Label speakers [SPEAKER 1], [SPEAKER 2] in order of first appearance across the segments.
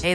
[SPEAKER 1] Hey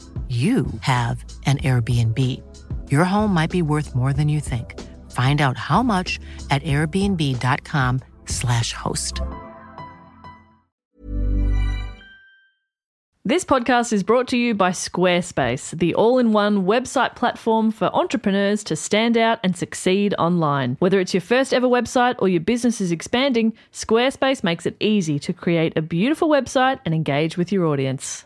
[SPEAKER 1] you have an Airbnb. Your home might be worth more than you think. Find out how much at airbnb.com/slash host.
[SPEAKER 2] This podcast is brought to you by Squarespace, the all in one website platform for entrepreneurs to stand out and succeed online. Whether it's your first ever website or your business is expanding, Squarespace makes it easy to create a beautiful website and engage with your audience.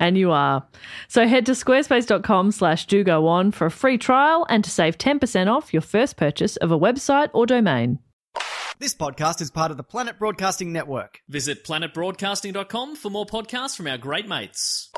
[SPEAKER 2] And you are. So head to squarespace.com slash do go on for a free trial and to save 10% off your first purchase of a website or domain.
[SPEAKER 3] This podcast is part of the Planet Broadcasting Network.
[SPEAKER 4] Visit planetbroadcasting.com for more podcasts from our great mates.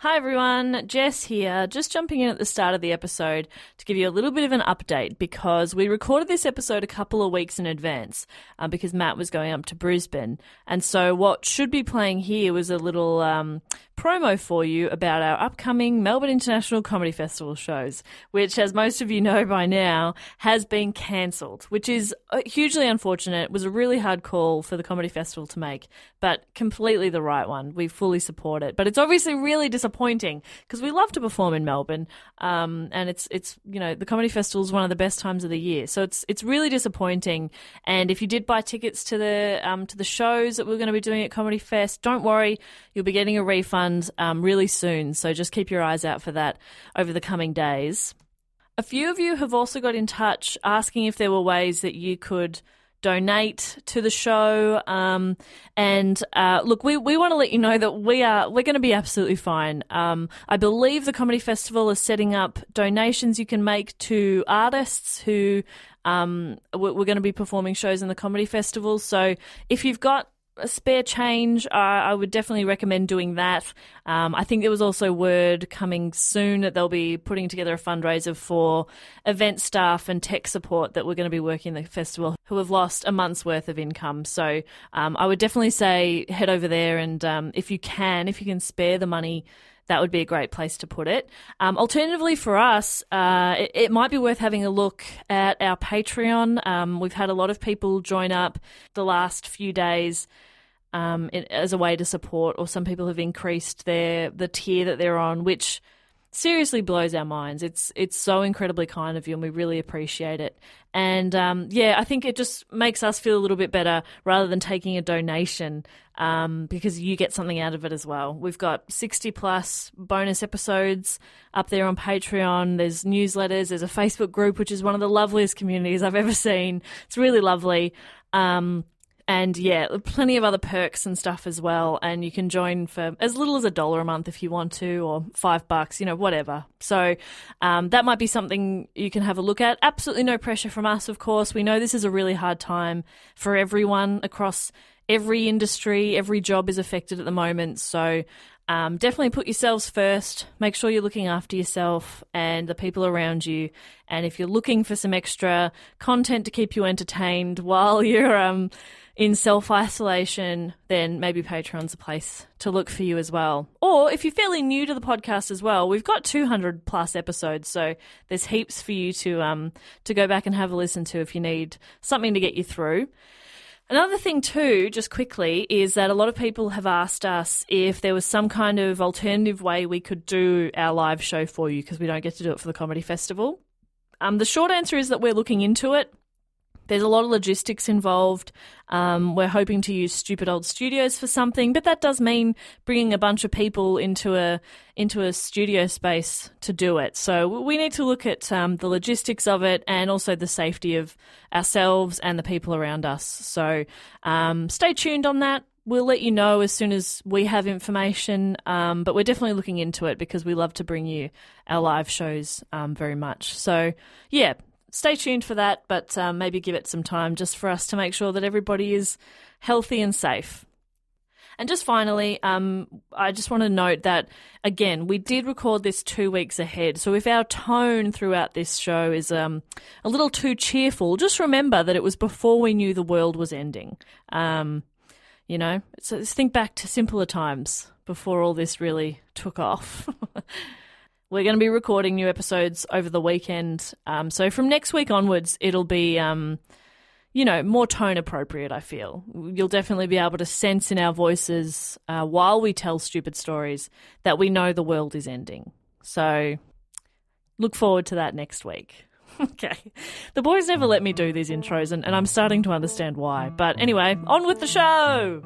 [SPEAKER 2] Hi everyone, Jess here. Just jumping in at the start of the episode to give you a little bit of an update because we recorded this episode a couple of weeks in advance um, because Matt was going up to Brisbane. And so, what should be playing here was a little um, promo for you about our upcoming Melbourne International Comedy Festival shows, which, as most of you know by now, has been cancelled, which is uh, hugely unfortunate. It was a really hard call for the Comedy Festival to make, but completely the right one. We fully support it. But it's obviously really disappointing because we love to perform in Melbourne, um, and it's it's you know the comedy festival is one of the best times of the year, so it's it's really disappointing. And if you did buy tickets to the um, to the shows that we're going to be doing at Comedy Fest, don't worry, you'll be getting a refund um, really soon. So just keep your eyes out for that over the coming days. A few of you have also got in touch asking if there were ways that you could donate to the show. Um, and uh, look, we, we want to let you know that we are we're going to be absolutely fine. Um, I believe the comedy festival is setting up donations you can make to artists who um, we're, we're going to be performing shows in the comedy festival. So if you've got a spare change, uh, I would definitely recommend doing that. Um, I think there was also word coming soon that they'll be putting together a fundraiser for event staff and tech support that we're going to be working the festival who have lost a month's worth of income. So um, I would definitely say head over there and um, if you can, if you can spare the money that would be a great place to put it. Um, alternatively, for us, uh, it, it might be worth having a look at our Patreon. Um, we've had a lot of people join up the last few days um, in, as a way to support, or some people have increased their the tier that they're on, which seriously blows our minds. It's it's so incredibly kind of you, and we really appreciate it. And um, yeah, I think it just makes us feel a little bit better rather than taking a donation um, because you get something out of it as well. We've got sixty plus bonus episodes up there on Patreon. There's newsletters. There's a Facebook group, which is one of the loveliest communities I've ever seen. It's really lovely. Um, And yeah, plenty of other perks and stuff as well. And you can join for as little as a dollar a month if you want to, or five bucks, you know, whatever. So um, that might be something you can have a look at. Absolutely no pressure from us, of course. We know this is a really hard time for everyone across every industry, every job is affected at the moment. So um, definitely put yourselves first. Make sure you're looking after yourself and the people around you. And if you're looking for some extra content to keep you entertained while you're um, in self isolation, then maybe Patreon's a place to look for you as well. Or if you're fairly new to the podcast as well, we've got 200 plus episodes, so there's heaps for you to um, to go back and have a listen to if you need something to get you through. Another thing, too, just quickly, is that a lot of people have asked us if there was some kind of alternative way we could do our live show for you because we don't get to do it for the comedy festival. Um, the short answer is that we're looking into it. There's a lot of logistics involved. Um, we're hoping to use stupid old studios for something, but that does mean bringing a bunch of people into a into a studio space to do it. So we need to look at um, the logistics of it and also the safety of ourselves and the people around us. So um, stay tuned on that. We'll let you know as soon as we have information, um, but we're definitely looking into it because we love to bring you our live shows um, very much. So, yeah, stay tuned for that, but um, maybe give it some time just for us to make sure that everybody is healthy and safe. And just finally, um, I just want to note that again, we did record this two weeks ahead. So if our tone throughout this show is um, a little too cheerful, just remember that it was before we knew the world was ending. Um, you know, so just think back to simpler times before all this really took off. We're going to be recording new episodes over the weekend. Um, so from next week onwards, it'll be, um, you know, more tone appropriate, I feel. You'll definitely be able to sense in our voices uh, while we tell stupid stories that we know the world is ending. So look forward to that next week. okay. The boys never let me do these intros, and, and I'm starting to understand why. But anyway, on with the show!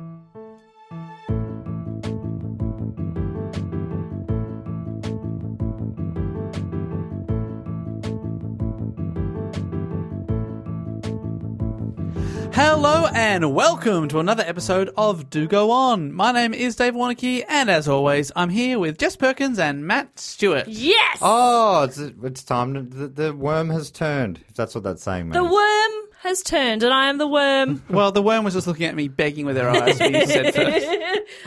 [SPEAKER 5] Hello and welcome to another episode of Do Go On. My name is Dave Warnicky, and as always, I'm here with Jess Perkins and Matt Stewart.
[SPEAKER 2] Yes!
[SPEAKER 6] Oh, it's, it's time. To, the, the worm has turned, if that's what that's saying.
[SPEAKER 2] The
[SPEAKER 6] means.
[SPEAKER 2] worm has turned, and I am the worm.
[SPEAKER 5] Well, the worm was just looking at me begging with their eyes when you said first.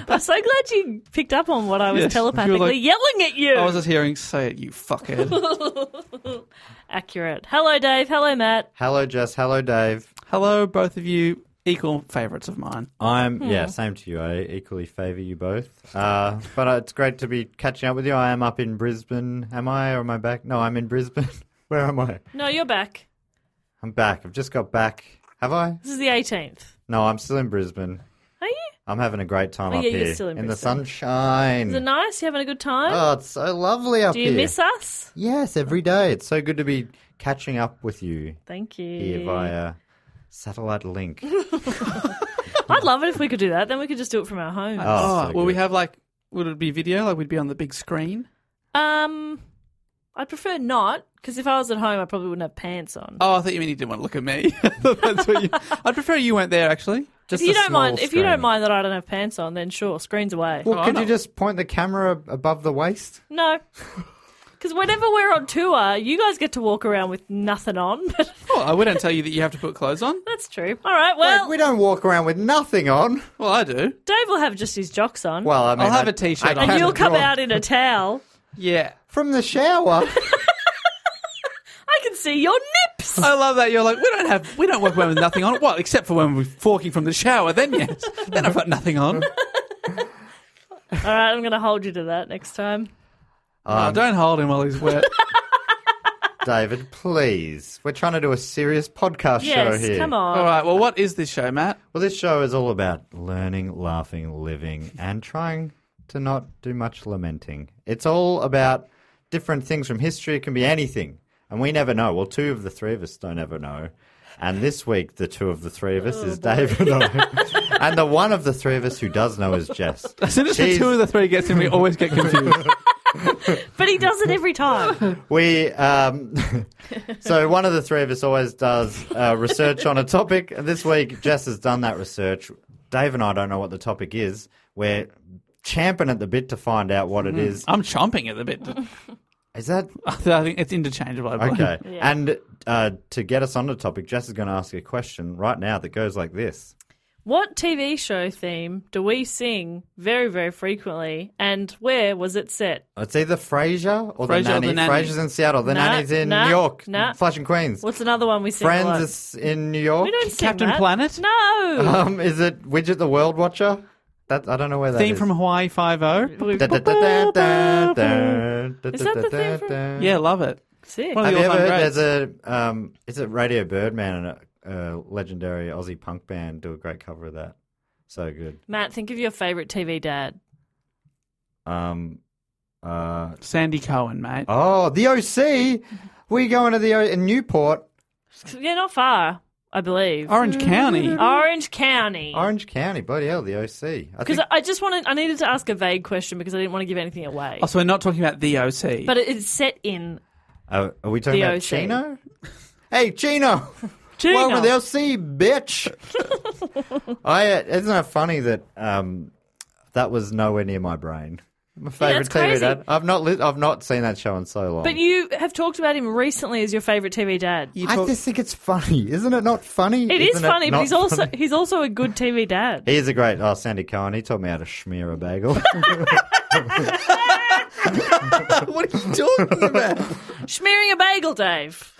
[SPEAKER 2] I'm so glad you picked up on what I was
[SPEAKER 5] Yes, you were
[SPEAKER 2] telepathically
[SPEAKER 5] like-
[SPEAKER 2] yelling at you.
[SPEAKER 5] I was just hearing, say it, you fuckhead.
[SPEAKER 2] Accurate. Hello, Dave. Hello, Matt.
[SPEAKER 6] Hello, Jess. Hello, Dave.
[SPEAKER 5] Hello, both of you, equal favourites of mine.
[SPEAKER 6] I'm
[SPEAKER 2] Hmm.
[SPEAKER 6] yeah, same to you. I equally favour you both. Uh, but it's great to be catching up with you. I am up in Brisbane. Am I or am I back? No, I'm in Brisbane. Where am I?
[SPEAKER 2] No, you're back.
[SPEAKER 6] I'm back. I've just got back. Have I?
[SPEAKER 2] This is the 18th.
[SPEAKER 6] No, I'm still in Brisbane.
[SPEAKER 2] Are you?
[SPEAKER 6] I'm having a great time
[SPEAKER 2] Oh,
[SPEAKER 6] up
[SPEAKER 2] yeah,
[SPEAKER 6] here
[SPEAKER 2] you're still in
[SPEAKER 6] the
[SPEAKER 2] Brisbane.
[SPEAKER 6] sunshine.
[SPEAKER 2] Is it nice? You having a good time?
[SPEAKER 6] Oh, it's so lovely up
[SPEAKER 2] Do you
[SPEAKER 6] here.
[SPEAKER 2] miss us?
[SPEAKER 6] yes, every day. It's so good to be catching up with you
[SPEAKER 2] Thank you.
[SPEAKER 6] here via satellite link.
[SPEAKER 2] I'd love it if we could do that. Then we could just do it from our home.
[SPEAKER 5] Oh,
[SPEAKER 6] so
[SPEAKER 5] well, we
[SPEAKER 6] good.
[SPEAKER 5] have like, would it be video? Like, we'd be on the big screen?
[SPEAKER 2] Um, I'd prefer not because if I was at home, I probably wouldn't have pants on.
[SPEAKER 5] Oh, I thought you mean you didn't want to look at me. That's what you, I'd prefer you weren't there, actually.
[SPEAKER 2] if
[SPEAKER 6] Just
[SPEAKER 2] you
[SPEAKER 6] a
[SPEAKER 2] don't
[SPEAKER 6] small
[SPEAKER 2] mind, if you don't
[SPEAKER 6] screen.
[SPEAKER 2] mind that I don't have pants on, then sure, screens away.
[SPEAKER 6] Well,
[SPEAKER 5] Oh,
[SPEAKER 6] could
[SPEAKER 5] no.
[SPEAKER 6] you just point the camera above the waist?
[SPEAKER 2] No. Because whenever we're on tour, you guys get to walk around with nothing on.
[SPEAKER 5] Oh, I wouldn't tell you that you have to put clothes on.
[SPEAKER 2] That's true. All right. Well,
[SPEAKER 6] Wait, we don't walk around with nothing on.
[SPEAKER 5] Well, I do.
[SPEAKER 2] Dave will have just his jocks on.
[SPEAKER 6] Well, I mean,
[SPEAKER 5] have
[SPEAKER 6] a
[SPEAKER 5] a t-shirt on.
[SPEAKER 2] and
[SPEAKER 5] I
[SPEAKER 2] you'll
[SPEAKER 5] haven't
[SPEAKER 2] come out in a towel.
[SPEAKER 5] Yeah.
[SPEAKER 6] from the shower.
[SPEAKER 2] I can see your nips.
[SPEAKER 5] I love that. You're like, we don't have, we don't work around with nothing on. Well, except for when we're forking from the shower. Then, yes. Then I've got nothing on.
[SPEAKER 2] All right, I'm going to hold you to that next time.
[SPEAKER 5] Oh,
[SPEAKER 6] Um,
[SPEAKER 5] don't hold him while he's wet.
[SPEAKER 6] David, please. We're trying to do a serious podcast
[SPEAKER 2] yes,
[SPEAKER 6] show here.
[SPEAKER 2] come
[SPEAKER 5] All
[SPEAKER 2] on.
[SPEAKER 5] right. Well, what is this show, Matt?
[SPEAKER 6] Well, this show is all about learning, laughing, living, and trying to not do much lamenting. It's all about different things from history. It can be anything. And we never know. Well, two of the three of us don't ever know. And this week, the two of the three of us
[SPEAKER 2] Oh,
[SPEAKER 6] is David and I. and the one of the three of us who does know is Jess.
[SPEAKER 5] As soon as the
[SPEAKER 6] She's-
[SPEAKER 5] two of the three gets in, we always get confused.
[SPEAKER 2] but he does it every time.
[SPEAKER 6] We um, so one of the three of us always does uh, research on a topic. And This week, Jess has done that research. Dave and I don't know what the topic is. We're champing at the bit to find out what
[SPEAKER 7] Hmm.
[SPEAKER 6] it is.
[SPEAKER 7] I'm chomping at the bit.
[SPEAKER 6] Is that
[SPEAKER 7] I think it's interchangeable. I believe.
[SPEAKER 6] okay? And uh, to get us on the topic, Jess is going to ask a question right now that goes like this.
[SPEAKER 2] What TV show theme do we sing very, very frequently, and where was it set?
[SPEAKER 6] It's either Frasier or
[SPEAKER 7] Frasier or
[SPEAKER 6] the nanny.
[SPEAKER 7] The Nanny.
[SPEAKER 6] Frasier's in Seattle. The
[SPEAKER 2] Nah,
[SPEAKER 6] nanny's in
[SPEAKER 2] nah,
[SPEAKER 6] New York.
[SPEAKER 2] nah.
[SPEAKER 6] Flushing Queens.
[SPEAKER 2] What's another one we sing? a lot?
[SPEAKER 6] Friends is in New York.
[SPEAKER 2] We don't sing
[SPEAKER 7] Captain
[SPEAKER 2] that.
[SPEAKER 7] Planet?
[SPEAKER 2] No.
[SPEAKER 6] Um, is it Widget the World Watcher? That I don't know where that
[SPEAKER 7] Theme
[SPEAKER 6] is.
[SPEAKER 7] from Hawaii Five O.
[SPEAKER 2] We-
[SPEAKER 6] Da, da, da, da, da, da,
[SPEAKER 2] Is that the theme from-
[SPEAKER 6] da, da.
[SPEAKER 7] Yeah, love it.
[SPEAKER 2] Sick.
[SPEAKER 7] One of
[SPEAKER 6] Have
[SPEAKER 7] the
[SPEAKER 6] you ever
[SPEAKER 7] all-time
[SPEAKER 6] heard?
[SPEAKER 7] greats.
[SPEAKER 6] There's a um, is it Radio Birdman and a, a legendary Aussie punk band do a great cover of that. So good.
[SPEAKER 2] Matt, think of your favorite TV dad.
[SPEAKER 6] Um, uh,
[SPEAKER 7] Sandy Cohen, mate.
[SPEAKER 6] oh, the OC. We go into the o- in Newport,
[SPEAKER 2] Yeah, not far, I believe.
[SPEAKER 7] Orange County.
[SPEAKER 2] Orange County.
[SPEAKER 6] Orange County. Bloody hell, the OC. I
[SPEAKER 2] Because
[SPEAKER 6] think
[SPEAKER 2] I just wanted, I needed to ask a vague question because I didn't want to give anything away.
[SPEAKER 7] Oh, so we're not talking about the OC.
[SPEAKER 2] But it- it's set in.
[SPEAKER 6] uh, are, are we talking
[SPEAKER 2] The
[SPEAKER 6] about
[SPEAKER 2] OC.
[SPEAKER 6] Chino? Hey, Chino.
[SPEAKER 2] Chino.
[SPEAKER 6] Welcome to the LC, bitch. I uh, isn't it funny that um, that was nowhere near my brain. My favorite
[SPEAKER 2] that's
[SPEAKER 6] TV
[SPEAKER 2] crazy.
[SPEAKER 6] dad. I've not li- I've not seen that show in so long.
[SPEAKER 2] But you have talked about him recently as your favorite TV dad.
[SPEAKER 7] You
[SPEAKER 6] I
[SPEAKER 7] talk-
[SPEAKER 6] just think it's funny, isn't it? Not funny.
[SPEAKER 2] It is
[SPEAKER 6] Isn't
[SPEAKER 2] funny, but
[SPEAKER 6] not
[SPEAKER 2] he's also
[SPEAKER 6] funny?
[SPEAKER 2] he's also a good TV dad.
[SPEAKER 6] He is a great. Oh, Sandy Cohen. He taught me how to smear a bagel.
[SPEAKER 8] What are you talking about?
[SPEAKER 2] Smearing a bagel, Dave.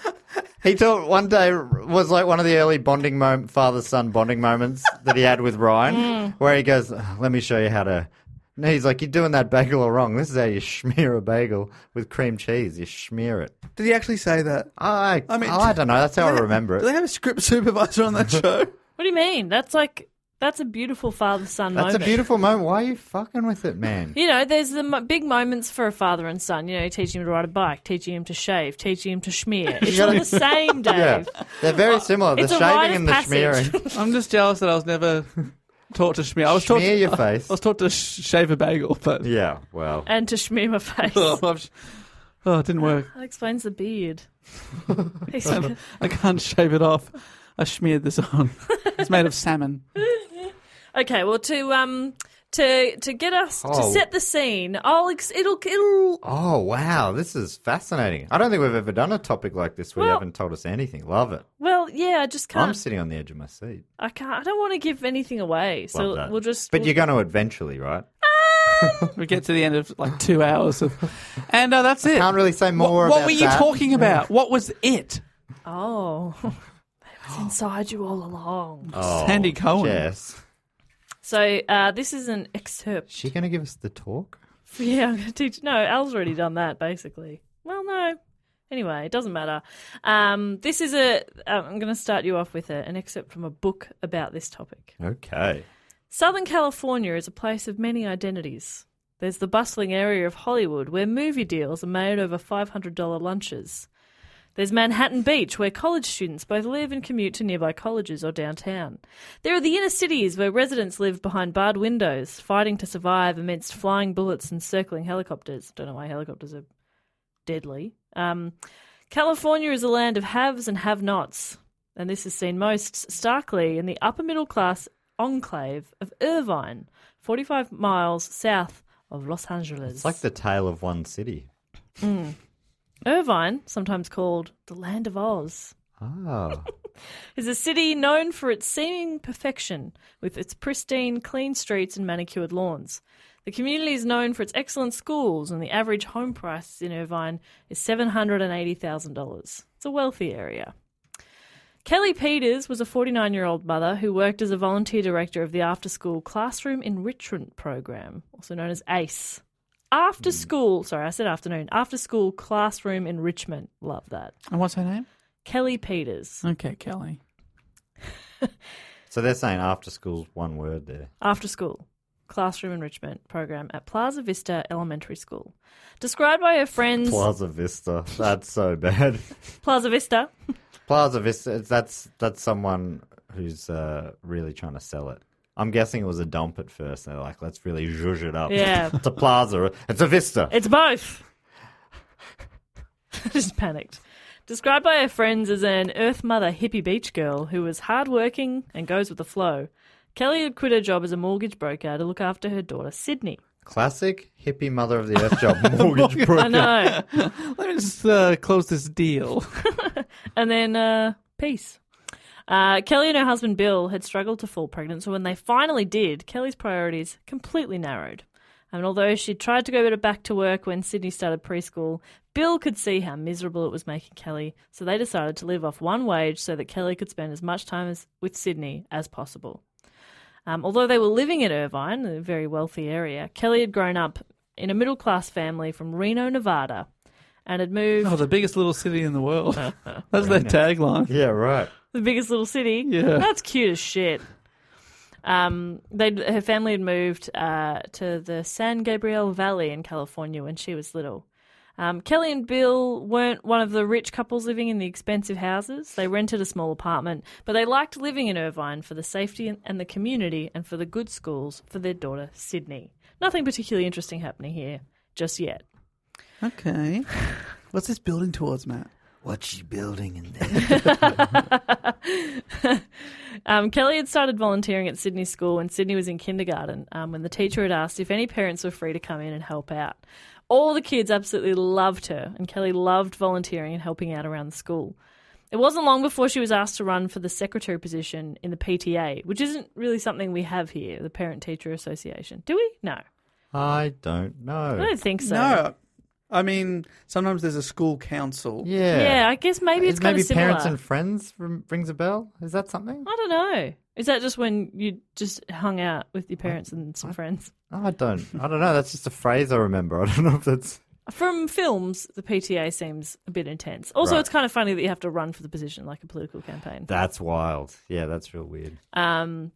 [SPEAKER 6] he taught one day was like one of the early bonding moment, father son bonding moments that he had with Ryan,
[SPEAKER 2] Mm.
[SPEAKER 6] where he goes, "Ugh, "Let me show you how to." No, he's like, "You're doing that bagel all wrong. This is how you smear a bagel with cream cheese. You smear it."
[SPEAKER 5] Did he actually say that?
[SPEAKER 6] I, I
[SPEAKER 5] mean,
[SPEAKER 6] I don't know. That's how I remember
[SPEAKER 5] Do they
[SPEAKER 6] it.
[SPEAKER 5] have a script supervisor on that show?
[SPEAKER 2] What do you mean? That's like that's a beautiful father son
[SPEAKER 6] That's
[SPEAKER 2] moment.
[SPEAKER 6] a beautiful moment. Why are you fucking with it, man?
[SPEAKER 2] You know, there's the mo- big moments for a father and son. You know, teaching him to ride a bike, teaching him to shave, teaching him to smear. It's
[SPEAKER 6] gotta-
[SPEAKER 2] on the same, Dave.
[SPEAKER 6] Yeah, they're very similar. The
[SPEAKER 2] It's a
[SPEAKER 6] shaving
[SPEAKER 2] rite of
[SPEAKER 6] and the
[SPEAKER 2] passage.
[SPEAKER 6] smearing.
[SPEAKER 7] I'm just jealous that I was never taught to smear. I was taught
[SPEAKER 6] Smear your
[SPEAKER 7] I-
[SPEAKER 6] face.
[SPEAKER 7] I was taught to sh- shave a bagel, but
[SPEAKER 6] Yeah, well,
[SPEAKER 2] And to smear my face.
[SPEAKER 7] oh,
[SPEAKER 2] that
[SPEAKER 7] I've sh- oh, it didn't work.
[SPEAKER 2] explains the beard. He's-
[SPEAKER 7] I can't shave it off. I smeared this on. It's made of salmon.
[SPEAKER 2] okay, well, to um, to to get us to
[SPEAKER 6] Oh.
[SPEAKER 2] set the scene, I'll ex- it'll it'll
[SPEAKER 6] oh wow, this is fascinating. I don't think we've ever done a topic like this where you
[SPEAKER 2] Well-
[SPEAKER 6] haven't told us anything. Love it.
[SPEAKER 2] well, yeah, I just
[SPEAKER 6] I'm
[SPEAKER 2] can't.
[SPEAKER 6] sitting on the edge of my seat.
[SPEAKER 2] I can't. I don't want to give anything away,
[SPEAKER 6] Love
[SPEAKER 2] so
[SPEAKER 6] that.
[SPEAKER 2] we'll just.
[SPEAKER 6] But
[SPEAKER 2] we'll-
[SPEAKER 6] you're going to eventually, right?
[SPEAKER 7] We get to the end of like two hours of, and uh, that's it.
[SPEAKER 6] Can't really say more.
[SPEAKER 7] What, what
[SPEAKER 6] about
[SPEAKER 7] were you
[SPEAKER 6] that.
[SPEAKER 7] talking about? What was it?
[SPEAKER 2] Oh, it was inside you all along.
[SPEAKER 6] Oh,
[SPEAKER 7] Sandy Cohen.
[SPEAKER 6] Yes.
[SPEAKER 2] So uh, this is an excerpt.
[SPEAKER 6] She going to give us the talk?
[SPEAKER 2] Yeah, I'm going to teach. No, Al's already done that, basically. Well, no. Anyway, it doesn't matter. Um, this is a. Um, I'm going to start you off with a, an excerpt from a book about this topic.
[SPEAKER 6] Okay.
[SPEAKER 2] Southern California is a place of many identities. There's the bustling area of Hollywood where movie deals are made over $500 lunches. There's Manhattan Beach, where college students both live and commute to nearby colleges or downtown. There are the inner cities, where residents live behind barred windows, fighting to survive amidst flying bullets and circling helicopters. Don't know why helicopters are deadly. Um, California is a land of haves and have nots, and this is seen most starkly in the upper middle class enclave of Irvine, 45 miles south of Los Angeles.
[SPEAKER 6] It's like the tale of one city.
[SPEAKER 2] Irvine, sometimes called the Land of Oz.
[SPEAKER 6] Oh.
[SPEAKER 2] is a city known for its seeming perfection, with its pristine, clean streets and manicured lawns. The community is known for its excellent schools, and the average home price in Irvine is $780,000. It's a wealthy area. Kelly Peters was a 49 year old mother who worked as a volunteer director of the after school classroom enrichment program, also known as ACE. After school, sorry, I said afternoon, after school classroom enrichment. Love that.
[SPEAKER 7] And what's her name?
[SPEAKER 2] Kelly Peters.
[SPEAKER 7] Okay, Kelly.
[SPEAKER 6] So they're saying after school's one word there.
[SPEAKER 2] after school classroom enrichment program at Plaza Vista Elementary School. Described by her friends
[SPEAKER 6] Plaza Vista. That's so bad.
[SPEAKER 2] Plaza Vista.
[SPEAKER 6] Plaza Vista. it's- That's that's someone who's uh, really trying to sell it. I'm guessing it was a dump at first. and They're like, let's really zhuzh it up.
[SPEAKER 2] Yeah.
[SPEAKER 6] it's a plaza. It's a vista.
[SPEAKER 2] It's both. just panicked. Described by her friends as an Earth Mother hippie beach girl who was hardworking and goes with the flow, Kelly had quit her job as a mortgage broker to look after her daughter, Sydney.
[SPEAKER 6] Classic hippie mother of the earth job, mortgage
[SPEAKER 2] I
[SPEAKER 6] broker.
[SPEAKER 2] know.
[SPEAKER 7] Let me just uh, close this deal.
[SPEAKER 2] and then uh, peace. Uh, Kelly and her husband Bill had struggled to fall pregnant, so when they finally did, Kelly's priorities completely narrowed. And although she tried to go to- back to work when Sydney started preschool, Bill could see how miserable it was making Kelly, so they decided to live off one wage so that Kelly could spend as much time as, with Sydney as possible. Um, although they were living in Irvine, a very wealthy area, Kelly had grown up in a middle class family from Reno, Nevada, and had moved.
[SPEAKER 7] Oh, the biggest little city in the world. That's their tagline.
[SPEAKER 6] Yeah, right.
[SPEAKER 2] the biggest little city.
[SPEAKER 7] Yeah.
[SPEAKER 2] that's cute as shit. Um, they her family had moved uh, to the San Gabriel Valley in California when she was little. Um, Kelly and Bill weren't one of the rich couples living in the expensive houses. They rented a small apartment, but they liked living in Irvine for the safety and- and the community and for the good schools for their daughter, Sydney. Nothing particularly interesting happening here just yet.
[SPEAKER 5] Okay. What's this building towards, Matt?
[SPEAKER 6] What's she building in there?
[SPEAKER 2] Um, Kelly had started volunteering at Sydney School when Sydney was in kindergarten, um, when the teacher had asked if any parents were free to come in and help out. All the kids absolutely loved her, and Kelly loved volunteering and helping out around the school. It wasn't long before she was asked to run for the secretary position in the PTA, which isn't really something we have here, the Parent Teacher Association. Do we? No.
[SPEAKER 6] I don't
[SPEAKER 2] I
[SPEAKER 6] know.
[SPEAKER 2] don't think so.
[SPEAKER 5] No. I mean, sometimes there's a school council.
[SPEAKER 6] Yeah.
[SPEAKER 2] Yeah, I guess maybe it's
[SPEAKER 6] Is
[SPEAKER 2] kind
[SPEAKER 6] maybe
[SPEAKER 2] of similar.
[SPEAKER 6] parents and friends rem- rings a bell? Is that something?
[SPEAKER 2] I don't know. Is that just when you just hung out with your parents and some friends?
[SPEAKER 6] I don't. I don't know. That's just a phrase I remember. I don't know if that's.
[SPEAKER 2] From films, the PTA seems a bit intense. Also,
[SPEAKER 6] Right.
[SPEAKER 2] it's kind of funny that you have to run for the position like a political campaign.
[SPEAKER 6] That's wild. Yeah, that's real weird.
[SPEAKER 2] Um,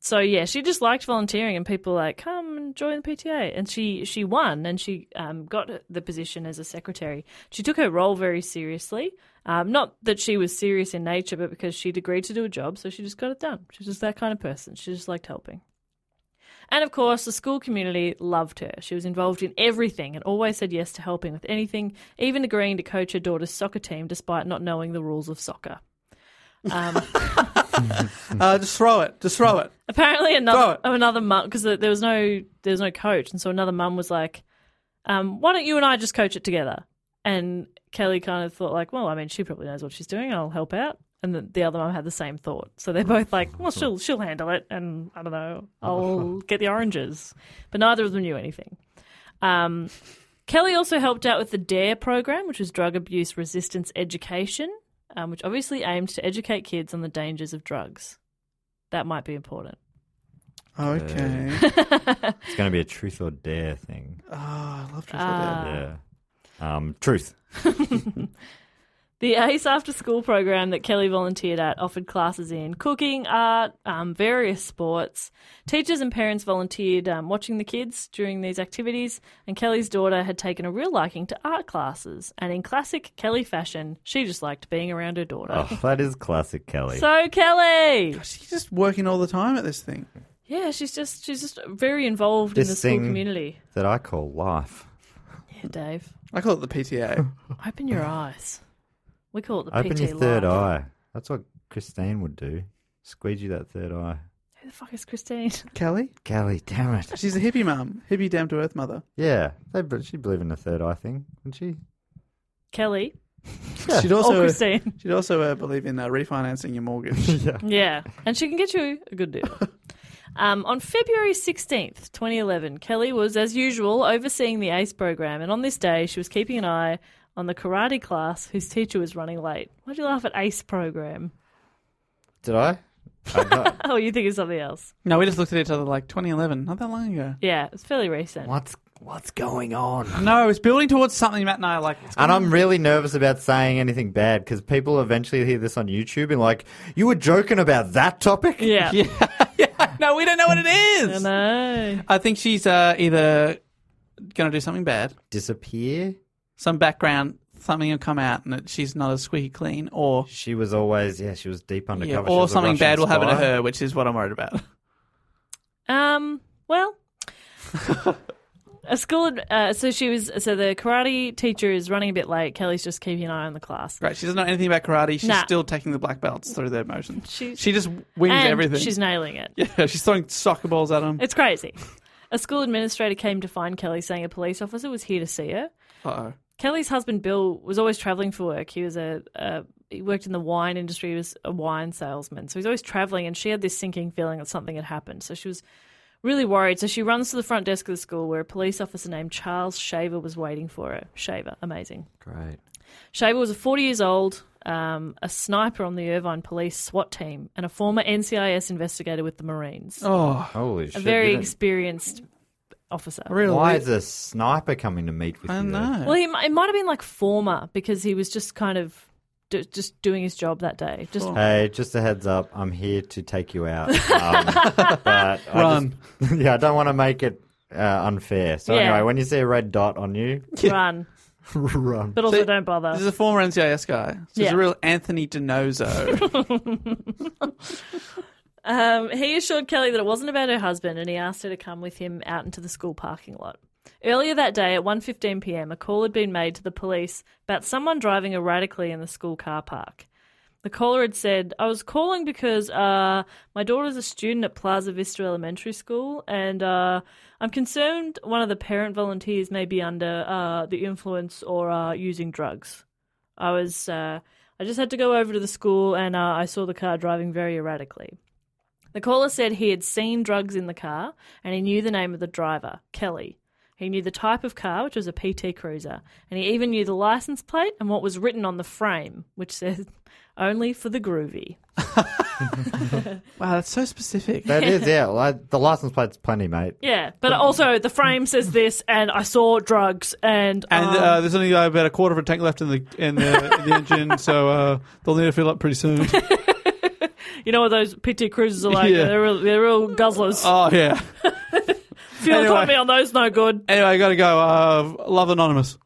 [SPEAKER 2] so yeah, she just liked volunteering, and people were like come and join the PTA, and she she won, and she um, got the position as a secretary. She took her role very seriously. Um, not that she was serious in nature, but because she'd agreed to do a job, so she just got it done. She's just that kind of person. She just liked helping. And of course, the school community loved her. She was involved in everything and always said yes to helping with anything, even agreeing to coach her daughter's soccer team despite not knowing the rules of soccer. Um,
[SPEAKER 5] Uh, just throw it. Just throw it.
[SPEAKER 2] Apparently, another
[SPEAKER 5] Throw
[SPEAKER 2] another mum because there was no there was no coach, and so another mum was like, um, "Why don't you and I just coach it together?" And Kelly kind of thought like, "Well, I mean, she probably knows what she's doing. I'll help out." And the, the other mum had the same thought, so they're both like, "Well, she'll she'll handle it, and I don't know, I'll get the oranges." But neither of them knew anything. Um, Kelly also helped out with the DARE program, which was Drug Abuse Resistance Education, um, which obviously aimed to educate kids on the dangers of drugs. That might be important.
[SPEAKER 5] Okay.
[SPEAKER 6] It's going to be a truth or dare thing.
[SPEAKER 5] Oh, I love Truth or
[SPEAKER 2] Ah.
[SPEAKER 5] Dare.
[SPEAKER 6] yeah. Um, truth.
[SPEAKER 2] The ACE after school program that Kelly volunteered at offered classes in cooking, art, um, various sports. Teachers and parents volunteered um, watching the kids during these activities, and Kelly's daughter had taken a real liking to art classes. And in classic Kelly fashion, she just liked being around her daughter.
[SPEAKER 6] Oh, that is classic Kelly.
[SPEAKER 2] So Kelly,
[SPEAKER 5] She's just working all the time at this thing.
[SPEAKER 2] yeah, she's just she's just very involved in
[SPEAKER 6] This
[SPEAKER 2] the school
[SPEAKER 6] thing-
[SPEAKER 2] community.
[SPEAKER 6] that I call life.
[SPEAKER 2] Yeah, Dave,
[SPEAKER 5] I call it the PTA.
[SPEAKER 2] open your eyes. We call it the
[SPEAKER 6] Open
[SPEAKER 2] PT
[SPEAKER 6] your third
[SPEAKER 2] life.
[SPEAKER 6] eye. That's what Christine would do. Squeegee that third eye.
[SPEAKER 2] Who the fuck is Christine?
[SPEAKER 5] Kelly?
[SPEAKER 6] Kelly, damn it.
[SPEAKER 5] She's a hippie mum. Hippie down to earth mother.
[SPEAKER 6] Yeah, they, but she believe in the third eye thing, wouldn't she?
[SPEAKER 2] Kelly
[SPEAKER 5] She'd
[SPEAKER 2] or
[SPEAKER 5] also
[SPEAKER 2] Oh, Christine?
[SPEAKER 5] she'd also uh, believe in uh, refinancing your mortgage.
[SPEAKER 2] Yeah, and she can get you a good deal. Um, on February 16th, 2011, Kelly was, as usual, overseeing the ACE program, and on this day, she was keeping an eye on the karate class whose teacher was running late. Why'd you laugh at ACE program?
[SPEAKER 6] Did I? I'm not-
[SPEAKER 2] Oh, you think it's something else.
[SPEAKER 7] No, we just looked at each other like 2011, not that long ago.
[SPEAKER 2] Yeah, it's fairly recent.
[SPEAKER 6] what's what's going on?
[SPEAKER 7] No, it's building towards something Matt and I are like.
[SPEAKER 6] And I'm really nervous about saying anything bad because people eventually hear this on YouTube and like, you were joking about that topic.
[SPEAKER 2] Yeah.
[SPEAKER 7] No, we don't know what it
[SPEAKER 2] I
[SPEAKER 7] is.
[SPEAKER 2] know.
[SPEAKER 7] I think she's uh, either going to do something bad,
[SPEAKER 6] Disappear.
[SPEAKER 7] some background, something will come out, and it, she's not as squeaky clean, or
[SPEAKER 6] She was always yeah. She was deep
[SPEAKER 7] yeah,
[SPEAKER 6] undercover. She
[SPEAKER 7] or
[SPEAKER 6] was a
[SPEAKER 7] something
[SPEAKER 6] Russian
[SPEAKER 7] bad will happen to
[SPEAKER 6] spy.
[SPEAKER 7] her, which is what I'm worried about.
[SPEAKER 2] Um, well, Um, a school. ad- Uh, so she was. So the karate teacher is running a bit late. Kelly's just keeping an eye on the class.
[SPEAKER 7] Right, she doesn't know anything about karate. She's
[SPEAKER 2] Nah.
[SPEAKER 7] still taking the black belts through their motions.
[SPEAKER 2] She's-
[SPEAKER 7] she just wings
[SPEAKER 2] and
[SPEAKER 7] everything.
[SPEAKER 2] she's nailing it.
[SPEAKER 7] yeah, she's throwing soccer balls at them.
[SPEAKER 2] It's crazy. A school administrator came to find Kelly, saying a police officer was here to see her.
[SPEAKER 7] Uh-oh.
[SPEAKER 2] Kelly's husband Bill was always traveling for work. He was a, a he worked in the wine industry. He was a wine salesman, so he's always traveling. And she had this sinking feeling that something had happened. So she was really worried. So she runs to the front desk of the school, where a police officer named Charles Shaver was waiting for her. Shaver, amazing.
[SPEAKER 8] Great.
[SPEAKER 2] Shaver was a 40 years old, um, a sniper on the Irvine Police SWAT team, and a former NCIS investigator with the Marines.
[SPEAKER 6] Holy shit.
[SPEAKER 2] a very
[SPEAKER 6] didn't-
[SPEAKER 2] experienced officer.
[SPEAKER 7] Really?
[SPEAKER 6] Why is a sniper coming to meet with
[SPEAKER 7] I
[SPEAKER 6] you?
[SPEAKER 7] don't
[SPEAKER 6] though?
[SPEAKER 7] know.
[SPEAKER 2] Well, he, mi- it might have been like former because he was just kind of d- just doing his job that day. Just
[SPEAKER 6] Hey, just a heads up. I'm here to take you out. Um, but
[SPEAKER 7] Run.
[SPEAKER 6] I just, yeah, I don't want to make it uh, unfair. So
[SPEAKER 2] Yeah.
[SPEAKER 6] anyway, when you see a red dot on you,
[SPEAKER 2] run,
[SPEAKER 6] run.
[SPEAKER 2] but also
[SPEAKER 7] So-
[SPEAKER 2] don't bother.
[SPEAKER 7] This is a former NCIS guy. So He's
[SPEAKER 2] Yeah.
[SPEAKER 7] a real Anthony DiNozzo.
[SPEAKER 2] Um, he assured Kelly that it wasn't about her husband, and he asked her to come with him out into the school parking lot. Earlier that day, at 1:15 p.m., a call had been made to the police about someone driving erratically in the school car park. The caller had said, "I was calling because uh, my daughter's a student at Plaza Vista Elementary School, and uh, I'm concerned one of the parent volunteers may be under uh, the influence or uh, using drugs." I was, uh, I just had to go over to the school, and uh, I saw the car driving very erratically. The caller said he had seen drugs in the car and he knew the name of the driver, Kelly. He knew the type of car, which was a PT Cruiser, and he even knew the license plate and what was written on the frame, which says only for the groovy.
[SPEAKER 7] wow, that's so specific.
[SPEAKER 6] That is, yeah. Like, the license plate's plenty, mate.
[SPEAKER 2] Yeah, but also the frame says this, and I saw drugs, and,
[SPEAKER 7] And
[SPEAKER 2] um,
[SPEAKER 7] uh, there's only uh, about a quarter of a tank left in the in the, in the engine, so uh, they'll need to fill up pretty soon.
[SPEAKER 2] you know what those PT Cruisers are like?
[SPEAKER 7] Yeah.
[SPEAKER 2] They're, real, they're real guzzlers.
[SPEAKER 7] oh yeah.
[SPEAKER 2] Fuel
[SPEAKER 7] anyway.
[SPEAKER 2] economy on those no good.
[SPEAKER 7] Anyway, I gotta go. Uh, love anonymous.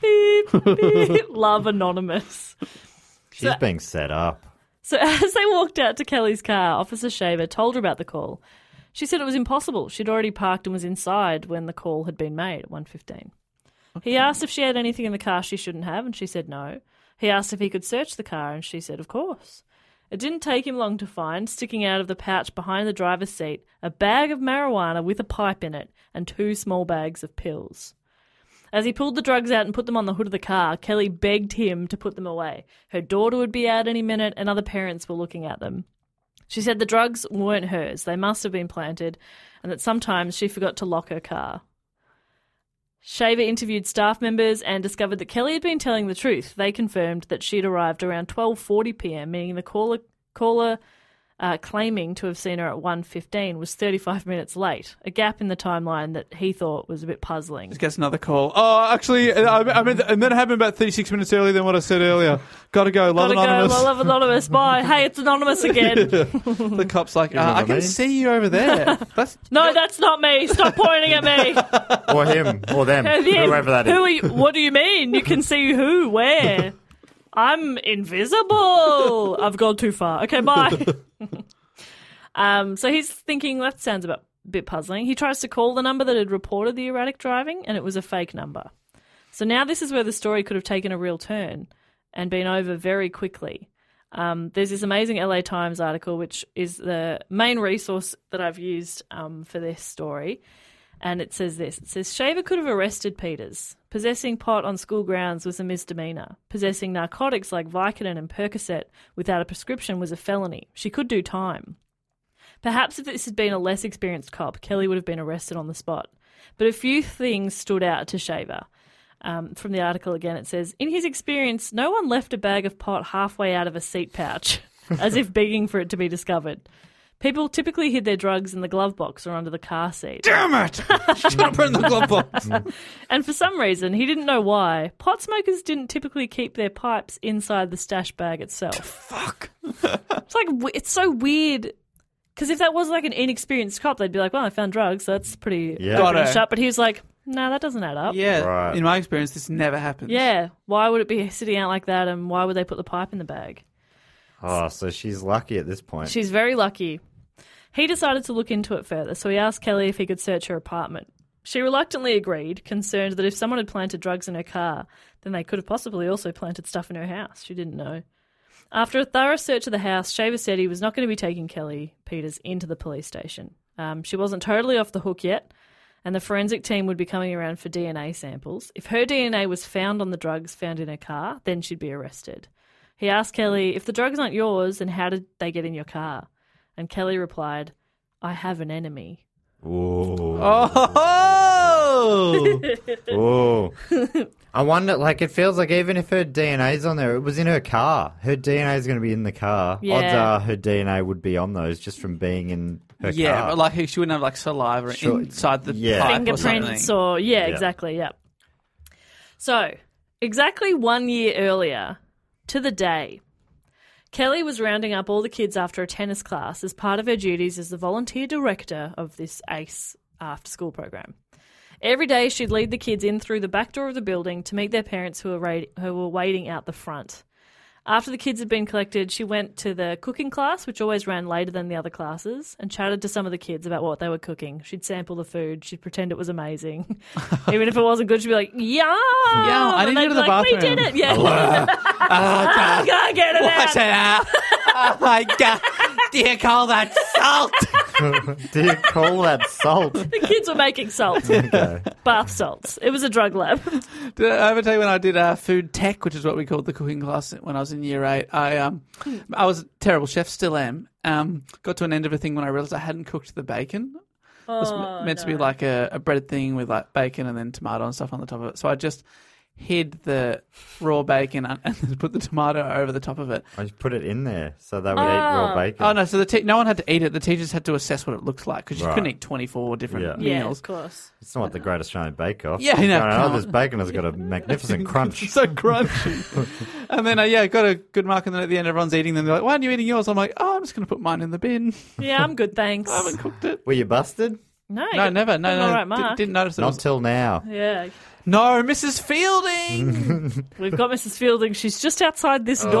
[SPEAKER 2] Beep, beep. Love anonymous.
[SPEAKER 6] She's being set up.
[SPEAKER 2] So as they walked out to Kelly's car, Officer Shaver told her about the call. She said it was impossible. She'd already parked and was inside when the call had been made at 1.15. He asked if she had anything in the car she shouldn't have, and she said no. He asked if he could search the car, and she said of course. It didn't take him long to find, sticking out of the pouch behind the driver's seat, a bag of marijuana with a pipe in it and two small bags of pills. As he pulled the drugs out and put them on the hood of the car, Kelly begged him to put them away. Her daughter would be out any minute, and other parents were looking at them. She said the drugs weren't hers, they must have been planted, and that sometimes she forgot to lock her car. Shaver interviewed staff members and discovered that Kelly had been telling the truth. They confirmed that she'd arrived around 12:40 p.m., meaning the caller caller uh, claiming to have seen her at 1:15 was 35 minutes late, a gap in the timeline that he thought was a bit puzzling.
[SPEAKER 7] Just gets another call. Oh, actually, I, I meant and that happened about 36 minutes earlier than what I said earlier. Gotta go. Love
[SPEAKER 2] Gotta
[SPEAKER 7] anonymous.
[SPEAKER 2] go. I love anonymous. Bye. Hey, it's anonymous again.
[SPEAKER 7] the cop's like, uh,
[SPEAKER 6] remember
[SPEAKER 7] I can
[SPEAKER 6] me?
[SPEAKER 7] see you over there. That's
[SPEAKER 2] No, that's not me. Stop pointing at me.
[SPEAKER 6] Or him, or them,
[SPEAKER 2] Have you-
[SPEAKER 6] whoever that is.
[SPEAKER 2] Who are you, what do you mean? You can see who, where? I'm invisible. I've gone too far. Okay, bye. um, so he's thinking that sounds a bit, bit puzzling. He tries to call the number that had reported the erratic driving, and it was a fake number. So now this is where the story could have taken a real turn and been over very quickly. Um, there's this amazing LA Times article, which is the main resource that I've used um, for this story. And it says this It says Shaver could have arrested Peters. Possessing pot on school grounds was a misdemeanor. Possessing narcotics like Vicodin and Percocet without a prescription was a felony. She could do time. Perhaps if this had been a less experienced cop, Kelly would have been arrested on the spot. But a few things stood out to Shaver. Um, from the article again, it says In his experience, no one left a bag of pot halfway out of a seat pouch, as if begging for it to be discovered. People typically hid their drugs in the glove box or under the car seat.
[SPEAKER 7] damn it. Shut up in the glove box.
[SPEAKER 2] And for some reason, he didn't know why, pot smokers didn't typically keep their pipes inside the stash bag itself.
[SPEAKER 7] Fuck.
[SPEAKER 2] It's like w- it's so weird because if that was like an inexperienced cop, they'd be like, "Well, I found drugs. So that's pretty
[SPEAKER 6] Yeah.
[SPEAKER 2] open and
[SPEAKER 7] Righto.
[SPEAKER 2] shut." But he was like, "No, that doesn't add up."
[SPEAKER 7] Yeah.
[SPEAKER 6] Right.
[SPEAKER 7] In my experience, this never happens.
[SPEAKER 2] Yeah, why would it be sitting out like that? And why would they put the pipe in the bag?
[SPEAKER 6] Oh, so she's lucky at this point.
[SPEAKER 2] She's very lucky. He decided to look into it further, so he asked Kelly if he could search her apartment. She reluctantly agreed, concerned that if someone had planted drugs in her car, then they could have possibly also planted stuff in her house. She didn't know. After a thorough search of the house, Shaver said he was not going to be taking Kelly Peters into the police station. Um, she wasn't totally off the hook yet, and the forensic team would be coming around for DNA samples. If her DNA was found on the drugs found in her car, then she'd be arrested. He asked Kelly, If the drugs aren't yours, then how did they get in your car? And Kelly replied, I have an enemy.
[SPEAKER 5] Oh!
[SPEAKER 8] Oh,
[SPEAKER 6] I wonder, like, it feels like even if her DNA's on there, it was in her car. Her DNA's going to be in the car.
[SPEAKER 2] Yeah.
[SPEAKER 6] Odds are her DNA would be on those just from being in her
[SPEAKER 5] yeah,
[SPEAKER 6] car.
[SPEAKER 5] but like she wouldn't have like saliva
[SPEAKER 6] Sure.
[SPEAKER 5] inside the
[SPEAKER 6] Yeah.
[SPEAKER 5] pipe or
[SPEAKER 2] fingerprints
[SPEAKER 5] something.
[SPEAKER 2] or, yeah, exactly yeah so exactly one year earlier to the day kelly was rounding up all the kids after a tennis class as part of her duties as the volunteer director of this ace after school program every day she'd lead the kids in through the back door of the building to meet their parents who were, ra- who were waiting out the front after the kids had been collected, she went to the cooking class, which always ran later than the other classes, and chatted to some of the kids about what they were cooking. She'd sample the food, she'd pretend it was amazing. Even if it wasn't good, she'd be like, Yum! Yeah,
[SPEAKER 5] I
[SPEAKER 2] and
[SPEAKER 5] need to
[SPEAKER 2] they'd
[SPEAKER 5] go to the
[SPEAKER 2] be like, We
[SPEAKER 5] bathroom."
[SPEAKER 2] did it! Yeah.
[SPEAKER 5] Ah,
[SPEAKER 2] I can't get it
[SPEAKER 5] What's
[SPEAKER 2] out!
[SPEAKER 5] it out? Oh my god! Do you call that salt?
[SPEAKER 6] Do you call that salt?
[SPEAKER 2] The kids were making salt. Bath salts. It was a drug lab.
[SPEAKER 5] Did I ever tell you when I did uh, food tech, which is what we called the cooking class when I was in year eight? I um, I was a terrible chef, still am. Um, got to an end of a thing when I realised I hadn't cooked the bacon. It was
[SPEAKER 2] Oh,
[SPEAKER 5] me- meant to be like a, a bread thing with like bacon and then tomato and stuff on the top of it. So I just hid the raw bacon and, and put the tomato over the top of it.
[SPEAKER 6] I just put it in there so they would eat raw bacon.
[SPEAKER 5] Oh no! So the te- no one had to eat it. The teachers had to assess what it looked like because you
[SPEAKER 6] Right.
[SPEAKER 5] couldn't eat twenty four different
[SPEAKER 6] Yeah.
[SPEAKER 2] yeah,
[SPEAKER 5] meals.
[SPEAKER 2] of course.
[SPEAKER 6] It's not the Great Australian Bake Off.
[SPEAKER 5] Yeah, no,
[SPEAKER 6] Going, oh,
[SPEAKER 5] come
[SPEAKER 6] this
[SPEAKER 5] on."
[SPEAKER 6] bacon has got a magnificent crunch.
[SPEAKER 5] so crunchy. and then, uh, yeah, got a good mark, and then at the end, everyone's eating them. They're like, "Why aren't you eating yours?" I'm like, "Oh, I'm just going to put mine in the bin.
[SPEAKER 2] Yeah, I'm good, thanks.
[SPEAKER 5] I haven't cooked it."
[SPEAKER 6] Were you busted?
[SPEAKER 2] no,
[SPEAKER 5] No, never. No,
[SPEAKER 2] I'm
[SPEAKER 5] no,
[SPEAKER 2] all
[SPEAKER 5] no.
[SPEAKER 2] right, Mark.
[SPEAKER 5] Didn't notice it.
[SPEAKER 6] Not
[SPEAKER 5] Was...
[SPEAKER 6] till now.
[SPEAKER 2] Yeah.
[SPEAKER 5] No, Mrs. Fielding.
[SPEAKER 2] We've got Mrs. Fielding. She's just outside this door.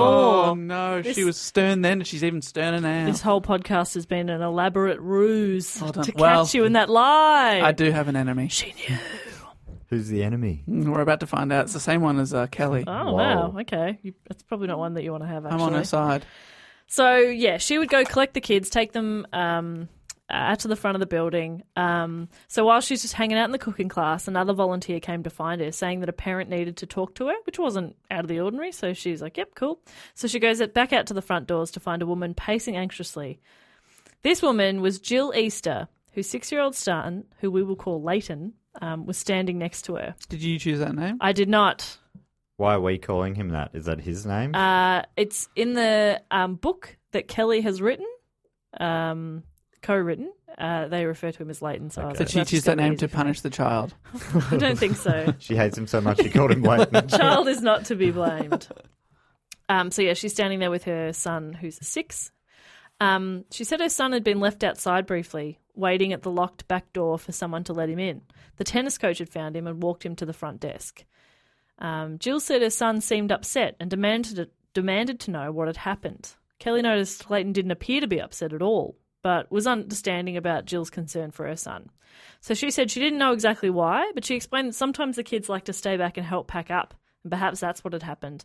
[SPEAKER 5] oh no, she was stern then, and she's even sterner now.
[SPEAKER 2] This whole podcast has been an elaborate ruse
[SPEAKER 5] Well done.
[SPEAKER 2] to catch
[SPEAKER 5] Well,
[SPEAKER 2] you in that lie.
[SPEAKER 5] I do have an enemy.
[SPEAKER 2] She knew.
[SPEAKER 6] Who's the enemy?
[SPEAKER 5] Mm, We're about to find out. It's the same one as uh, Kelly.
[SPEAKER 2] Oh,
[SPEAKER 6] Whoa.
[SPEAKER 2] wow. Okay. You, that's probably not one that you want to have,
[SPEAKER 5] I'm
[SPEAKER 2] actually.
[SPEAKER 5] on her side.
[SPEAKER 2] So, yeah, she would go collect the kids, take them um, out to the front of the building. Um, so, while she's just hanging out in the cooking class, another volunteer came to find her, saying that a parent needed to talk to her, which wasn't out of the ordinary. So, she's like, yep, cool. So, she goes back out to the front doors to find a woman pacing anxiously. This woman was Jill Easter, whose six year old son, who we will call Leighton, um, was standing next to her.
[SPEAKER 5] Did you choose that name?
[SPEAKER 2] I did not
[SPEAKER 6] Why are we calling him that? Is that his name?
[SPEAKER 2] Uh, it's in the um, book that Kelly has written, um, co-written. Uh, they refer to him as Leighton. So I was
[SPEAKER 5] Did
[SPEAKER 2] like,
[SPEAKER 5] you
[SPEAKER 2] "That's
[SPEAKER 5] choose
[SPEAKER 2] gonna
[SPEAKER 5] that name
[SPEAKER 2] be
[SPEAKER 5] to
[SPEAKER 2] easy."
[SPEAKER 5] punish the child?
[SPEAKER 2] I don't think so.
[SPEAKER 6] she hates him so much she called him Leighton.
[SPEAKER 2] Child is not to be blamed. Um, so yeah, she's standing there with her son, who's six. Um, she said her son had been left outside briefly, waiting at the locked back door for someone to let him in. The tennis coach had found him and walked him to the front desk. Um, Jill said her son seemed upset and demanded demanded to know what had happened. Kelly noticed Clayton didn't appear to be upset at all, but was understanding about Jill's concern for her son. So she said she didn't know exactly why, but she explained that sometimes the kids like to stay back and help pack up, and perhaps that's what had happened,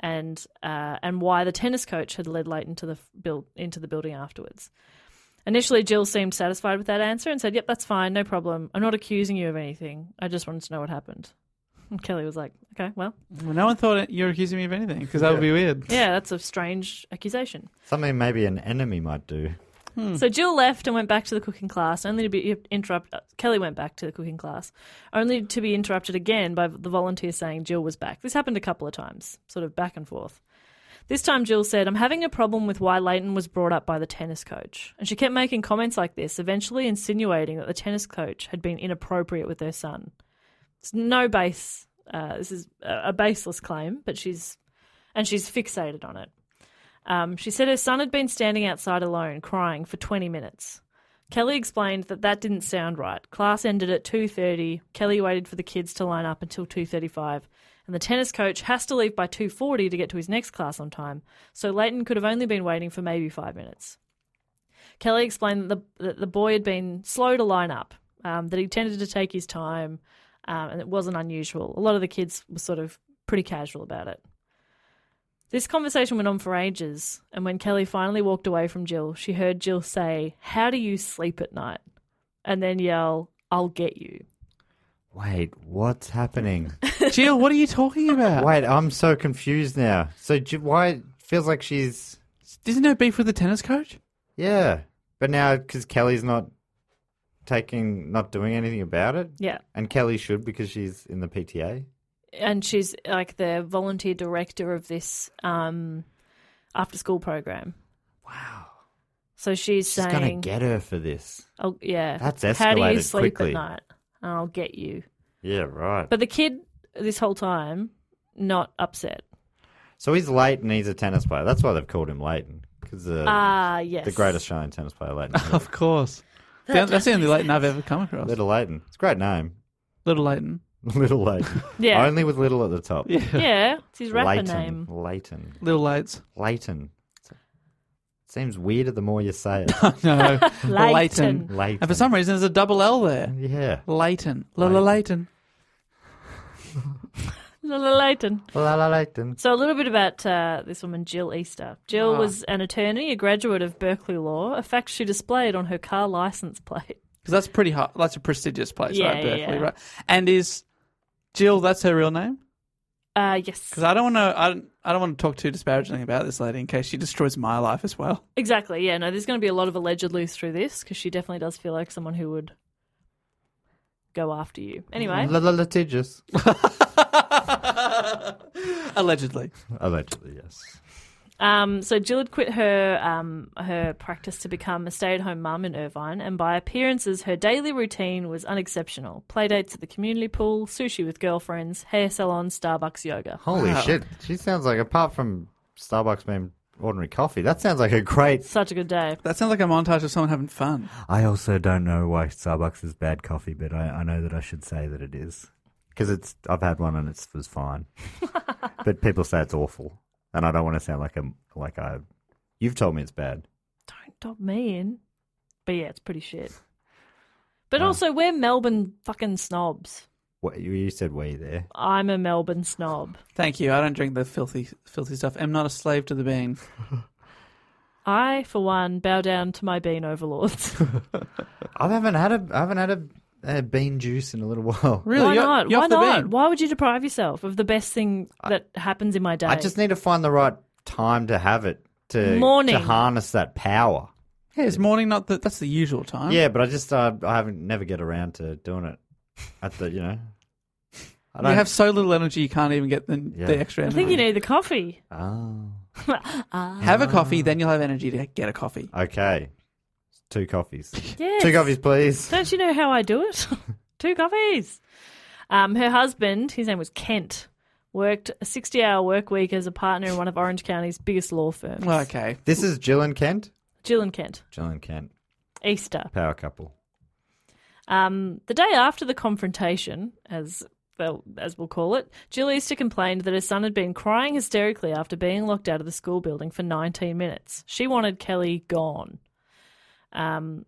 [SPEAKER 2] and uh, and why the tennis coach had led Leighton to the f- build into the building afterwards. Initially, Jill seemed satisfied with that answer and said, "Yep, that's fine, no problem. I'm not accusing you of anything. I just wanted to know what happened." And Kelly was like, "Okay, well,
[SPEAKER 5] Well, no one thought it- you were accusing me of anything because that would be weird.
[SPEAKER 2] yeah, that's a strange accusation."
[SPEAKER 6] Something maybe an enemy might do.
[SPEAKER 2] So Jill left and went back to the cooking class, only to be interrupted. Kelly went back to the cooking class, only to be interrupted again by the volunteer saying Jill was back. This happened a couple of times, sort of back and forth. This time, Jill said, I'm having a problem with why Leighton was brought up by the tennis coach. And she kept making comments like this, eventually insinuating that the tennis coach had been inappropriate with her son. It's no base. Uh, this is a a baseless claim, but she's. And she's fixated on it. Um, she said her son had been standing outside alone, crying for 20 minutes. Kelly explained that that didn't sound right. Class ended at 2:30. Kelly waited for the kids to line up until 2:35, and the tennis coach has to leave by 2:40 to get to his next class on time. So Leighton could have only been waiting for maybe 5 minutes. Kelly explained that the, that the boy had been slow to line up um, that he tended to take his time, um, and it wasn't unusual. A lot of the kids were sort of pretty casual about it. This conversation went on for ages, and when Kelly finally walked away from Jill, she heard Jill say, How do you sleep at night? And then yell, I'll get you.
[SPEAKER 6] Wait, what's happening?
[SPEAKER 5] Jill, what are you talking about?
[SPEAKER 6] Wait, I'm so confused now. So J- why it feels like she's
[SPEAKER 5] Isn't there beef with the tennis coach?
[SPEAKER 6] yeah, but now because Kelly's not taking, not doing anything about it,
[SPEAKER 2] Yeah.
[SPEAKER 6] and Kelly should because she's in the PTA.
[SPEAKER 2] and she's like the volunteer director of this um, after school program.
[SPEAKER 6] Wow,
[SPEAKER 2] So she's,
[SPEAKER 6] she's gonna
[SPEAKER 2] saying,
[SPEAKER 6] get her for this.
[SPEAKER 2] oh, "Yeah,
[SPEAKER 6] That's
[SPEAKER 2] How do you
[SPEAKER 6] escalated
[SPEAKER 2] sleep
[SPEAKER 6] quickly.
[SPEAKER 2] at night? I'll get you."
[SPEAKER 6] Yeah, right.
[SPEAKER 2] But the kid, this whole time, not upset.
[SPEAKER 6] so he's Leighton. He's a tennis player. That's why they've called him Leighton because the,
[SPEAKER 2] Ah, yes,
[SPEAKER 6] the great Australian tennis player, Leighton. Hewitt.
[SPEAKER 5] Of course. That That's the only Leighton I've ever come across.
[SPEAKER 6] Little
[SPEAKER 5] Little,
[SPEAKER 6] Leighton. It's a great name.
[SPEAKER 5] Leighton.
[SPEAKER 6] Little Leighton.
[SPEAKER 2] Yeah.
[SPEAKER 6] Only with little at the top.
[SPEAKER 2] Yeah, it's his rapper
[SPEAKER 6] Leighton.
[SPEAKER 2] name.
[SPEAKER 6] Leighton.
[SPEAKER 5] Little Leights.
[SPEAKER 6] Leighton. Seems weirder the more you say it.
[SPEAKER 5] No.
[SPEAKER 2] Leighton.
[SPEAKER 6] Leighton.
[SPEAKER 5] And for some reason, there's a double L there.
[SPEAKER 6] Yeah.
[SPEAKER 5] Leighton. La la Leighton.
[SPEAKER 2] La- la- Leighton.
[SPEAKER 6] La la Leighton.
[SPEAKER 2] So a little bit about uh, this woman, Jill Easter. Jill was an attorney, a graduate of Berkeley Law, a fact she displayed on her car license plate.
[SPEAKER 5] Because that's pretty hot. That's a prestigious place,
[SPEAKER 2] Yeah,
[SPEAKER 5] right?
[SPEAKER 2] yeah,
[SPEAKER 5] Berkeley,
[SPEAKER 2] yeah.
[SPEAKER 5] right? And is Jill, that's her real name?
[SPEAKER 2] Uh, yes,
[SPEAKER 5] Because I don't want to. I don't, I don't want to talk too disparagingly about this lady in case she destroys my life as well.
[SPEAKER 2] Exactly. Yeah. No, there's going to be a lot of alleged loose through this because she definitely does feel like someone who would go after you. Anyway,
[SPEAKER 6] La la litigious.
[SPEAKER 5] Allegedly,
[SPEAKER 6] Allegedly, yes.
[SPEAKER 2] um, so Jill had quit her um, her practice to become a stay at home mum in Irvine, and by appearances, her daily routine was unexceptional: playdates at the community pool, sushi with girlfriends, hair salon, Starbucks, yoga.
[SPEAKER 6] Holy shit. She sounds like, apart from Starbucks being ordinary coffee, that sounds like a great.
[SPEAKER 2] Such a good day.
[SPEAKER 5] that sounds like a montage of someone having fun.
[SPEAKER 6] I also don't know why Starbucks is bad coffee, but I, I know that I should say that it is. Because it's, I've had one and it was fine. but people say it's awful. And I don't want to sound like I'm, like I, you've told me it's bad.
[SPEAKER 2] Don't dob me in. But yeah, it's pretty shit. But also, we're Melbourne fucking snobs.
[SPEAKER 6] What, you, you said we there.
[SPEAKER 2] I'm a Melbourne snob.
[SPEAKER 5] Thank you. I don't drink the filthy, filthy stuff. I'm not a slave to the bean.
[SPEAKER 2] I, for one, bow down to my bean overlords.
[SPEAKER 6] I haven't had a, I haven't had a, a bean juice in a little while.
[SPEAKER 5] Really?
[SPEAKER 2] Why
[SPEAKER 5] You're-
[SPEAKER 2] not?
[SPEAKER 5] you're
[SPEAKER 2] Why
[SPEAKER 5] off the
[SPEAKER 2] not?
[SPEAKER 5] bean.
[SPEAKER 2] Why would you deprive yourself of the best thing that happens in my day?
[SPEAKER 6] I just need to find the right time to have it to
[SPEAKER 2] Morning.
[SPEAKER 6] to harness that power.
[SPEAKER 5] Yeah, is morning not the, that's the usual time?
[SPEAKER 6] Yeah, but I just uh, I haven't never get around to doing it at the you know. I
[SPEAKER 5] You have so little energy, you can't even get the,
[SPEAKER 6] Yeah.
[SPEAKER 5] the extra
[SPEAKER 2] I
[SPEAKER 5] energy.
[SPEAKER 2] think you need the coffee.
[SPEAKER 6] Oh,
[SPEAKER 5] Have a coffee, then you'll have energy to get a coffee.
[SPEAKER 6] okay. Two coffees.
[SPEAKER 2] Yes.
[SPEAKER 6] Two coffees, please.
[SPEAKER 2] Don't you know how I do it? Two coffees. Um, her husband, his name was Kent, worked a 60 hour work week as a partner in one of Orange County's biggest law firms.
[SPEAKER 5] Well, okay.
[SPEAKER 6] This is Jill and Kent.
[SPEAKER 2] Jill and Kent,
[SPEAKER 6] Jill and Kent,
[SPEAKER 2] Easter.
[SPEAKER 6] power couple.
[SPEAKER 2] Um, the day after the confrontation, as well, as we'll call it, Jill Easter complained that her son had been crying hysterically after being locked out of the school building for 19 minutes. She wanted Kelly gone. Um,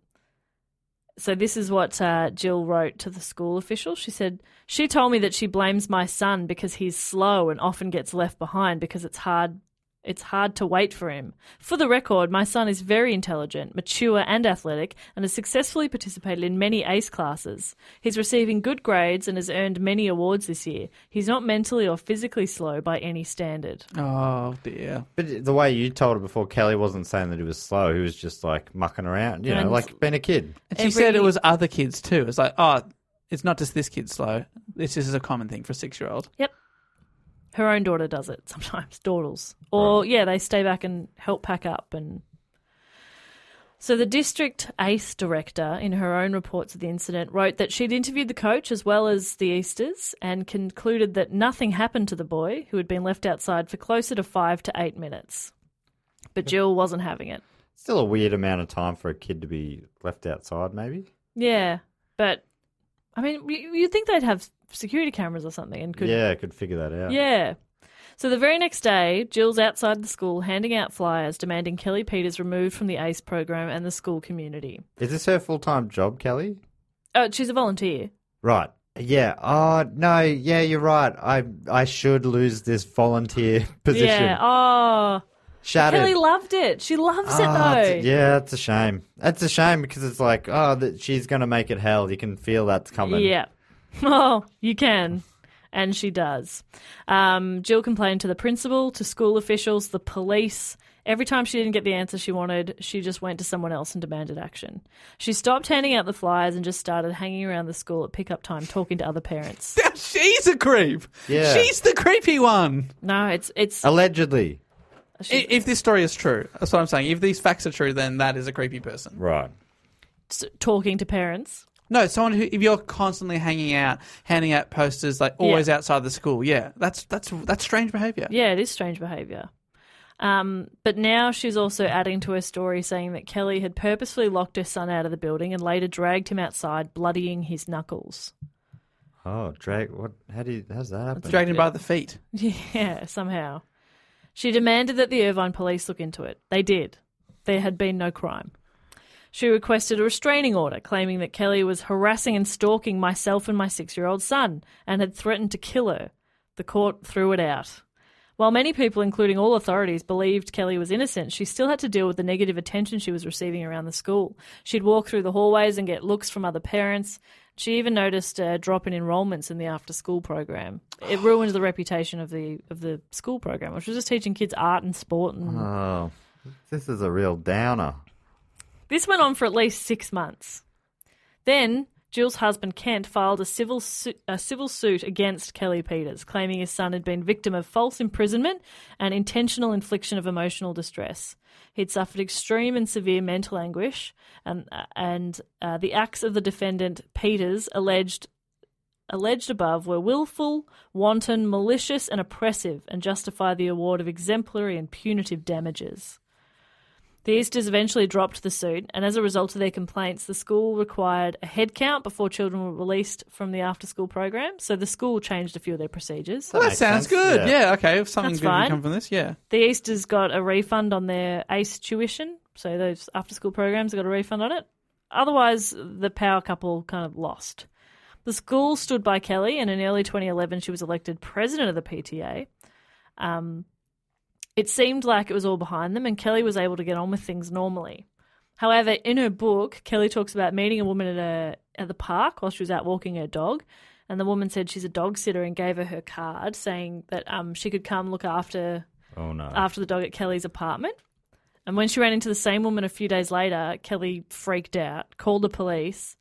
[SPEAKER 2] so this is what uh, Jill wrote to the school official. She said, "She told me that she blames my son because he's slow and often gets left behind because it's hard." It's hard to wait for him. For the record, my son is very intelligent, mature, and athletic, and has successfully participated in many ACE classes. He's receiving good grades and has earned many awards this year. He's not mentally or physically slow by any standard.
[SPEAKER 5] Oh dear.
[SPEAKER 6] But the way you told it before, Kelly wasn't saying that he was slow. He was just like mucking around, you know,
[SPEAKER 2] And-
[SPEAKER 6] like being a kid.
[SPEAKER 5] And
[SPEAKER 2] Every-
[SPEAKER 5] she said it was other kids too. It's like, oh, it's not just this kid slow. This is a common thing for a six year old.
[SPEAKER 2] Her own daughter does it sometimes, dawdles. Or, yeah, they stay back and help pack up. And So the district ACE director, in her own reports of the incident, wrote that she'd interviewed the coach as well as the Easters and concluded that nothing happened to the boy who had been left outside for closer to five to eight minutes. But Jill wasn't having it.
[SPEAKER 6] Still a weird amount of time for a kid to be left outside, maybe.
[SPEAKER 2] Yeah, but I mean, you- you'd think they'd have security cameras or something and could
[SPEAKER 6] yeah, I could figure that out.
[SPEAKER 2] Yeah. So the very next day, Jill's outside the school handing out flyers demanding Kelly Peters removed from the ACE program and the school community.
[SPEAKER 6] Is this her full time job, Kelly?
[SPEAKER 2] Oh, she's a volunteer.
[SPEAKER 6] Right. Yeah. Oh no. Yeah, you're right. I I should lose this volunteer position.
[SPEAKER 2] Yeah. Oh.
[SPEAKER 6] Shattered.
[SPEAKER 2] Kelly loved it. She loves it
[SPEAKER 6] Ah,
[SPEAKER 2] though.
[SPEAKER 6] it's- yeah, it's a shame. It's a shame because it's like, oh, that she's gonna make it hell. You can feel that's coming.
[SPEAKER 2] Yeah. Oh, you can. And she does. Um, Jill complained to the principal, to school officials, the police. Every time she didn't get the answer she wanted, she just went to someone else and demanded action. She stopped handing out the flyers and just started hanging around the school at pickup time talking to other parents.
[SPEAKER 5] She's a creep.
[SPEAKER 6] Yeah.
[SPEAKER 5] She's the creepy one.
[SPEAKER 2] No, it's it's
[SPEAKER 6] Oh. Allegedly.
[SPEAKER 5] I- If this story is true, that's what I'm saying. If these facts are true, then that is a creepy person.
[SPEAKER 6] Right.
[SPEAKER 2] s- talking to parents.
[SPEAKER 5] No, someone who, if you're constantly hanging out, handing out posters, like always
[SPEAKER 2] Yeah.
[SPEAKER 5] outside the school, yeah, that's that's that's strange behaviour.
[SPEAKER 2] Yeah, it is strange behavior. Um, but now she's also adding to her story saying that Kelly had purposefully locked her son out of the building and later dragged him outside, bloodying his knuckles.
[SPEAKER 6] Oh, Drake. What? How do you? How's that happen?
[SPEAKER 5] Dragged him by the feet.
[SPEAKER 2] Yeah, somehow. She demanded that the Irvine police look into it. They did. There had been no crime. She requested a restraining order, claiming that Kelly was harassing and stalking myself and my six year old son and had threatened to kill her. The court threw it out. While many people, including all authorities, believed Kelly was innocent, she still had to deal with the negative attention she was receiving around the school. She'd walk through the hallways and get looks from other parents. She even noticed a drop in enrollments in the after school program. It ruined the reputation of the of the school program, which was just teaching kids art and sport and
[SPEAKER 6] Oh, this is a real downer.
[SPEAKER 2] this went on for at least six months. Then Jill's husband Kent filed a civil su- a civil suit against Kelly Peters, claiming his son had been victim of false imprisonment and intentional infliction of emotional distress. He'd suffered extreme and severe mental anguish, and and uh, the acts of the defendant Peters alleged alleged above were willful, wanton, malicious, and oppressive, and justify the award of exemplary and punitive damages. The Easters eventually dropped the suit, and as a result of their complaints, the school required a head count before children were released from the after school program. So the school changed a few of their procedures.
[SPEAKER 5] Well, that
[SPEAKER 6] makes
[SPEAKER 5] sounds
[SPEAKER 6] sense.
[SPEAKER 5] good.
[SPEAKER 6] Yeah.
[SPEAKER 5] Yeah. okay. If something
[SPEAKER 2] That's
[SPEAKER 5] good can
[SPEAKER 2] fine.
[SPEAKER 5] come from this, yeah.
[SPEAKER 2] The Easters got a refund on their ACE tuition, so those after school programs got a refund on it. Otherwise, the power couple kind of lost. The school stood by Kelly, and in early 2011, she was elected president of the PTA. Um, it seemed like it was all behind them, and Kelly was able to get on with things normally. However, in her book, Kelly talks about meeting a woman at a at the park while she was out walking her dog, and the woman said she's a dog sitter and gave her her card, saying that um, she could come look after
[SPEAKER 8] Oh, no.
[SPEAKER 5] Uh,
[SPEAKER 2] after the dog at Kelly's apartment. And when she ran into the same woman a few days later, Kelly freaked out, called the police.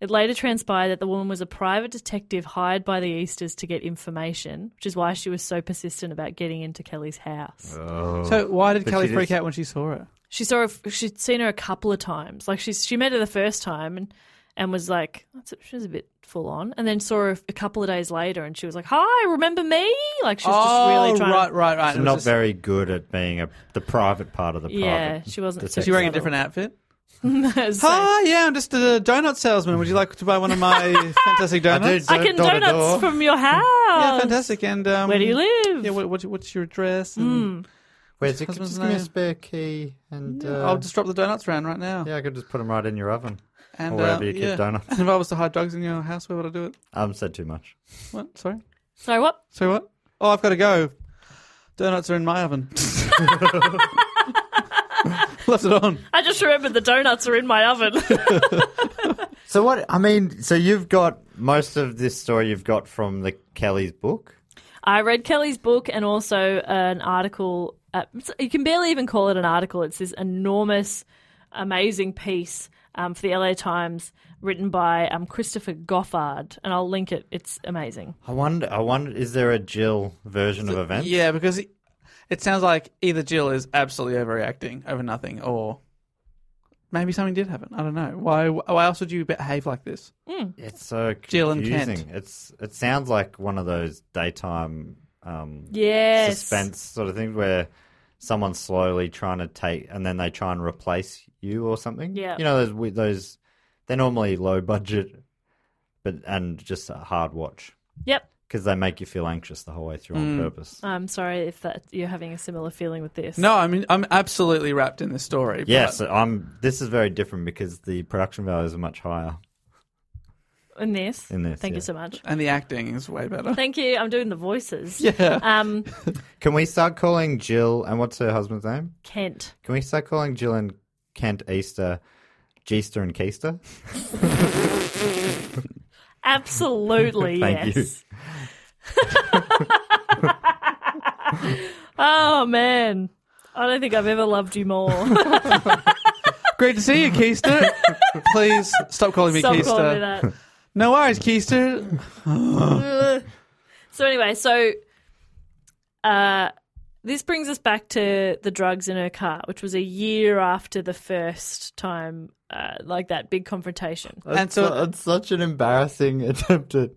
[SPEAKER 2] It later transpired that the woman was a private detective hired by the Easters to get information, which is why she was so persistent about getting into Kelly's house.
[SPEAKER 5] So why did
[SPEAKER 6] But
[SPEAKER 5] Kelly
[SPEAKER 6] she
[SPEAKER 5] freak
[SPEAKER 6] just-
[SPEAKER 5] out when she saw her?
[SPEAKER 2] She saw her, she'd seen her a couple of times. Like she she met her the first time and and was like that's she was a bit full on, and then saw her a couple of days later, and she was like, "Hi, remember me?" Like she was just really trying.
[SPEAKER 5] Oh, right,
[SPEAKER 2] to,
[SPEAKER 5] right, right.
[SPEAKER 6] She's
[SPEAKER 5] It was
[SPEAKER 6] not
[SPEAKER 5] just-
[SPEAKER 6] very good at being a, the private part of the
[SPEAKER 2] Yeah,
[SPEAKER 6] private.
[SPEAKER 2] she wasn't.
[SPEAKER 5] Is she wearing a different outfit?
[SPEAKER 2] different.
[SPEAKER 5] Hi, yeah, I'm just a donut salesman. Would you like to buy one of my fantastic
[SPEAKER 6] I do
[SPEAKER 5] donuts?
[SPEAKER 6] do-
[SPEAKER 2] I can
[SPEAKER 6] door to
[SPEAKER 2] donuts
[SPEAKER 6] door.
[SPEAKER 2] from your house.
[SPEAKER 5] Yeah, fantastic. And um,
[SPEAKER 2] Where do you live? Hmm.
[SPEAKER 5] Yeah, what, what, what's your address? And
[SPEAKER 6] Where's it?
[SPEAKER 5] Husband's
[SPEAKER 6] Just give me a
[SPEAKER 5] name.
[SPEAKER 6] spare key, and uh,
[SPEAKER 5] I'll just drop the donuts around right now.
[SPEAKER 6] yeah, I could just put them right in your oven.
[SPEAKER 5] and
[SPEAKER 6] or wherever
[SPEAKER 5] uh,
[SPEAKER 6] you keep
[SPEAKER 5] yeah.
[SPEAKER 6] donuts.
[SPEAKER 5] And if I was to hide drugs in your house, where would I do it?
[SPEAKER 6] I haven't said too much.
[SPEAKER 5] What? Sorry.
[SPEAKER 2] Sorry, what?
[SPEAKER 5] Sorry, what? Oh, I've got to go. Donuts are in my oven. Left it on.
[SPEAKER 2] I just remembered the donuts are in my oven.
[SPEAKER 6] So what? I mean, so you've got most of this story you've got from the Kelly's book.
[SPEAKER 2] I read Kelly's book and also an article. Uh, it's- you can barely even call it an article. It's this enormous, amazing piece um, for the LA Times written by um, Christopher Goffard, and I'll link it. It's amazing.
[SPEAKER 6] I wonder. I wonder. Is there a Jill version of events?
[SPEAKER 5] Yeah, because it, it sounds like either Jill is absolutely overreacting over nothing, or maybe something did happen. I don't know. Why? Why else would you behave like this?
[SPEAKER 6] It's so confusing.
[SPEAKER 5] Jill and Kent.
[SPEAKER 6] It's it sounds like one of those daytime um,
[SPEAKER 2] Yes.
[SPEAKER 6] suspense sort of things where someone's slowly trying to take, and then they try and replace you or something.
[SPEAKER 2] Yeah.
[SPEAKER 6] you know those we- those they're normally low budget, but and just a hard watch
[SPEAKER 2] Yep.
[SPEAKER 6] because they make you feel anxious the whole way through
[SPEAKER 5] Mm.
[SPEAKER 6] on
[SPEAKER 5] Uh,
[SPEAKER 6] purpose.
[SPEAKER 2] I'm sorry if that you're having a similar feeling with this.
[SPEAKER 5] No, I mean I'm absolutely wrapped in this story. but-
[SPEAKER 6] Yes, I'm. This is very different because the production values are much higher.
[SPEAKER 2] in this.
[SPEAKER 6] In this,
[SPEAKER 2] Thank
[SPEAKER 6] yeah.
[SPEAKER 2] you so much.
[SPEAKER 5] And the acting is way better.
[SPEAKER 2] Thank you. I'm doing the voices. Yeah. Um,
[SPEAKER 6] Can we start calling Jill and what's her husband's name?
[SPEAKER 2] Kent.
[SPEAKER 6] Can we start calling Jill and Kent Easter, Jeaster and Keister?
[SPEAKER 2] Absolutely,
[SPEAKER 6] Thank you.
[SPEAKER 2] yes. oh, man. I don't think I've ever loved you more.
[SPEAKER 5] Great to see you, Keister. Please stop calling me
[SPEAKER 2] Stop
[SPEAKER 5] Keister.
[SPEAKER 2] calling me that.
[SPEAKER 5] No worries, Keister.
[SPEAKER 2] Ugh. so anyway, so uh, this brings us back to the drugs in her car, which was a year after the first time, uh, like that big confrontation.
[SPEAKER 6] Uh,
[SPEAKER 5] And so
[SPEAKER 6] it's such an embarrassing attempt at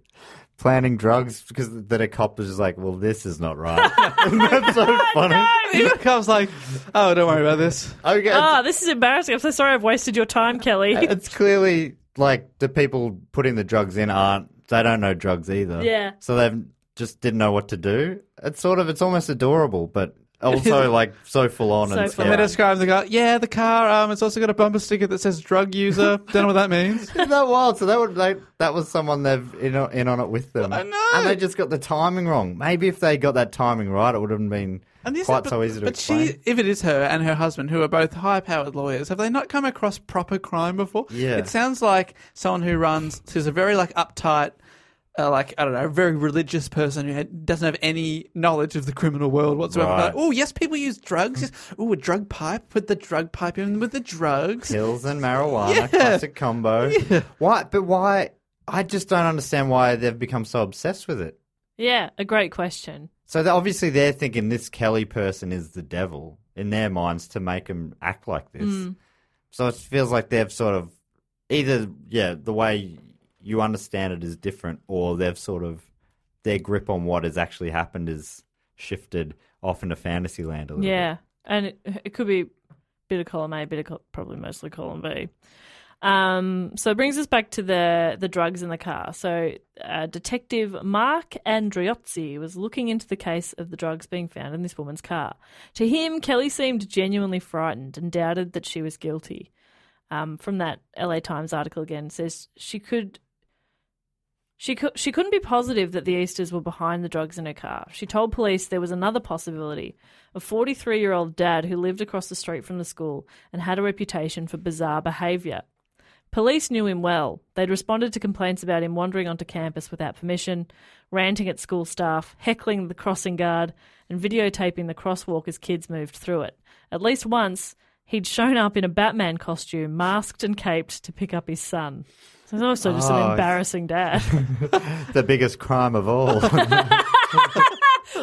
[SPEAKER 6] planning drugs because that a cop is just like, well, this is not right. Isn't that so funny?
[SPEAKER 5] he becomes like, oh, don't worry about this.
[SPEAKER 6] Okay, it's-
[SPEAKER 2] Ah, this is embarrassing. I'm so sorry I've wasted your time, Kelly.
[SPEAKER 6] it's clearly like the people putting the drugs in aren't they don't know drugs either.
[SPEAKER 2] Yeah.
[SPEAKER 6] So they just didn't know what to do. It's sort of it's almost adorable, but also like so full on
[SPEAKER 2] So
[SPEAKER 6] and
[SPEAKER 2] full
[SPEAKER 5] And
[SPEAKER 6] scary.
[SPEAKER 5] they
[SPEAKER 2] on.
[SPEAKER 5] describe the guy, yeah, the car, um, it's also got a bumper sticker that says drug user. don't know what that means.
[SPEAKER 6] Isn't that wild? So that would like that was someone they've in, on- in on it with them.
[SPEAKER 5] I know.
[SPEAKER 6] And they just got the timing wrong. Maybe if they got that timing right, it would have been
[SPEAKER 5] And these-
[SPEAKER 6] quite
[SPEAKER 5] but-
[SPEAKER 6] so easy to
[SPEAKER 5] But
[SPEAKER 6] explain.
[SPEAKER 5] she, if it is her and her husband, who are both high-powered lawyers, have they not come across proper crime before?
[SPEAKER 6] Yeah.
[SPEAKER 5] It sounds like someone who runs, who's a very like uptight, uh, like I don't know, a very religious person who had, doesn't have any knowledge of the criminal world whatsoever.
[SPEAKER 6] Right.
[SPEAKER 5] Like, oh yes, people use drugs. Yes. Oh, a drug pipe. Put the drug pipe in with the drugs.
[SPEAKER 6] Pills and marijuana, classic combo. Why? But why? I just don't understand why they've become so obsessed with it.
[SPEAKER 2] yeah, a great question.
[SPEAKER 6] So they obviously they're thinking this Kelly person is the devil in their minds to make him act like this.
[SPEAKER 2] Hmm.
[SPEAKER 6] So it feels like they've sort of either yeah the way you understand it is different, or they've sort of their grip on what has actually happened is shifted off into fantasy land a little
[SPEAKER 2] Yeah, and it, it could be bit of column A, bit of col- probably mostly column B. Um, so it brings us back to the the drugs in the car. So uh, Detective Mark Andriozzi was looking into the case of the drugs being found in this woman's car. To him, Kelly seemed genuinely frightened and doubted that she was guilty. Um, from that LA Times article again says she could she, cou- she couldn't be positive that the Easters were behind the drugs in her car. She told police there was another possibility a 43 year old dad who lived across the street from the school and had a reputation for bizarre behaviour. Police knew him well. They'd responded to complaints about him wandering onto campus without permission, ranting at school staff, heckling the crossing guard, and videotaping the crosswalk as kids moved through it. At least once, he'd shown up in a Batman costume, masked and caped, to pick up his son. So it's also just
[SPEAKER 6] Oh,
[SPEAKER 2] an
[SPEAKER 6] it's-
[SPEAKER 2] embarrassing dad.
[SPEAKER 6] bit. The biggest crime of all.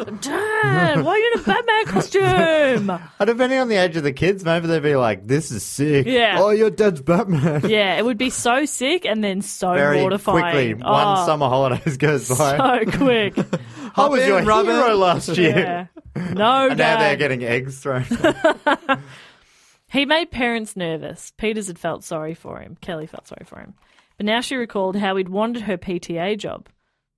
[SPEAKER 2] Dad, why are you in a Batman costume?
[SPEAKER 6] and depending on the age of the kids, maybe they'd be like, "This is sick."
[SPEAKER 2] Yeah.
[SPEAKER 6] Oh, your dad's Batman.
[SPEAKER 2] yeah, it would be so sick and then so
[SPEAKER 6] Very
[SPEAKER 2] mortifying.
[SPEAKER 6] quickly, one
[SPEAKER 2] Oh,
[SPEAKER 6] summer holidays goes by.
[SPEAKER 2] So quick.
[SPEAKER 6] I was
[SPEAKER 5] in,
[SPEAKER 6] your
[SPEAKER 5] rub
[SPEAKER 6] hero
[SPEAKER 5] in.
[SPEAKER 6] last year.
[SPEAKER 2] Yeah. No,
[SPEAKER 6] And now they're
[SPEAKER 2] Dad.
[SPEAKER 6] getting eggs thrown.
[SPEAKER 2] He made parents nervous. Peters had felt sorry for him. Kelly felt sorry for him. But now she recalled how he'd wanted her PTA job,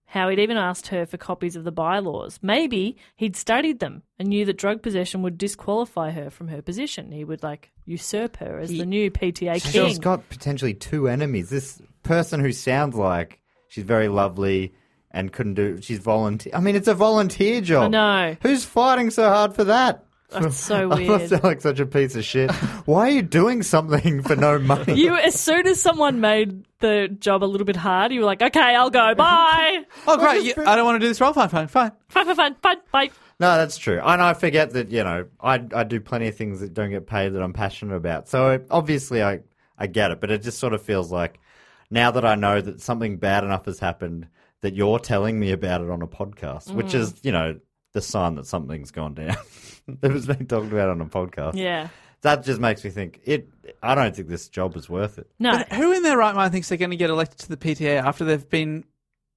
[SPEAKER 2] how he'd even asked her for copies of the bylaws. Maybe he'd studied them and knew that drug possession would disqualify her from her position. He would, like, usurp her as the new PTA
[SPEAKER 6] She's
[SPEAKER 2] king.
[SPEAKER 6] just got potentially two enemies. This person who sounds like she's very lovely and couldn't do. She's volunteer. I mean, it's a volunteer job.
[SPEAKER 2] know.
[SPEAKER 6] Who's fighting so hard for that?
[SPEAKER 2] That's so
[SPEAKER 6] I must
[SPEAKER 2] weird.
[SPEAKER 6] sound like such a piece of shit. Why are you doing something for no money?
[SPEAKER 2] You, as soon as someone made the job a little bit hard, you were like, okay, I'll go. Bye.
[SPEAKER 5] Oh, great. You, I don't want to do this role. Fine, fine, fine.
[SPEAKER 2] Fine, fine, fine, fine, bye.
[SPEAKER 6] No, that's true. And I forget that, you know, I, I do plenty of things that don't get paid that I'm passionate about. So it- obviously I, I get it, but it just sort of feels like now that I know that something bad enough has happened, that you're telling me about it on a podcast,
[SPEAKER 2] Mm.
[SPEAKER 6] which is, you know, the sign that something's gone down. it was being talked about on a podcast.
[SPEAKER 2] Yeah.
[SPEAKER 6] That just makes me think it. I don't think this job is worth it.
[SPEAKER 2] No.
[SPEAKER 5] But who in their right mind thinks they're going to get elected to the PTA after they've been,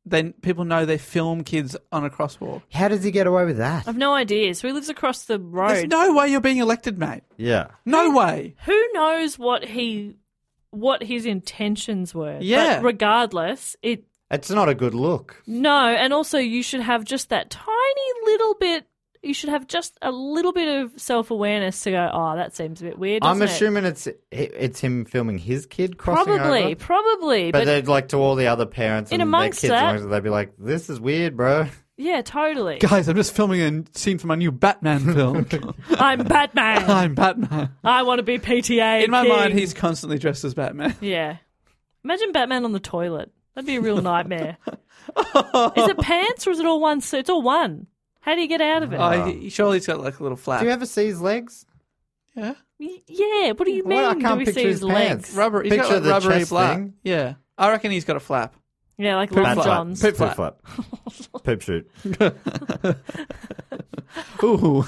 [SPEAKER 5] then people know they film kids on a crosswalk?
[SPEAKER 6] How does he get away with that?
[SPEAKER 2] I've no idea. So he lives across the road.
[SPEAKER 5] There's no way you're being elected, mate.
[SPEAKER 6] Yeah.
[SPEAKER 5] No way.
[SPEAKER 2] who knows what he what his intentions were
[SPEAKER 5] Yeah.
[SPEAKER 2] but regardless it
[SPEAKER 6] It's not a good look.
[SPEAKER 2] no and also you should have just that tiny little bit you should have just a little bit of self awareness to go, oh, that seems a bit weird.
[SPEAKER 6] I'm
[SPEAKER 2] doesn't it?"
[SPEAKER 6] assuming it's it's him filming his kid crossing
[SPEAKER 2] Probably,
[SPEAKER 6] over.
[SPEAKER 2] probably.
[SPEAKER 6] But,
[SPEAKER 2] But,
[SPEAKER 6] they'd like to all the other parents and
[SPEAKER 2] In
[SPEAKER 6] their
[SPEAKER 2] amongst
[SPEAKER 6] kids,
[SPEAKER 2] that-
[SPEAKER 6] amongst it, they'd be like, "This is weird, bro."
[SPEAKER 2] yeah, totally.
[SPEAKER 5] Guys, I'm just filming a scene for my new Batman film.
[SPEAKER 2] I'm Batman.
[SPEAKER 5] I'm Batman.
[SPEAKER 2] I want to be PTA.
[SPEAKER 5] In my
[SPEAKER 2] king.
[SPEAKER 5] mind, he's constantly dressed as Batman.
[SPEAKER 2] Yeah. Imagine Batman on the toilet. That'd be a real nightmare. is it pants or is it all one? So it's all one. How do you get out of it?
[SPEAKER 5] Oh, he, surely he's got like a little flap.
[SPEAKER 6] Do you ever see his legs?
[SPEAKER 5] yeah,
[SPEAKER 2] Y- yeah. What do you mean?
[SPEAKER 6] Well, I can't
[SPEAKER 2] do we
[SPEAKER 6] picture
[SPEAKER 2] see
[SPEAKER 6] his
[SPEAKER 2] his legs?
[SPEAKER 6] pants.
[SPEAKER 5] rubber. He's
[SPEAKER 6] Picture
[SPEAKER 5] got
[SPEAKER 6] the
[SPEAKER 5] like, rubbery
[SPEAKER 6] chest
[SPEAKER 5] flap.
[SPEAKER 6] thing.
[SPEAKER 5] Yeah, I reckon he's got a flap.
[SPEAKER 2] Yeah, like
[SPEAKER 6] Bad
[SPEAKER 2] Long
[SPEAKER 6] flap.
[SPEAKER 2] John's.
[SPEAKER 5] Poop
[SPEAKER 6] Poop
[SPEAKER 5] flap.
[SPEAKER 6] flap. Poop shoot.
[SPEAKER 5] Ooh,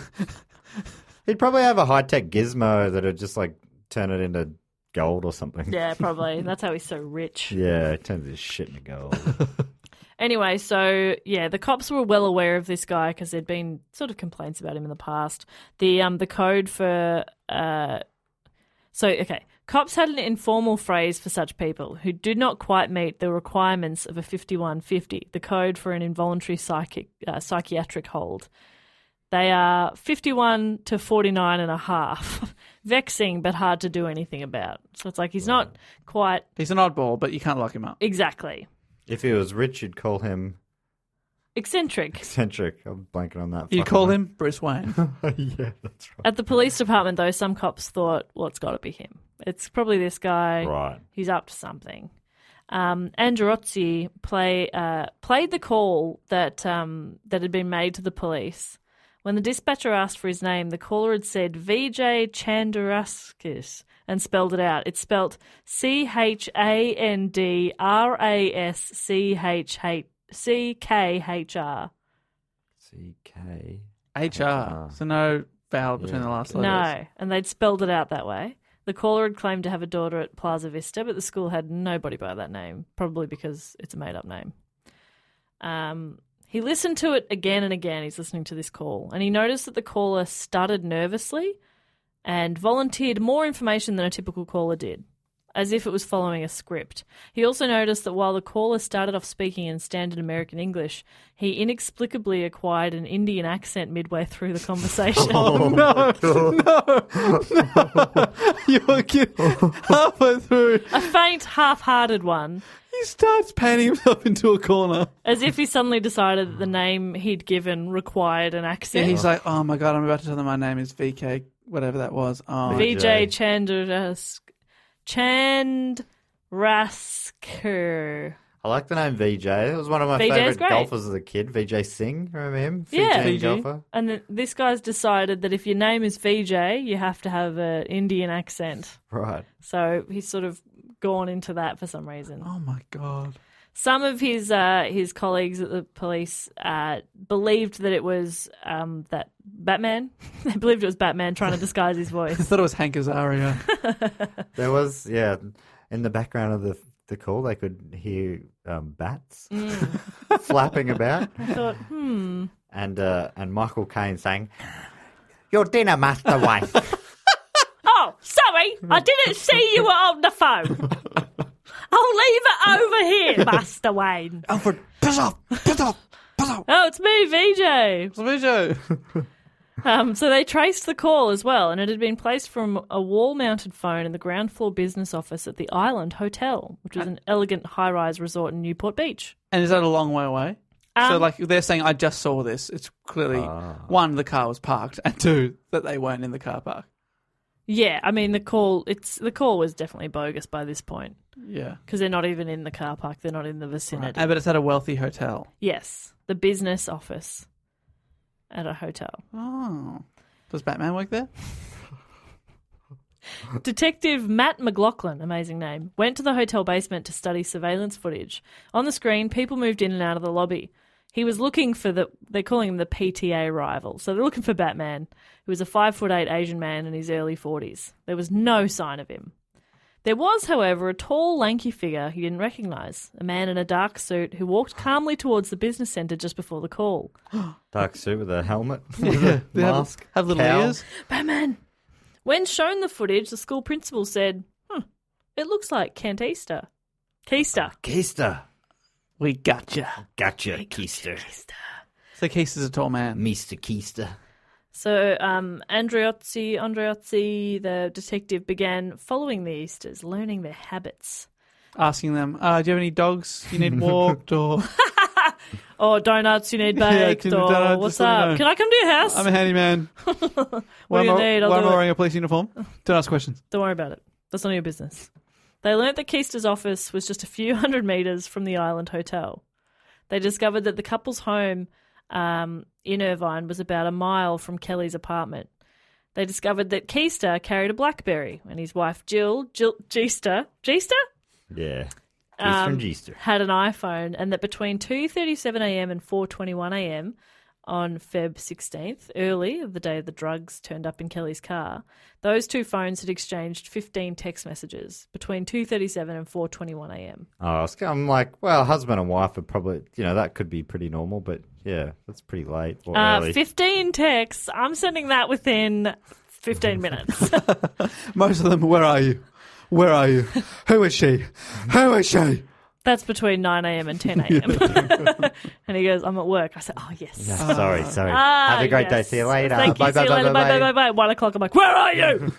[SPEAKER 6] He'd probably have a high tech gizmo that would just like turn it into gold or something.
[SPEAKER 2] Yeah, probably. That's how he's so rich.
[SPEAKER 6] Yeah, it turns his shit into gold.
[SPEAKER 2] Anyway, so yeah, the cops were well aware of this guy because there'd been sort of complaints about him in the past. The um the code for uh so okay, cops had an informal phrase for such people who do not quite meet the requirements of a 5150, the code for an involuntary psychic uh, psychiatric hold. They are 51 to 49 and a half. Vexing but hard to do anything about. So it's like he's not quite
[SPEAKER 5] he's an oddball, but you can't lock him up.
[SPEAKER 2] exactly
[SPEAKER 6] if he was rich, you'd call him
[SPEAKER 2] eccentric.
[SPEAKER 6] eccentric. I'm blanking on that.
[SPEAKER 5] You
[SPEAKER 6] fucking
[SPEAKER 5] call
[SPEAKER 6] word.
[SPEAKER 5] him Bruce Wayne.
[SPEAKER 6] yeah, that's
[SPEAKER 2] At the police department, though, some cops thought, well, it's got to be him. It's probably this guy.
[SPEAKER 6] right.
[SPEAKER 2] He's up to something. Um, Androzzi play, uh, played the call that, um, that had been made to the police. When the dispatcher asked for his name, the caller had said VJ Chandaraskis and spelled it out. It's spelled C H A N D R A S C H C K H R.
[SPEAKER 6] CK.
[SPEAKER 5] HR. So no vowel between the last letters.
[SPEAKER 2] No, and they'd spelled it out that way. The caller had claimed to have a daughter at Plaza Vista, but the school had nobody by that name, probably because it's a made up name. Um, he listened to it again and again. He's listening to this call, and he noticed that the caller stuttered nervously and volunteered more information than a typical caller did, as if it was following a script. He also noticed that while the caller started off speaking in standard American English, he inexplicably acquired an Indian accent midway through the conversation.
[SPEAKER 5] No, no, no. You're kidding. Halfway through,
[SPEAKER 2] a faint, half-hearted one,
[SPEAKER 5] he starts panning himself into a corner.
[SPEAKER 2] as if he suddenly decided that the name he'd given required an accent.
[SPEAKER 5] And he's like, oh my God, I'm about to tell them my name is VK, whatever that was. Oh,
[SPEAKER 2] Vijay Chandrask Chandraskar.
[SPEAKER 6] I like the name VJ. It was one of my
[SPEAKER 2] VJ is
[SPEAKER 6] favorite
[SPEAKER 2] great.
[SPEAKER 6] golfers as a kid. VJ Singh, remember him?
[SPEAKER 2] Yeah.
[SPEAKER 6] Fijian
[SPEAKER 2] VJ.
[SPEAKER 6] golfer.
[SPEAKER 2] And th- this guy's decided that if your name is Vijay, you have to have an Indian accent.
[SPEAKER 6] Right.
[SPEAKER 2] So he's sort of gone into that for some reason.
[SPEAKER 5] oh my God.
[SPEAKER 2] Some of his uh, his colleagues at the police uh, believed that it was um, that Batman. they believed it was Batman trying to disguise his
[SPEAKER 5] I
[SPEAKER 2] voice.
[SPEAKER 5] thought it was Hank Azaria.
[SPEAKER 6] There was, yeah, in the background of the the call, they could hear um, bats flapping about,
[SPEAKER 2] Mm. I thought, hmm.
[SPEAKER 6] and uh, and Michael Caine saying, "Your dinner, master wife."
[SPEAKER 2] Oh, sorry, I didn't see you were on the phone. I'll leave it over here, Master Wayne.
[SPEAKER 5] Alfred, piss off, piss off, piss off.
[SPEAKER 2] Oh, it's me, VJ.
[SPEAKER 5] Vijay.
[SPEAKER 2] Um, so they traced the call as well, and it had been placed from a wall mounted phone in the ground floor business office at the Island Hotel, which was
[SPEAKER 5] Uh,
[SPEAKER 2] an elegant high rise resort in Newport Beach.
[SPEAKER 5] And is that a long way away? so,
[SPEAKER 2] Um,
[SPEAKER 5] like, they're saying, I just saw this. It's clearly one, the car was parked, and two, that they weren't in the car park.
[SPEAKER 2] Yeah, I mean the call it's the call was definitely bogus by this point
[SPEAKER 5] Yeah.
[SPEAKER 2] because they're not even in the car park, they're not in the vicinity.
[SPEAKER 5] Uh, but it's at a wealthy hotel.
[SPEAKER 2] Yes, the business office at a hotel.
[SPEAKER 5] Oh. Does Batman work there?
[SPEAKER 2] Detective Matt McLaughlin, amazing name, went to the hotel basement to study surveillance footage. On the screen, people moved in and out of the lobby. He was looking for the they're calling him the PTA rival. So they're looking for Batman, who was a five foot eight Asian man in his early forties. There was no sign of him. There was, however, a tall, lanky figure he didn't recognise, a man in a dark suit who walked calmly towards the business centre just before the call.
[SPEAKER 6] Dark suit with a helmet,
[SPEAKER 5] They have-
[SPEAKER 6] mask,
[SPEAKER 5] Have, little
[SPEAKER 6] cowl.
[SPEAKER 5] ears?
[SPEAKER 2] Batman. When shown the footage, the school principal said, hmm, it looks like Kent Easter. Keister.
[SPEAKER 6] Keister.
[SPEAKER 5] We gotcha.
[SPEAKER 6] Gotcha, Keister.
[SPEAKER 5] So Keith is a tall man.
[SPEAKER 6] Mr. Keister.
[SPEAKER 2] So um, Andreozzi, Andreozzi, the detective, began following the Easters, learning their habits.
[SPEAKER 5] asking them, uh, "Do you have any dogs you need walked?" Or
[SPEAKER 2] Oh, donuts you need baked,
[SPEAKER 5] tin
[SPEAKER 2] or
[SPEAKER 5] donuts,
[SPEAKER 2] what's
[SPEAKER 5] just let
[SPEAKER 2] up?
[SPEAKER 5] me know.
[SPEAKER 2] Can I come to your house?
[SPEAKER 5] I'm a handyman.
[SPEAKER 2] What
[SPEAKER 5] why
[SPEAKER 2] do
[SPEAKER 5] am
[SPEAKER 2] you
[SPEAKER 5] I,
[SPEAKER 2] need? I'll
[SPEAKER 5] why am
[SPEAKER 2] do
[SPEAKER 5] I
[SPEAKER 2] it.
[SPEAKER 5] wearing a police uniform? Don't ask questions.
[SPEAKER 2] Don't worry about it. That's none of your business. They learnt that Keister's office was just a few hundred metres from the Island Hotel. They discovered that the couple's home um, in Irvine was about a mile from Kelly's apartment. They discovered that Keister carried a Blackberry and his wife Jill, Jill Geister, Geister?
[SPEAKER 8] Yeah.
[SPEAKER 2] Um, had an iPhone and that between 2:37 a.m. and 4:21 a.m. on Feb 16th, early the day the drugs turned up in Kelly's car, those two phones had exchanged 15 text messages between 2:37 and 4:21 a.m.
[SPEAKER 6] Oh, I was- I'm like, well, husband and wife are probably, you know, that could be pretty normal, but yeah, that's pretty late or
[SPEAKER 2] Uh,
[SPEAKER 6] early.
[SPEAKER 2] 15 texts. I'm sending that within 15 minutes.
[SPEAKER 5] Most of them, where are you? Where are you? Who is she? Who is she?
[SPEAKER 2] That's between 9 a.m. and 10 a.m. and he goes, "I'm at work." I said, "Oh yes."
[SPEAKER 6] Yeah, sorry, sorry.
[SPEAKER 2] Ah,
[SPEAKER 6] Have a great day.
[SPEAKER 2] yes.
[SPEAKER 6] See you later.
[SPEAKER 2] Thank you. See you later. Bye, bye, bye, bye, One o'clock. I'm like, where are you?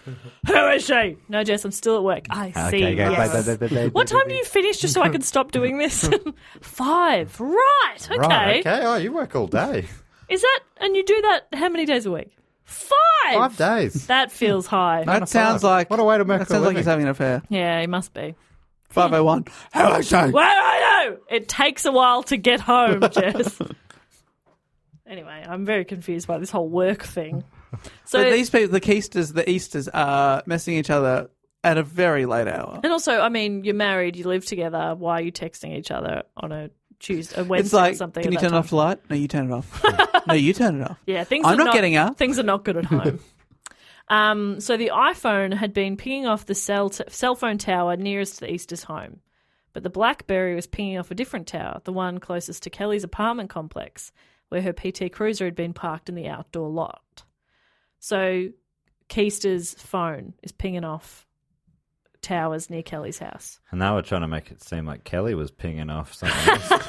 [SPEAKER 2] Who is she? No, Jess, I'm still at work. I see.
[SPEAKER 6] Okay, go.
[SPEAKER 2] yes.
[SPEAKER 6] Bye, bye, bye, bye, bye,
[SPEAKER 2] What
[SPEAKER 6] bye,
[SPEAKER 2] time
[SPEAKER 6] bye,
[SPEAKER 2] do you finish just so I can stop doing this? Five. Right. Okay.
[SPEAKER 6] bye. Right, okay. Oh, you work all day.
[SPEAKER 2] Is that, and you do that how many days a week? Five.
[SPEAKER 6] Five days.
[SPEAKER 2] That feels high.
[SPEAKER 5] That sounds
[SPEAKER 6] five.
[SPEAKER 5] like
[SPEAKER 6] What a way to make
[SPEAKER 5] That
[SPEAKER 6] a
[SPEAKER 5] sounds like he's
[SPEAKER 6] living.
[SPEAKER 5] having an affair.
[SPEAKER 2] yeah, it must be.
[SPEAKER 5] Five oh one. Who is she?
[SPEAKER 2] Where are you? It takes a while to get home, Jess. anyway, I'm very confused by this whole work thing. So,
[SPEAKER 5] But these people, the Keisters, the Easters, are messing each other at a very late hour.
[SPEAKER 2] And also, I mean, you're married, you live together. Why are you texting each other on a Tuesday, a Wednesday,
[SPEAKER 5] It's like,
[SPEAKER 2] or something? at
[SPEAKER 5] can you
[SPEAKER 2] that
[SPEAKER 5] turn it
[SPEAKER 2] time?
[SPEAKER 5] off the light? No, you turn it off. no, you turn it off.
[SPEAKER 2] Yeah, things.
[SPEAKER 5] I'm
[SPEAKER 2] are
[SPEAKER 5] not getting up.
[SPEAKER 2] Things are not good at home. um, so the iPhone had been pinging off the cell t- cell phone tower nearest to the Easter's home, but the BlackBerry was pinging off a different tower, the one closest to Kelly's apartment complex, where her PT Cruiser had been parked in the outdoor lot. So Keister's phone is pinging off towers near Kelly's house.
[SPEAKER 6] And they were trying to make it seem like Kelly was pinging off something.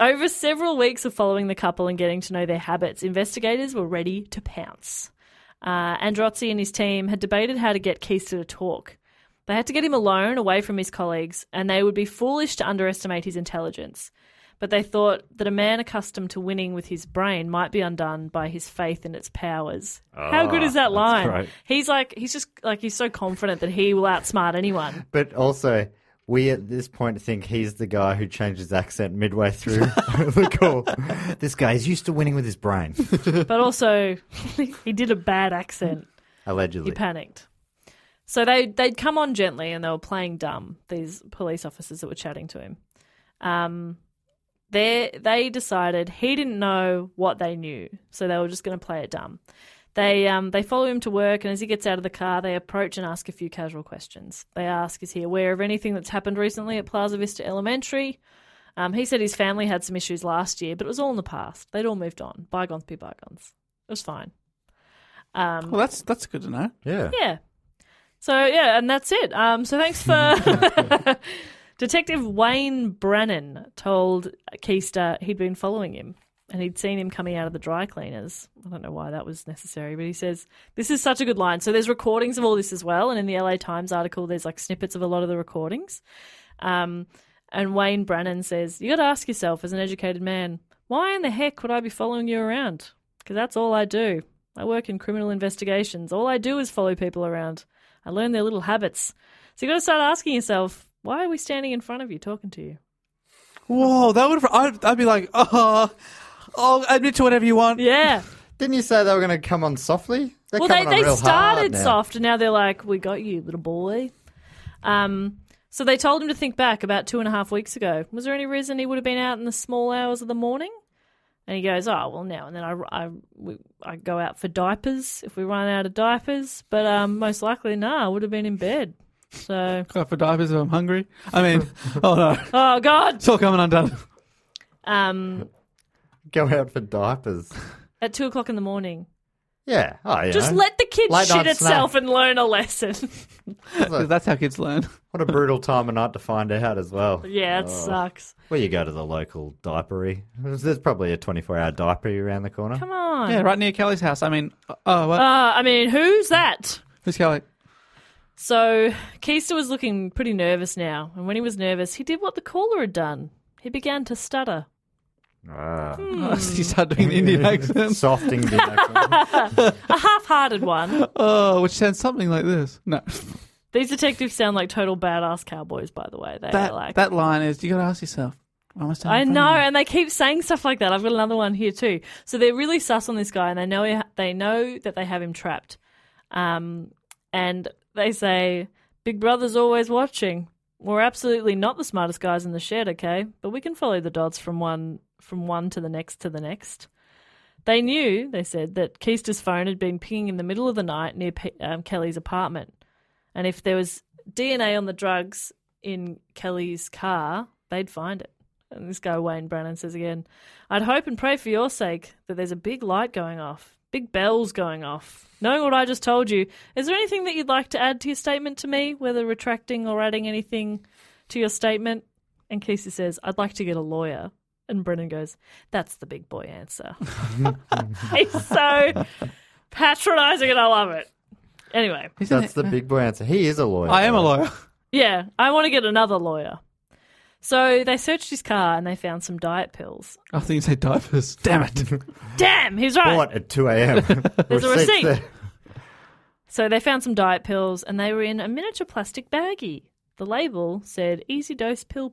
[SPEAKER 2] Over several weeks of following the couple and getting to know their habits, investigators were ready to pounce. Uh, Androzzi and his team had debated how to get Keister to talk. They had to get him alone, away from his colleagues, and they would be foolish to underestimate his intelligence. But they thought that a man accustomed to winning with his brain might be undone by his faith in its powers. how good is that line?
[SPEAKER 6] great.
[SPEAKER 2] He's like, he's just like, he's so confident that he will outsmart anyone.
[SPEAKER 6] but also, we at this point think he's the guy who changed his accent midway through the call. This guy is used to winning with his brain,
[SPEAKER 2] But also, he did a bad accent.
[SPEAKER 6] allegedly.
[SPEAKER 2] He panicked. So they they'd come on gently and they were playing dumb. These police officers that were chatting to him, um, they they decided he didn't know what they knew, so they were just going to play it dumb. They um, they follow him to work, and as he gets out of the car, they approach and ask a few casual questions. They ask, "Is he aware of anything that's happened recently at Plaza Vista Elementary?" Um, he said his family had some issues last year, but it was all in the past. They'd all moved on. Bygones be bygones. It was fine. Um,
[SPEAKER 5] Well, that's that's good to know.
[SPEAKER 6] yeah.
[SPEAKER 2] yeah. So yeah, and that's it. Um, so thanks for Detective Wayne Brannon told Keister he'd been following him and he'd seen him coming out of the dry cleaners. I don't know why that was necessary, but he says this is such a good line. So there's recordings of all this as well, and in the LA Times article, there's like snippets of a lot of the recordings. Um, and Wayne Brannon says, You got to ask yourself, as an educated man, why in the heck would I be following you around? Because that's all I do. I work in criminal investigations. All I do is follow people around. I learn their little habits. So you got to start asking yourself, why are we standing in front of you talking to you?
[SPEAKER 5] Whoa, that would I'd, I'd be like, oh, I'll admit to whatever you want.
[SPEAKER 2] Yeah.
[SPEAKER 6] Didn't you say they were going to come on softly? They're
[SPEAKER 2] well, they,
[SPEAKER 6] coming on
[SPEAKER 2] they
[SPEAKER 6] real hard
[SPEAKER 2] started
[SPEAKER 6] now.
[SPEAKER 2] soft, and now they're like, "We got you, little boy." Um, so they told him to think back about two and a half weeks ago. Was there any reason he would have been out in the small hours of the morning? And he goes, "Oh, well, now and then I, I, we, I go out for diapers if we run out of diapers, but um, most likely, nah, I would have been in bed." So,
[SPEAKER 5] Go for divers if I'm hungry. I mean, oh no,
[SPEAKER 2] oh god.
[SPEAKER 5] it's all coming undone.
[SPEAKER 2] Um,
[SPEAKER 6] Go out for diapers.
[SPEAKER 2] at two o'clock in the morning,
[SPEAKER 6] Yeah. Oh, you
[SPEAKER 2] Just
[SPEAKER 6] know.
[SPEAKER 2] let the kid
[SPEAKER 6] Late
[SPEAKER 2] shit
[SPEAKER 6] night
[SPEAKER 2] itself
[SPEAKER 6] snack.
[SPEAKER 2] and learn a lesson.
[SPEAKER 5] That's how kids learn.
[SPEAKER 6] What a brutal time of night to find out as well.
[SPEAKER 2] yeah, it
[SPEAKER 6] Oh.
[SPEAKER 2] sucks.
[SPEAKER 6] Well, you go to the local diapery. There's probably a 24 hour diapery around the corner.
[SPEAKER 2] Come on.
[SPEAKER 5] Yeah, right near Kelly's house. I mean, oh, what?
[SPEAKER 2] Uh, I mean, who's that?
[SPEAKER 5] who's Kelly?
[SPEAKER 2] So Keister was looking pretty nervous now, and when he was nervous, he did what the caller had done. He began to stutter.
[SPEAKER 8] Ah.
[SPEAKER 5] Hmm.
[SPEAKER 7] "Oh,
[SPEAKER 2] Hmm.
[SPEAKER 5] you start doing the Indian accent.
[SPEAKER 6] Soft Indian accent.
[SPEAKER 2] A half-hearted one.
[SPEAKER 5] Oh, which sounds something like this. No,
[SPEAKER 2] These detectives sound like total badass cowboys, by the way. They
[SPEAKER 5] that
[SPEAKER 2] are like
[SPEAKER 5] that line is you got to ask yourself. Why am I
[SPEAKER 2] I
[SPEAKER 5] standing in
[SPEAKER 2] know,
[SPEAKER 5] front of
[SPEAKER 2] and they keep saying stuff like that. I've got another one here too. So they're really sus on this guy, and they know they know that they have him trapped. Um, and they say, "Big Brother's always watching." We're absolutely not the smartest guys in the shed, okay? But we can follow the dots from one from one to the next to the next. They knew, they said, that Keister's phone had been pinging in the middle of the night near Pe- um, Kelly's apartment, and if there was DNA on the drugs in Kelly's car, they'd find it. And this guy, Wayne Brannan, says again, I'd hope and pray for your sake that there's a big light going off, big bells going off. Knowing what I just told you, is there anything that you'd like to add to your statement to me, whether retracting or adding anything to your statement? And Casey says, I'd like to get a lawyer. And Brennan goes, That's the big boy answer. He's so patronizing and I love it. Anyway,
[SPEAKER 5] me? Isn't
[SPEAKER 6] That's
[SPEAKER 5] it-
[SPEAKER 6] the big boy answer. He is a lawyer.
[SPEAKER 5] I am a lawyer.
[SPEAKER 2] yeah, I want to get another lawyer. So they searched his car and they found some diet pills.
[SPEAKER 5] I think you say diapers. Damn it.
[SPEAKER 2] Damn, he's right.
[SPEAKER 6] Bought at 2 a.m.
[SPEAKER 2] There's a
[SPEAKER 6] Receipts
[SPEAKER 2] receipt.
[SPEAKER 6] there.
[SPEAKER 2] So they found some diet pills and they were in a miniature plastic baggie. The label said easy dose pill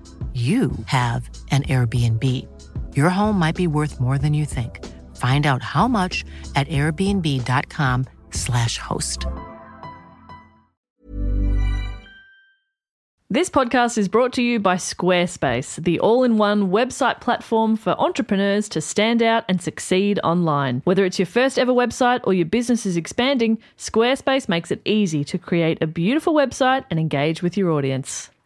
[SPEAKER 1] you have an Airbnb. Your home might be worth more than you think. Find out how much at airbnb.com/slash host.
[SPEAKER 2] This podcast is brought to you by Squarespace, the all in one website platform for entrepreneurs to stand out and succeed online. Whether it's your first ever website or your business is expanding, Squarespace makes it easy to create a beautiful website and engage with your audience.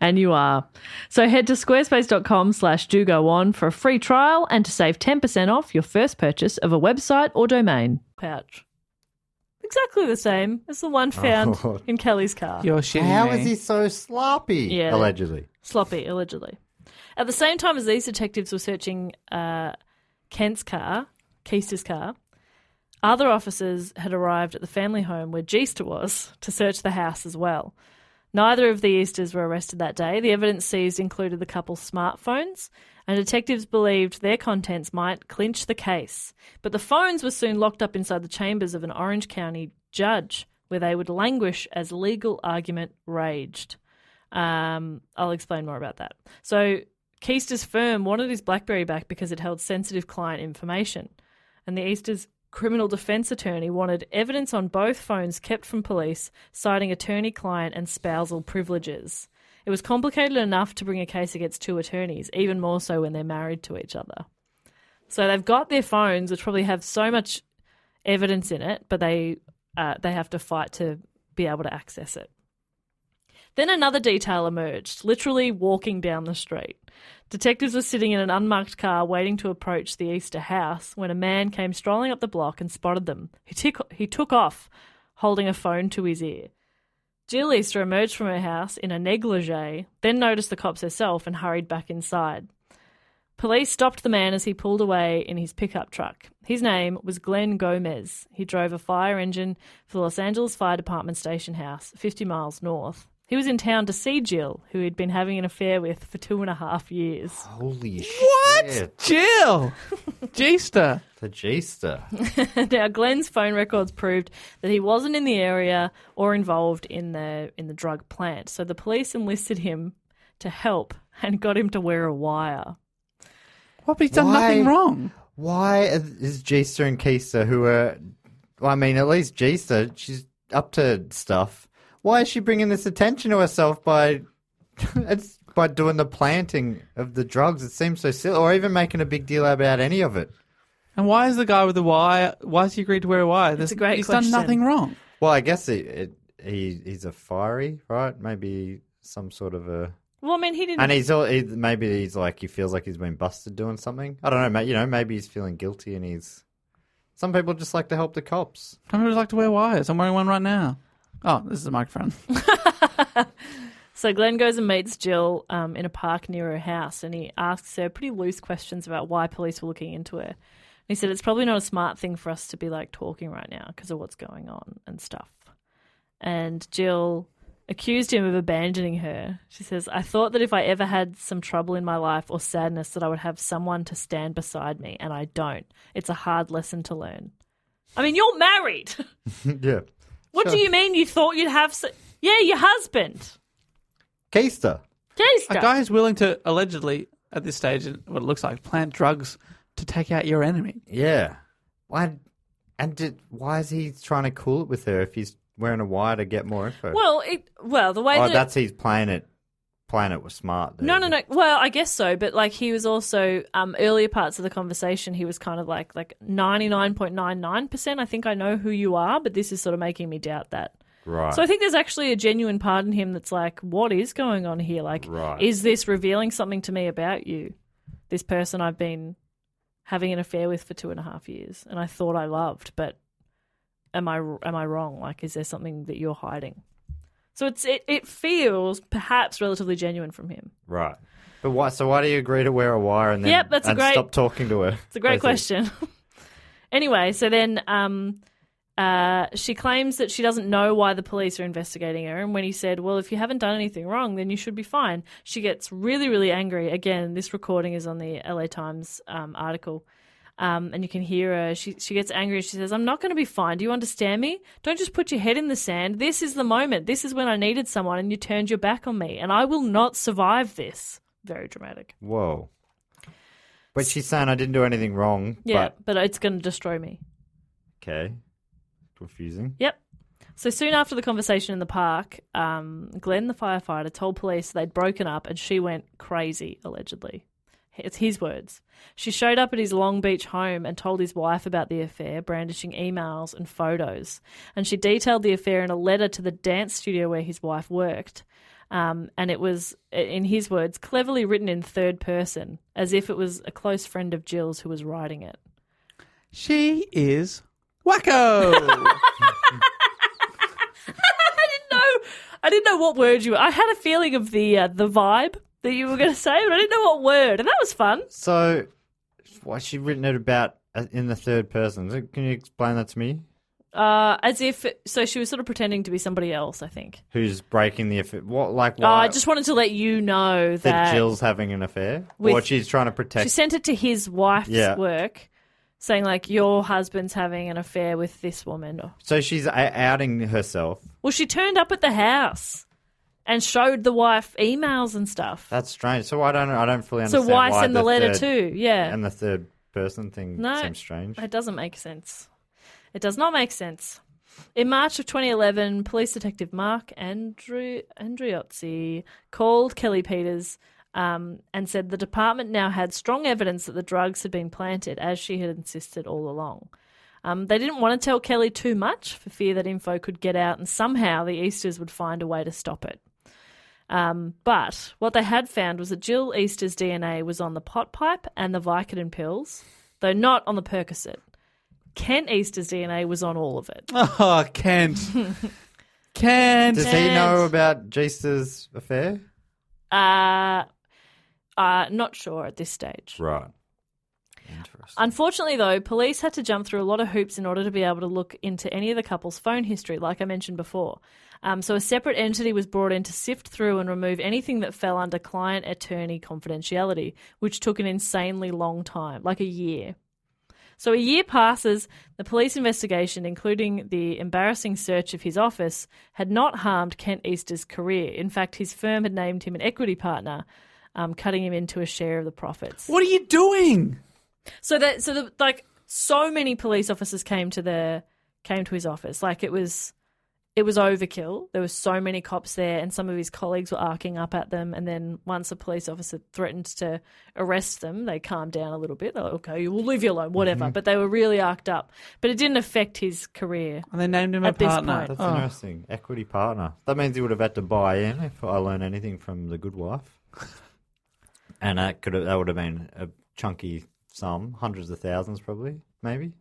[SPEAKER 2] And you are. So head to squarespace.com slash do go on for a free trial and to save 10% off your first purchase of a website or domain. Pouch. Exactly the same as the one found
[SPEAKER 6] Oh.
[SPEAKER 2] in Kelly's car.
[SPEAKER 5] You're shitting
[SPEAKER 6] How
[SPEAKER 5] me.
[SPEAKER 6] is he so sloppy?
[SPEAKER 2] Yeah.
[SPEAKER 6] Allegedly.
[SPEAKER 2] Sloppy, allegedly. At the same time as these detectives were searching uh, Kent's car, Keister's car, other officers had arrived at the family home where Geister was to search the house as well. Neither of the Easters were arrested that day. The evidence seized included the couple's smartphones, and detectives believed their contents might clinch the case. But the phones were soon locked up inside the chambers of an Orange County judge, where they would languish as legal argument raged. Um, I'll explain more about that. So Keister's firm wanted his BlackBerry back because it held sensitive client information, and the Easter's criminal defense attorney wanted evidence on both phones kept from police, citing attorney-client and spousal privileges. It was complicated enough to bring a case against two attorneys, even more so when they're married to each other. So they've got their phones, which probably have so much evidence in it, but they uh, they have to fight to be able to access it. Then another detail emerged, literally walking down the street. Detectives were sitting in an unmarked car waiting to approach the Easter house when a man came strolling up the block and spotted them. He, tick- he took off, holding a phone to his ear. Jill Easter emerged from her house in a negligee, then noticed the cops herself and hurried back inside. Police stopped the man as he pulled away in his pickup truck. His name was Glenn Gomez. He drove a fire engine for the Los Angeles Fire Department Station House, 50 miles north. He was in town to see Jill, who he'd been having an affair with for two and a half years.
[SPEAKER 6] Holy what? shit.
[SPEAKER 5] Jill! Jeester!
[SPEAKER 6] The G-Star.
[SPEAKER 2] now, Glenn's phone records proved that he wasn't in the area or involved in the in the drug plant. So the police enlisted him to help and got him to wear a wire.
[SPEAKER 5] What? But he's done
[SPEAKER 6] Why?
[SPEAKER 5] nothing wrong.
[SPEAKER 6] Why is G-Star and Keister, who are, well, I mean, at least G-Star, she's up to stuff. Why is she bringing this attention to herself by, it's by doing the planting of the drugs? It seems so silly, or even making a big deal about any of it.
[SPEAKER 5] And why is the guy with the wire? Why has he agreed to wear a wire? There's-
[SPEAKER 2] a great
[SPEAKER 5] He's
[SPEAKER 2] question.
[SPEAKER 5] done nothing wrong.
[SPEAKER 6] Well, I guess it, it, he he's a fiery, right? Maybe some sort of a,
[SPEAKER 2] Well, I mean, he didn't.
[SPEAKER 6] and he's all, he, maybe he's like he feels like he's been busted doing something. I don't know, ma- you know, maybe he's feeling guilty and he's. Some people just like to help the cops.
[SPEAKER 5] Some people like to wear wires. I'm wearing one right now. Oh, this is a microphone.
[SPEAKER 2] So Glenn goes and meets Jill um, in a park near her house, and he asks her pretty loose questions about why police were looking into her. And he said it's probably not a smart thing for us to be like talking right now because of what's going on and stuff. And Jill accused him of abandoning her. She says, "I thought that if I ever had some trouble in my life or sadness, that I would have someone to stand beside me, and I don't. It's a hard lesson to learn. I mean, you're married.
[SPEAKER 6] Yeah.
[SPEAKER 2] What do you mean you thought you'd have? So- yeah, your husband."
[SPEAKER 6] Keister.
[SPEAKER 5] a
[SPEAKER 2] Gayster.
[SPEAKER 5] guy who's willing to allegedly, at this stage, in what it looks like, plant drugs to take out your enemy.
[SPEAKER 6] Yeah. Why? And did, why is he trying to cool it with her if he's wearing a wire to get more info?
[SPEAKER 2] Well, it well the way
[SPEAKER 6] oh,
[SPEAKER 2] that
[SPEAKER 6] that's he's playing it. Playing it was smart. There.
[SPEAKER 2] no no no. Well, I guess so, but like he was also um, earlier parts of the conversation, he was kind of like like ninety nine point nine nine percent. I think I know who you are, but this is sort of making me doubt that.
[SPEAKER 6] Right.
[SPEAKER 2] So I think there's actually a genuine part in him that's like, what is going on here? Like,
[SPEAKER 6] Right.
[SPEAKER 2] is this revealing something to me about you? This person I've been having an affair with for two and a half years, and I thought I loved, but am I am I wrong? Like, is there something that you're hiding? So it's it, it feels perhaps relatively genuine from him.
[SPEAKER 6] right. But why? So why do you agree to wear a wire and then
[SPEAKER 2] Yep, that's a
[SPEAKER 6] and
[SPEAKER 2] great-
[SPEAKER 6] stop talking to her?
[SPEAKER 2] It's a great question. anyway, so then um, uh, she claims that she doesn't know why the police are investigating her. And when he said, Well, if you haven't done anything wrong, then you should be fine, she gets really, really angry. Again, this recording is on the LA Times um, article. Um, and you can hear her. She she gets angry. She says, "I'm not going to be fine. Do you understand me? Don't just put your head in the sand. This is the moment. This is when I needed someone, and you turned your back on me. And I will not survive this." Very dramatic.
[SPEAKER 6] Whoa. But she's saying I didn't do anything wrong.
[SPEAKER 2] Yeah,
[SPEAKER 6] But,
[SPEAKER 2] but it's going to destroy me.
[SPEAKER 6] okay. Confusing.
[SPEAKER 2] Yep. So soon after the conversation in the park, um, Glenn, the firefighter, told police they'd broken up and she went crazy, allegedly. It's his words. She showed up at his Long Beach home and told his wife about the affair, brandishing emails and photos. And she detailed the affair in a letter to the dance studio where his wife worked. Um, and it was, in his words, cleverly written in third person, as if it was a close friend of Jill's who was writing it.
[SPEAKER 5] She is wacko.
[SPEAKER 2] know. I didn't know what word you. Were. I had a feeling of the uh, the vibe that you were going to say, but I didn't know what word, and that was fun.
[SPEAKER 6] So why she written it about uh, in the third person? So Can you explain that to me?
[SPEAKER 2] Uh, as if so, she was sort of pretending to be somebody else. I think.
[SPEAKER 6] Who's breaking the affair? What like
[SPEAKER 2] Uh,
[SPEAKER 6] why?
[SPEAKER 2] I just wanted to let you know that,
[SPEAKER 6] that Jill's having an affair, or
[SPEAKER 2] With-
[SPEAKER 6] she's trying to protect.
[SPEAKER 2] she sent it to his wife's
[SPEAKER 6] Yeah.
[SPEAKER 2] work, saying like your husband's having an affair with this woman. Or-
[SPEAKER 6] so she's a- outing herself.
[SPEAKER 2] Well, she turned up at the house and showed the wife emails and stuff.
[SPEAKER 6] That's strange. So I don't. I don't fully
[SPEAKER 2] So
[SPEAKER 6] understand.
[SPEAKER 2] why send the, letter
[SPEAKER 6] third,
[SPEAKER 2] too? Yeah,
[SPEAKER 6] And the third person thing
[SPEAKER 2] No.
[SPEAKER 6] seems strange.
[SPEAKER 2] It doesn't make sense. It does not make sense. In March of 2011, police detective Mark Andrew, Andriozzi called Kelly Peters um, and said the department now had strong evidence that the drugs had been planted, as she had insisted all along. Um, they didn't want to tell Kelly too much for fear that info could get out and somehow the Easters would find a way to stop it. Um, but what they had found was that Jill Easter's DNA was on the pot pipe and the Vicodin pills, though not on the Percocet. Kent Easter's DNA was on all of it.
[SPEAKER 5] Oh, Kent. Kent.
[SPEAKER 6] Does he know about Jester's affair?
[SPEAKER 2] Uh, uh, not sure at this stage.
[SPEAKER 8] Right.
[SPEAKER 2] Unfortunately, though, police had to jump through a lot of hoops in order to be able to look into any of the couple's phone history, like I mentioned before. Um, so, a separate entity was brought in to sift through and remove anything that fell under client attorney confidentiality, which took an insanely long time like a year. So, a year passes, the police investigation, including the embarrassing search of his office, had not harmed Kent Easter's career. In fact, his firm had named him an equity partner, um, cutting him into a share of the profits.
[SPEAKER 5] What are you doing?
[SPEAKER 2] So that so the, like so many police officers came to the came to his office. Like it was it was overkill. There were so many cops there, and some of his colleagues were arcing up at them. And then once a police officer threatened to arrest them, they calmed down a little bit. They're like, "Okay, we'll leave you alone, whatever." But they were really arced up. But it didn't affect his career.
[SPEAKER 5] And they named him
[SPEAKER 2] At
[SPEAKER 5] a
[SPEAKER 2] this
[SPEAKER 5] partner. Oh.
[SPEAKER 2] point.
[SPEAKER 6] That's interesting. Equity partner. That means he would have had to buy in. If I learn anything from the Good Wife, and that could have, that would have been a chunky sum, hundreds of thousands, probably, maybe,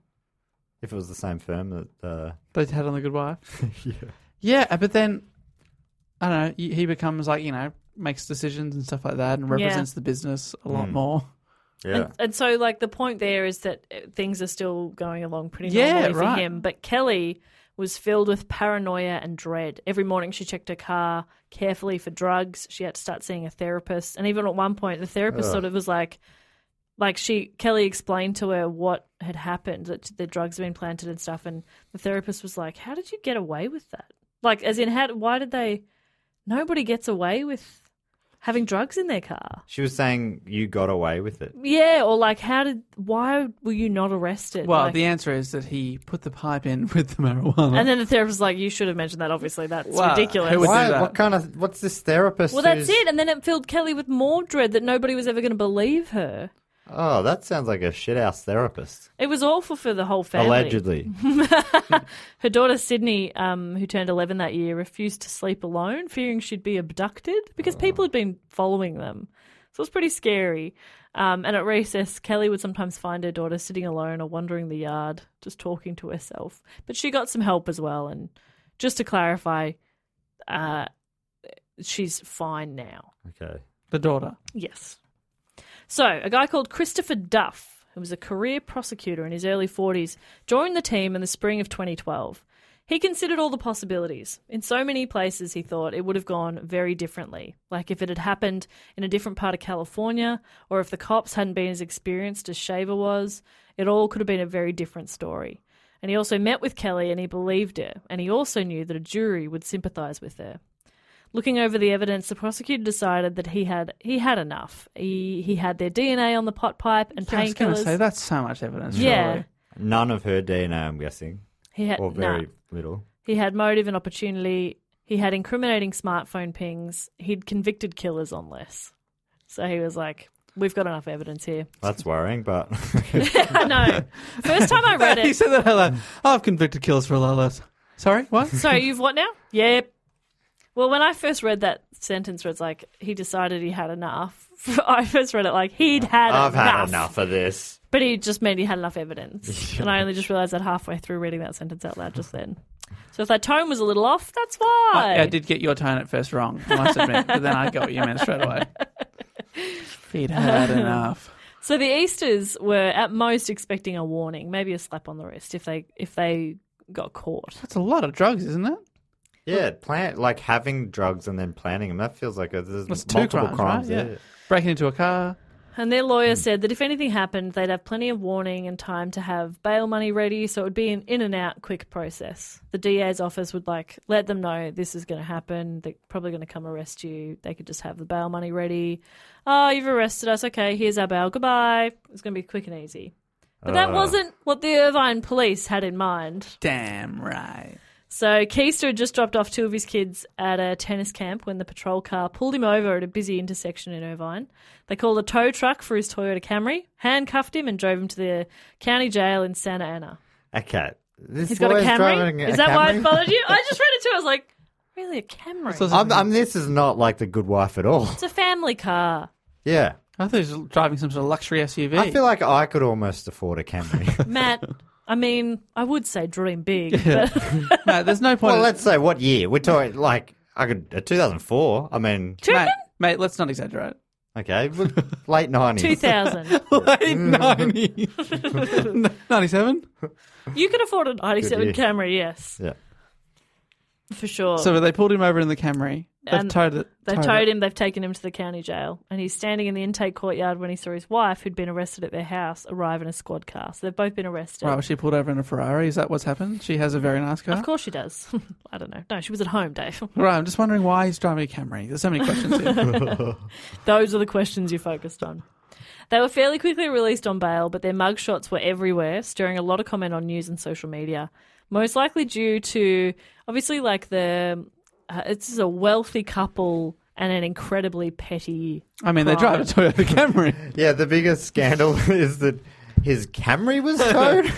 [SPEAKER 6] if it was the same firm that. Uh,
[SPEAKER 5] But had on the good wife. yeah. Yeah, but then I don't know. He he becomes like you know makes decisions and stuff like that, and represents the business a
[SPEAKER 7] Hmm.
[SPEAKER 5] lot more.
[SPEAKER 6] yeah.
[SPEAKER 2] And so, like, the point there is that uh, things are still going along pretty
[SPEAKER 5] Yeah,
[SPEAKER 2] normally
[SPEAKER 5] right.
[SPEAKER 2] for him. But Kelly was filled with paranoia and dread. Every morning, she checked her car carefully for drugs. She had to start seeing a therapist. And even at one point, the therapist sort of was like, like she Kelly explained to her what had happened that the drugs had been planted and stuff, and the therapist was like, "How did you get away with that? Like, as in, how? Why did they? Nobody gets away with having drugs in their car."
[SPEAKER 6] She was saying you got away with it.
[SPEAKER 2] Yeah, or like, how did? Why were you not arrested?
[SPEAKER 5] Well,
[SPEAKER 2] Like-
[SPEAKER 5] the answer is that he put the pipe in with the marijuana.
[SPEAKER 2] and then the therapist was like, you should have mentioned that. Obviously, that's
[SPEAKER 5] Wow,
[SPEAKER 2] ridiculous.
[SPEAKER 5] who would
[SPEAKER 6] Why,
[SPEAKER 5] do that?
[SPEAKER 6] What kind of? What's this therapist?
[SPEAKER 2] well, that's
[SPEAKER 6] who's-
[SPEAKER 2] it. And then it filled Kelly with more dread that nobody was ever going to believe her.
[SPEAKER 6] Oh, that sounds like a shithouse therapist.
[SPEAKER 2] It was awful for the whole family.
[SPEAKER 6] Allegedly,
[SPEAKER 2] her daughter Sydney, um, who turned eleven that year, refused to sleep alone, fearing she'd be abducted because people had been following them. So it was pretty scary. Um, and at recess, Kelly would sometimes find her daughter sitting alone or wandering the yard, just talking to herself. But she got some help as well. And just to clarify, uh, she's fine now.
[SPEAKER 6] okay.
[SPEAKER 5] the daughter.
[SPEAKER 2] Yes. So, a guy called Christopher Duff, who was a career prosecutor in his early 40s, joined the team in the spring of 2012. He considered all the possibilities. In so many places, he thought it would have gone very differently. Like if it had happened in a different part of California, or if the cops hadn't been as experienced as Shaver was, it all could have been a very different story. And he also met with Kelly and he believed her, and he also knew that a jury would sympathise with her. Looking over the evidence, the prosecutor decided that he had he had enough. He he had their DNA on the pot pipe and
[SPEAKER 5] Yeah, I was going to say
[SPEAKER 2] painkillers.
[SPEAKER 5] that's so much evidence.
[SPEAKER 2] Yeah,
[SPEAKER 5] surely.
[SPEAKER 6] None of her DNA, I'm guessing,
[SPEAKER 2] he had
[SPEAKER 6] or
[SPEAKER 2] nah.
[SPEAKER 6] very little.
[SPEAKER 2] He had motive and opportunity. He had incriminating smartphone pings. He'd convicted killers on less. So he was like, we've got enough evidence here.
[SPEAKER 6] That's worrying, but
[SPEAKER 2] I know. First time I read
[SPEAKER 5] he
[SPEAKER 2] it.
[SPEAKER 5] said that out loud. I've convicted killers for a lot less. Sorry, what?
[SPEAKER 2] So you've what now? Yep. Well, when I first read that sentence where it's like, he decided he had enough, I first read it like, he'd had
[SPEAKER 6] I've
[SPEAKER 2] enough.
[SPEAKER 6] had enough of this.
[SPEAKER 2] But he just meant he had enough evidence. And I only just realised that halfway through reading that sentence out loud just then. So if that tone was a little off, that's why.
[SPEAKER 5] I, I did get your tone at first wrong, I must admit, but then I got what you meant straight away. He'd had enough.
[SPEAKER 2] So the Easters were at most expecting a warning, maybe a slap on the wrist if they if they got caught.
[SPEAKER 5] That's a lot of drugs, isn't it?
[SPEAKER 6] Yeah, plant like having drugs and then planting them. That feels like a, there's
[SPEAKER 5] That's two
[SPEAKER 6] multiple
[SPEAKER 5] crimes,
[SPEAKER 6] crimes.
[SPEAKER 5] right? Yeah.
[SPEAKER 6] yeah.
[SPEAKER 5] Breaking into a car.
[SPEAKER 2] And their lawyer said that if anything happened, they'd have plenty of warning and time to have bail money ready, so it would be an in and out quick process. The DA's office would like let them know this is going to happen. They're probably going to come arrest you. They could just have the bail money ready. Oh, you've arrested us. Okay, here's our bail. Goodbye. It's going to be quick and easy. But that wasn't what the Irvine police had in mind.
[SPEAKER 5] Damn right.
[SPEAKER 2] So Keister had just dropped off two of his kids at a tennis camp when the patrol car pulled him over at a busy intersection in Irvine. They called a tow truck for his Toyota Camry, handcuffed him, and drove him to the county jail in Santa Ana.
[SPEAKER 6] Okay. This
[SPEAKER 2] He's got a
[SPEAKER 6] lawyer's
[SPEAKER 2] Camry.
[SPEAKER 6] driving
[SPEAKER 2] Is that why I
[SPEAKER 6] Camry?
[SPEAKER 2] followed you? I just read it too. I was like, Really, a Camry?
[SPEAKER 5] So-
[SPEAKER 6] I'm, I'm, this is not like the good wife at all.
[SPEAKER 2] it's a family car.
[SPEAKER 6] Yeah.
[SPEAKER 5] I thought he was driving some sort of luxury SUV.
[SPEAKER 6] I feel like I could almost afford a Camry.
[SPEAKER 2] Matt, I mean, I would say dream big, but
[SPEAKER 5] Matt, there's no point.
[SPEAKER 6] well,
[SPEAKER 5] in-
[SPEAKER 6] let's say what year? We're talking like I could uh, 2004. I mean,
[SPEAKER 5] Matt, mate, let's not exaggerate.
[SPEAKER 6] okay, but late 90s.
[SPEAKER 2] 2000.
[SPEAKER 5] Late nineties, Mm. ninety-seven.
[SPEAKER 2] You can afford a 97
[SPEAKER 6] year.
[SPEAKER 2] Camry, yes,
[SPEAKER 6] Yeah.
[SPEAKER 2] for sure.
[SPEAKER 5] So they pulled him over in the Camry. They've
[SPEAKER 2] And
[SPEAKER 5] towed it.
[SPEAKER 2] They've
[SPEAKER 5] towed it.
[SPEAKER 2] towed him, they've taken him to the county jail, and he's standing in the intake courtyard when he saw his wife, who'd been arrested at their house, arrive in a squad car. So they've both been arrested.
[SPEAKER 5] Right, was she pulled over in a Ferrari? Is that what's happened? She has a very nice car.
[SPEAKER 2] Of course she does. I don't know. No, she was at home, Dave.
[SPEAKER 5] Right, I'm just wondering why he's driving a Camry. There's so many questions here.
[SPEAKER 2] Those are the questions you focused on. They were fairly quickly released on bail, but their mugshots were everywhere, stirring a lot of comment on news and social media. Most likely due to, obviously, like the. Uh, it's just a wealthy couple and an incredibly petty.
[SPEAKER 5] I mean, they drive a Toyota Camry.
[SPEAKER 6] Yeah, the biggest scandal is that his Camry was towed.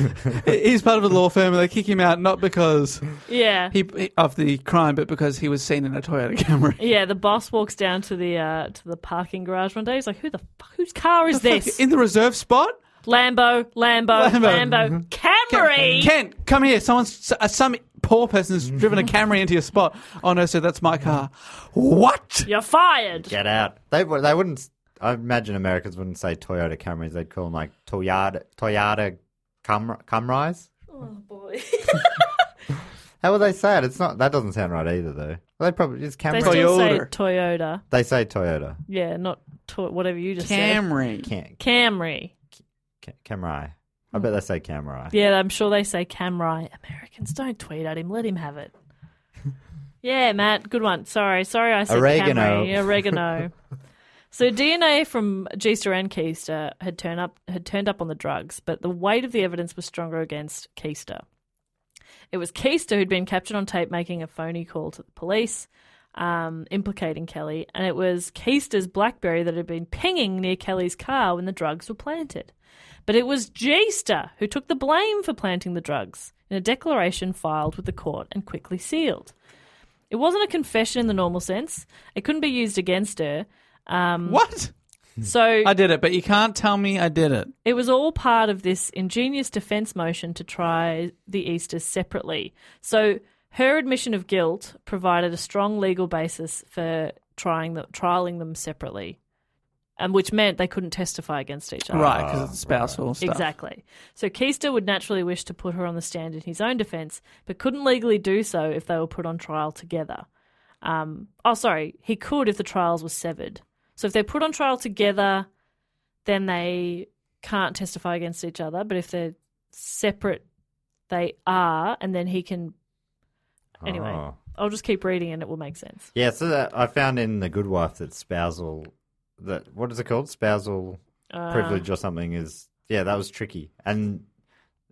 [SPEAKER 5] he's part of a law firm, and they kick him out not because
[SPEAKER 2] Yeah.
[SPEAKER 5] he, he- of the crime, but because he was seen in a Toyota Camry.
[SPEAKER 2] yeah, the boss walks down to the uh, to the parking garage one day. He's like, "Who the fuck? Whose car is this?
[SPEAKER 5] in the reserve spot.
[SPEAKER 2] Lambo, Lambo, Lambo,
[SPEAKER 5] Lambo.
[SPEAKER 2] Camry."
[SPEAKER 5] Kent, come here. Someone's s- uh, some poor person's driven a Camry into your spot. Oh no, sir, that's my car. What?
[SPEAKER 2] You're fired.
[SPEAKER 6] Get out. They wou- they wouldn't. I imagine Americans wouldn't say Toyota Camrys. They'd call them like Toyota Toyota Cam, Camrys.
[SPEAKER 2] Boy.
[SPEAKER 6] How would they say it? It's not. That doesn't sound right either, though. They probably it's
[SPEAKER 2] They
[SPEAKER 6] Camry.
[SPEAKER 2] still say
[SPEAKER 5] Toyota.
[SPEAKER 2] Toyota.
[SPEAKER 6] they say Toyota
[SPEAKER 2] Yeah, not to- whatever you just
[SPEAKER 5] Camry.
[SPEAKER 6] Cam,
[SPEAKER 2] said. Camry.
[SPEAKER 6] Cam, Camry. I bet they say Camry.
[SPEAKER 2] Yeah, I'm sure they say Camry. Americans don't tweet at him. Let him have it. Yeah, Matt, good one. Sorry, sorry, I said
[SPEAKER 6] Oregano.
[SPEAKER 2] Camry. Oregano. so DNA from Geister and Keister had turned up had turned up on the drugs, but the weight of the evidence was stronger against Keister. It was Keister who'd been captured on tape making a phony call to the police, um, implicating Kelly, and it was Keister's BlackBerry that had been pinging near Kelly's car when the drugs were planted. But it was Geister who took the blame for planting the drugs in a declaration filed with the court and quickly sealed. It wasn't a confession in the normal sense. It couldn't be used against her. Um,
[SPEAKER 5] What?
[SPEAKER 2] So
[SPEAKER 5] I did it, but you can't tell me I did it.
[SPEAKER 2] it was all part of this ingenious defense motion to try the Easters separately. So her admission of guilt provided a strong legal basis for trying the, trialing them separately, and which meant they couldn't testify against each other.
[SPEAKER 5] Right, because it's spousal stuff.
[SPEAKER 2] Exactly. So Keister would naturally wish to put her on the stand in his own defense, but couldn't legally do so if they were put on trial together. Um, oh, sorry, he could if the trials were severed. So if they're put on trial together, then they can't testify against each other. But if they're separate, they are, and then he can. Anyway,
[SPEAKER 6] Oh.
[SPEAKER 2] I'll just keep reading and it will make sense.
[SPEAKER 6] Yeah, so that I found in The Good Wife that spousal, that what is it called? Spousal
[SPEAKER 2] Uh,
[SPEAKER 6] privilege or something is yeah, that was tricky, and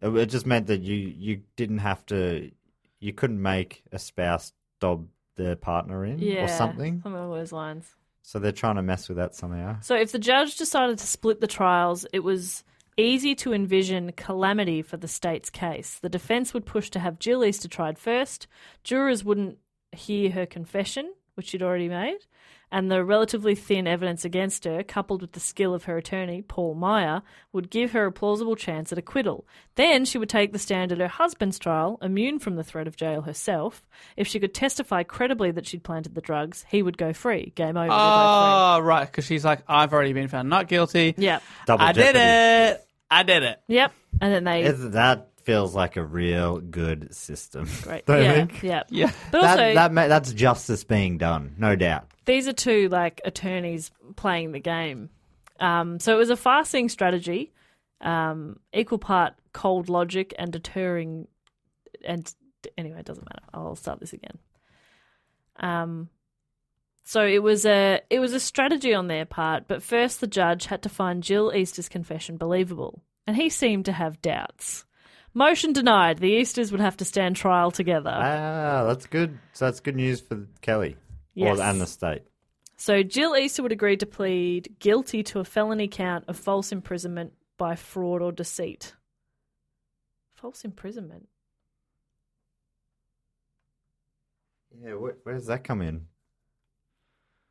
[SPEAKER 6] it, it just meant that you you didn't have to, you couldn't make a spouse dob their partner in
[SPEAKER 2] Yeah,
[SPEAKER 6] or something.
[SPEAKER 2] Something along those lines.
[SPEAKER 6] So they're trying to mess with that somehow.
[SPEAKER 2] So if the judge decided to split the trials, it was easy to envision calamity for the state's case. The defense would push to have Jill Easter tried first. Jurors wouldn't hear her confession, which she'd already made, and the relatively thin evidence against her, coupled with the skill of her attorney, Paul Meyer, would give her a plausible chance at acquittal. Then she would take the stand at her husband's trial, immune from the threat of jail herself. If she could testify credibly that she'd planted the drugs, he would go free. Game over. they're both free.
[SPEAKER 5] Oh, right, because she's like, I've already been found not guilty.
[SPEAKER 2] Yep.
[SPEAKER 6] Double
[SPEAKER 5] I
[SPEAKER 6] jeopardy.
[SPEAKER 5] did it. I did it.
[SPEAKER 2] Yep. And then they
[SPEAKER 6] It's- that feels like a real good system.
[SPEAKER 2] great.
[SPEAKER 6] Don't you
[SPEAKER 2] yeah,
[SPEAKER 6] think?
[SPEAKER 2] yeah.
[SPEAKER 5] Yeah.
[SPEAKER 2] But also
[SPEAKER 6] That, that ma- that's justice being done, no doubt.
[SPEAKER 2] these are two like attorneys playing the game. Um, so it was a far-seeing strategy, um, equal part cold logic and deterring. And anyway, it doesn't matter. I'll start this again. Um, so it was a it was a strategy on their part, but first the judge had to find Jill Easter's confession believable, and he seemed to have doubts. Motion denied. The Easters would have to stand trial together.
[SPEAKER 6] Ah, that's good. So that's good news for Kelly
[SPEAKER 2] Yes.
[SPEAKER 6] or, and the state.
[SPEAKER 2] So Jill Easterwood agreed to plead guilty to a felony count of false imprisonment by fraud or deceit. False imprisonment.
[SPEAKER 6] Yeah, where, where does that come in?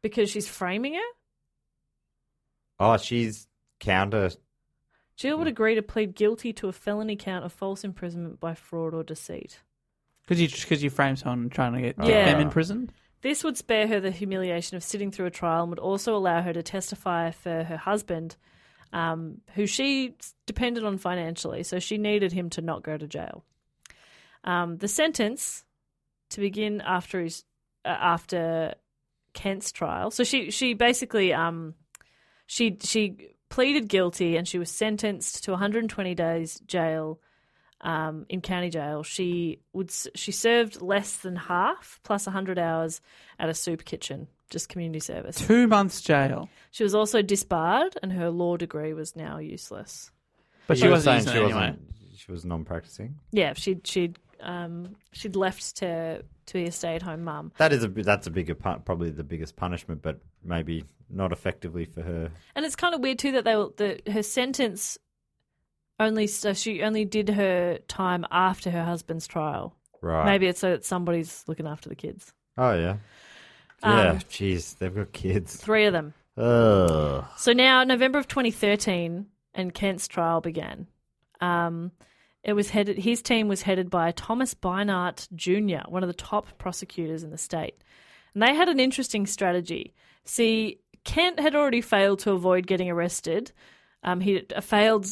[SPEAKER 2] because she's framing it.
[SPEAKER 6] Oh, she's counter.
[SPEAKER 2] Jill would agree to plead guilty to a felony count of false imprisonment by fraud or deceit.
[SPEAKER 5] Because you, cause you frame someone trying to get
[SPEAKER 2] Yeah.
[SPEAKER 5] them imprisoned.
[SPEAKER 2] This would spare her the humiliation of sitting through a trial and would also allow her to testify for her husband, um, who she s- depended on financially, so she needed him to not go to jail. Um, the sentence to begin after his uh, after Kent's trial. So she she basically um, she she pleaded guilty and she was sentenced to 120 days jail um, in county jail. She would s- she served less than half plus 100 hours at a soup kitchen, just community service.
[SPEAKER 5] Two months jail.
[SPEAKER 2] She was also disbarred, and her law degree was now useless.
[SPEAKER 5] But she
[SPEAKER 6] You were
[SPEAKER 5] wasn't
[SPEAKER 6] saying
[SPEAKER 5] using
[SPEAKER 6] she
[SPEAKER 5] it anyway.
[SPEAKER 6] wasn't. She was non-practicing.
[SPEAKER 2] Yeah, she she'd um, she'd left to to be a stay at home mum.
[SPEAKER 6] That is a bi- that's a bigger pun- probably the biggest punishment, but maybe not effectively for her.
[SPEAKER 2] And it's kind of weird too that they were, that her sentence only so she only did her time after her husband's trial.
[SPEAKER 6] Right.
[SPEAKER 2] Maybe it's so that somebody's looking after the kids.
[SPEAKER 6] Oh yeah.
[SPEAKER 2] Um,
[SPEAKER 6] Yeah. Jeez, they've got kids.
[SPEAKER 2] Three of them.
[SPEAKER 6] Ugh.
[SPEAKER 2] So now, November of 2013, and Kent's trial began. Um, it was headed. His team was headed by Thomas Beinart Jr., one of the top prosecutors in the state, and they had an interesting strategy. See, Kent had already failed to avoid getting arrested. Um, he uh, failed.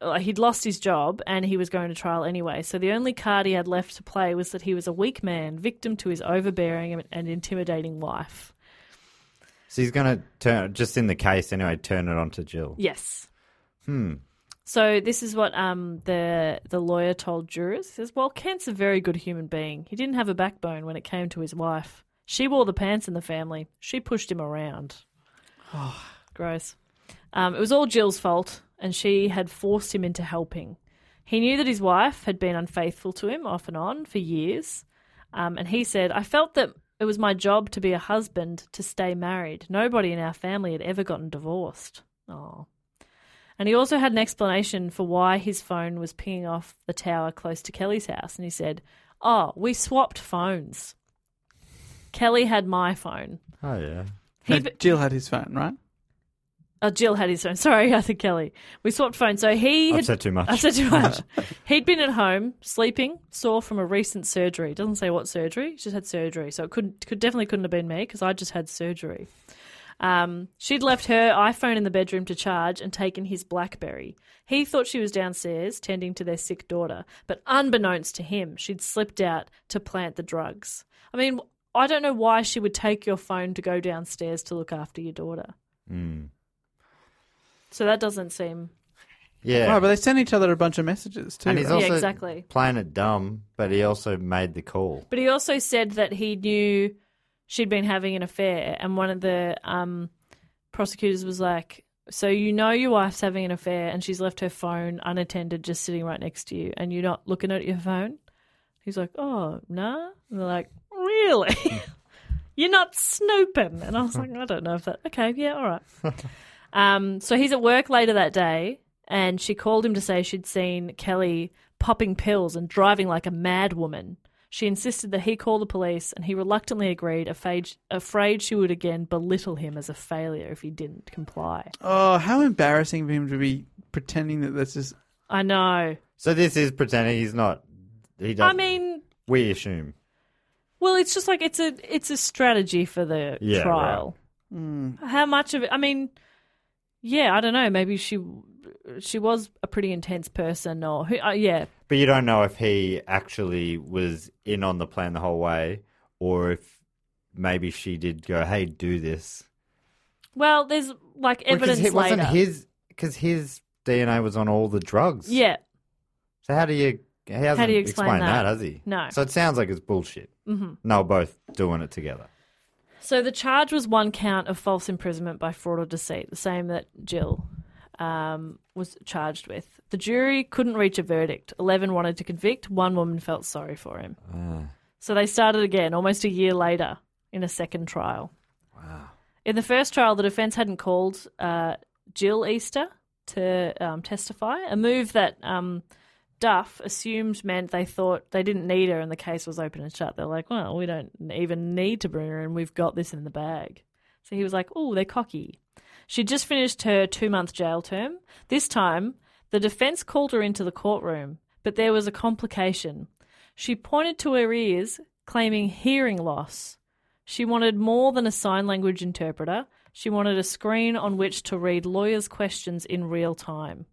[SPEAKER 2] uh, He'd lost his job and he was going to trial anyway. So the only card he had left to play was that he was a weak man, victim to his overbearing and- and intimidating wife.
[SPEAKER 6] So he's gonna turn just in the case anyway. Turn it on to Jill.
[SPEAKER 2] Yes.
[SPEAKER 6] Hmm.
[SPEAKER 2] So this is what um, the the lawyer told jurors. He says, "While Kent's a very good human being, he didn't have a backbone when it came to his wife. She wore the pants in the family. She pushed him around. Gross. Um, it was all Jill's fault, and she had forced him into helping. He knew that his wife had been unfaithful to him off and on for years, um, and he said, "I felt that." It was my job to be a husband to stay married. Nobody in our family had ever gotten divorced. Oh. And he also had an explanation for why his phone was pinging off the tower close to Kelly's house. And he said, Oh, we swapped phones. Kelly had my phone.
[SPEAKER 6] Oh yeah.
[SPEAKER 5] No,
[SPEAKER 2] He,
[SPEAKER 5] Jill had his phone, right?
[SPEAKER 2] oh, Jill had his phone. Sorry, I think Kelly. We swapped phones. So he
[SPEAKER 6] I've
[SPEAKER 2] had,
[SPEAKER 6] said too much.
[SPEAKER 2] I said too much. He'd been at home sleeping, sore from a recent surgery. Doesn't say what surgery. She's had surgery, so it couldn't could definitely couldn't have been me because I just had surgery. Um, she'd left her iPhone in the bedroom to charge and taken his BlackBerry. He thought she was downstairs tending to their sick daughter, but unbeknownst to him, she'd slipped out to plant the drugs. I mean, I don't know why she would take your phone to go downstairs to look after your daughter. So that doesn't seem
[SPEAKER 6] Yeah.
[SPEAKER 5] Oh, but they sent each other a bunch of messages too. Oh,
[SPEAKER 6] and he's
[SPEAKER 5] right?
[SPEAKER 6] also
[SPEAKER 2] exactly.
[SPEAKER 6] playing it dumb, but he also made the call.
[SPEAKER 2] But he also said that he knew she'd been having an affair, and one of the um, prosecutors was like, "So you know your wife's having an affair, and she's left her phone unattended, just sitting right next to you, and you're not looking at your phone." He's like, "Oh, nah," and they're like, "Really?" You're not snooping. And I was like, I don't know if that. Okay, yeah, all right. Um, so he's at work later that day, and she called him to say she'd seen Kelly popping pills and driving like a mad woman. She insisted that he call the police, and he reluctantly agreed, afraid, afraid she would again belittle him as a failure if he didn't comply.
[SPEAKER 5] Oh, how embarrassing of him to be pretending that this is.
[SPEAKER 2] I know.
[SPEAKER 6] So this is pretending he's not. He does.
[SPEAKER 2] I mean,
[SPEAKER 6] we assume.
[SPEAKER 2] well, it's just like it's a it's a strategy for the
[SPEAKER 6] Yeah,
[SPEAKER 2] trial. How much of it? I mean, yeah, I don't know. Maybe she she was a pretty intense person, or who? Uh, yeah,
[SPEAKER 6] But you don't know if he actually was in on the plan the whole way, or if maybe she did go, "Hey, do this."
[SPEAKER 2] Well, there's like evidence
[SPEAKER 6] because it
[SPEAKER 2] later.
[SPEAKER 6] wasn't his because his DNA was on all the drugs.
[SPEAKER 2] yeah,
[SPEAKER 6] So how do you? He hasn't
[SPEAKER 2] do you explain
[SPEAKER 6] explained
[SPEAKER 2] that?
[SPEAKER 6] that? has he?
[SPEAKER 2] No.
[SPEAKER 6] So it sounds like it's bullshit. Mm-hmm. No, both doing it together.
[SPEAKER 2] So the charge was one count of false imprisonment by fraud or deceit, the same that Jill um, was charged with. The jury couldn't reach a verdict. Eleven wanted to convict. One woman felt sorry for him.
[SPEAKER 6] Ah.
[SPEAKER 2] So they started again, almost a year later, in a second trial. Wow. In the first trial, the defense hadn't called uh, Jill Easter to um, testify, a move that um, Duff assumed meant they thought they didn't need her and the case was open and shut. They're like, well, we don't even need to bring her in. We've got this in the bag. So he was like, oh, they're cocky. She'd just finished her two month jail term. This time, the defense called her into the courtroom, but there was a complication. She pointed to her ears, claiming hearing loss. She wanted more than a sign language interpreter. She wanted a screen on which to read lawyers' questions in real time.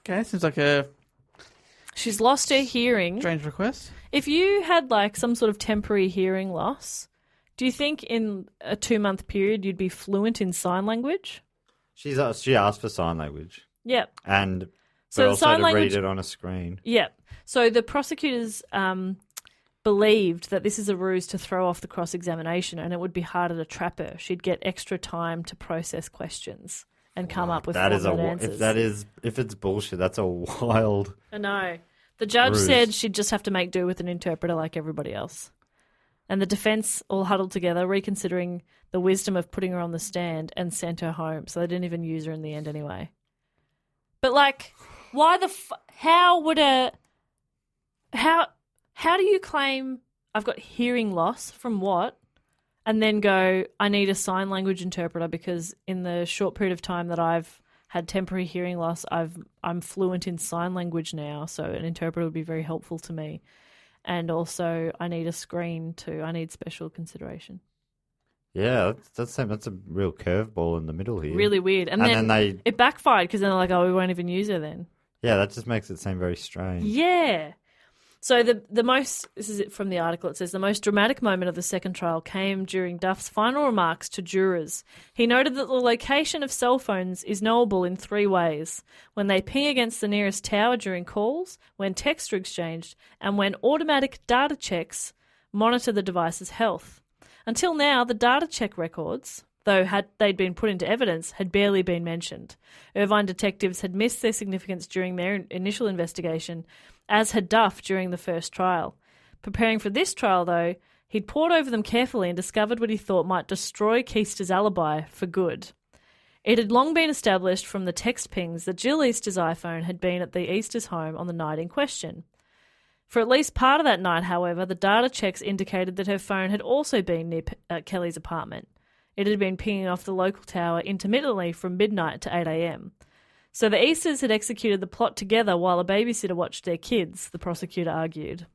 [SPEAKER 5] Okay, seems like a
[SPEAKER 2] She's lost her hearing.
[SPEAKER 5] strange request.
[SPEAKER 2] If you had like some sort of temporary hearing loss, do you think in a two month period you'd be fluent in sign language?
[SPEAKER 6] She's asked, she asked for sign language
[SPEAKER 2] Yep.
[SPEAKER 6] and
[SPEAKER 2] So
[SPEAKER 6] but
[SPEAKER 2] the
[SPEAKER 6] also
[SPEAKER 2] sign
[SPEAKER 6] to
[SPEAKER 2] language-
[SPEAKER 6] read it on a screen.
[SPEAKER 2] Yep. So the prosecutors um, believed that this is a ruse to throw off the cross examination and it would be harder to trap her. She'd get extra time to process questions and come up with
[SPEAKER 6] That is a
[SPEAKER 2] formulate
[SPEAKER 6] wi-
[SPEAKER 2] answers.
[SPEAKER 6] if that is if it's bullshit. That's a wild.
[SPEAKER 2] I know. The judge
[SPEAKER 6] Ruse.
[SPEAKER 2] said she'd just have to make do with an interpreter like everybody else. And the defense all huddled together, reconsidering the wisdom of putting her on the stand and sent her home. So they didn't even use her in the end anyway. But like, why the f- how would a how how do you claim I've got hearing loss from what? And then go, I need a sign language interpreter because in the short period of time that I've had temporary hearing loss, I've I'm fluent in sign language now, so an interpreter would be very helpful to me. And also I need a screen too. I need special consideration.
[SPEAKER 6] Yeah, that's that's, a- that's a real curveball in the middle here.
[SPEAKER 2] Really weird. And,
[SPEAKER 6] And
[SPEAKER 2] then,
[SPEAKER 6] then they-
[SPEAKER 2] it backfired because then they're like, oh, we won't even use her then.
[SPEAKER 6] Yeah, that just makes it seem very strange.
[SPEAKER 2] Yeah. So the the most this is it from the article. It says the most dramatic moment of the second trial came during Duff's final remarks to jurors. He noted that the location of cell phones is knowable in three ways: when they ping against the nearest tower during calls, when texts are exchanged, and when automatic data checks monitor the device's health. Until now, the data check records, though had they'd been put into evidence, had barely been mentioned. Irvine detectives had missed their significance during their in- initial investigation, as had Duff during the first trial. Preparing for this trial, though, he'd pored over them carefully and discovered what he thought might destroy Keister's alibi for good. It had long been established from the text pings that Jill Easter's iPhone had been at the Easter's home on the night in question. For at least part of that night, however, the data checks indicated that her phone had also been near P- uh, Kelly's apartment. It had been pinging off the local tower intermittently from midnight to 8 a.m. So the Easters had executed the plot together while a babysitter watched their kids, the prosecutor argued.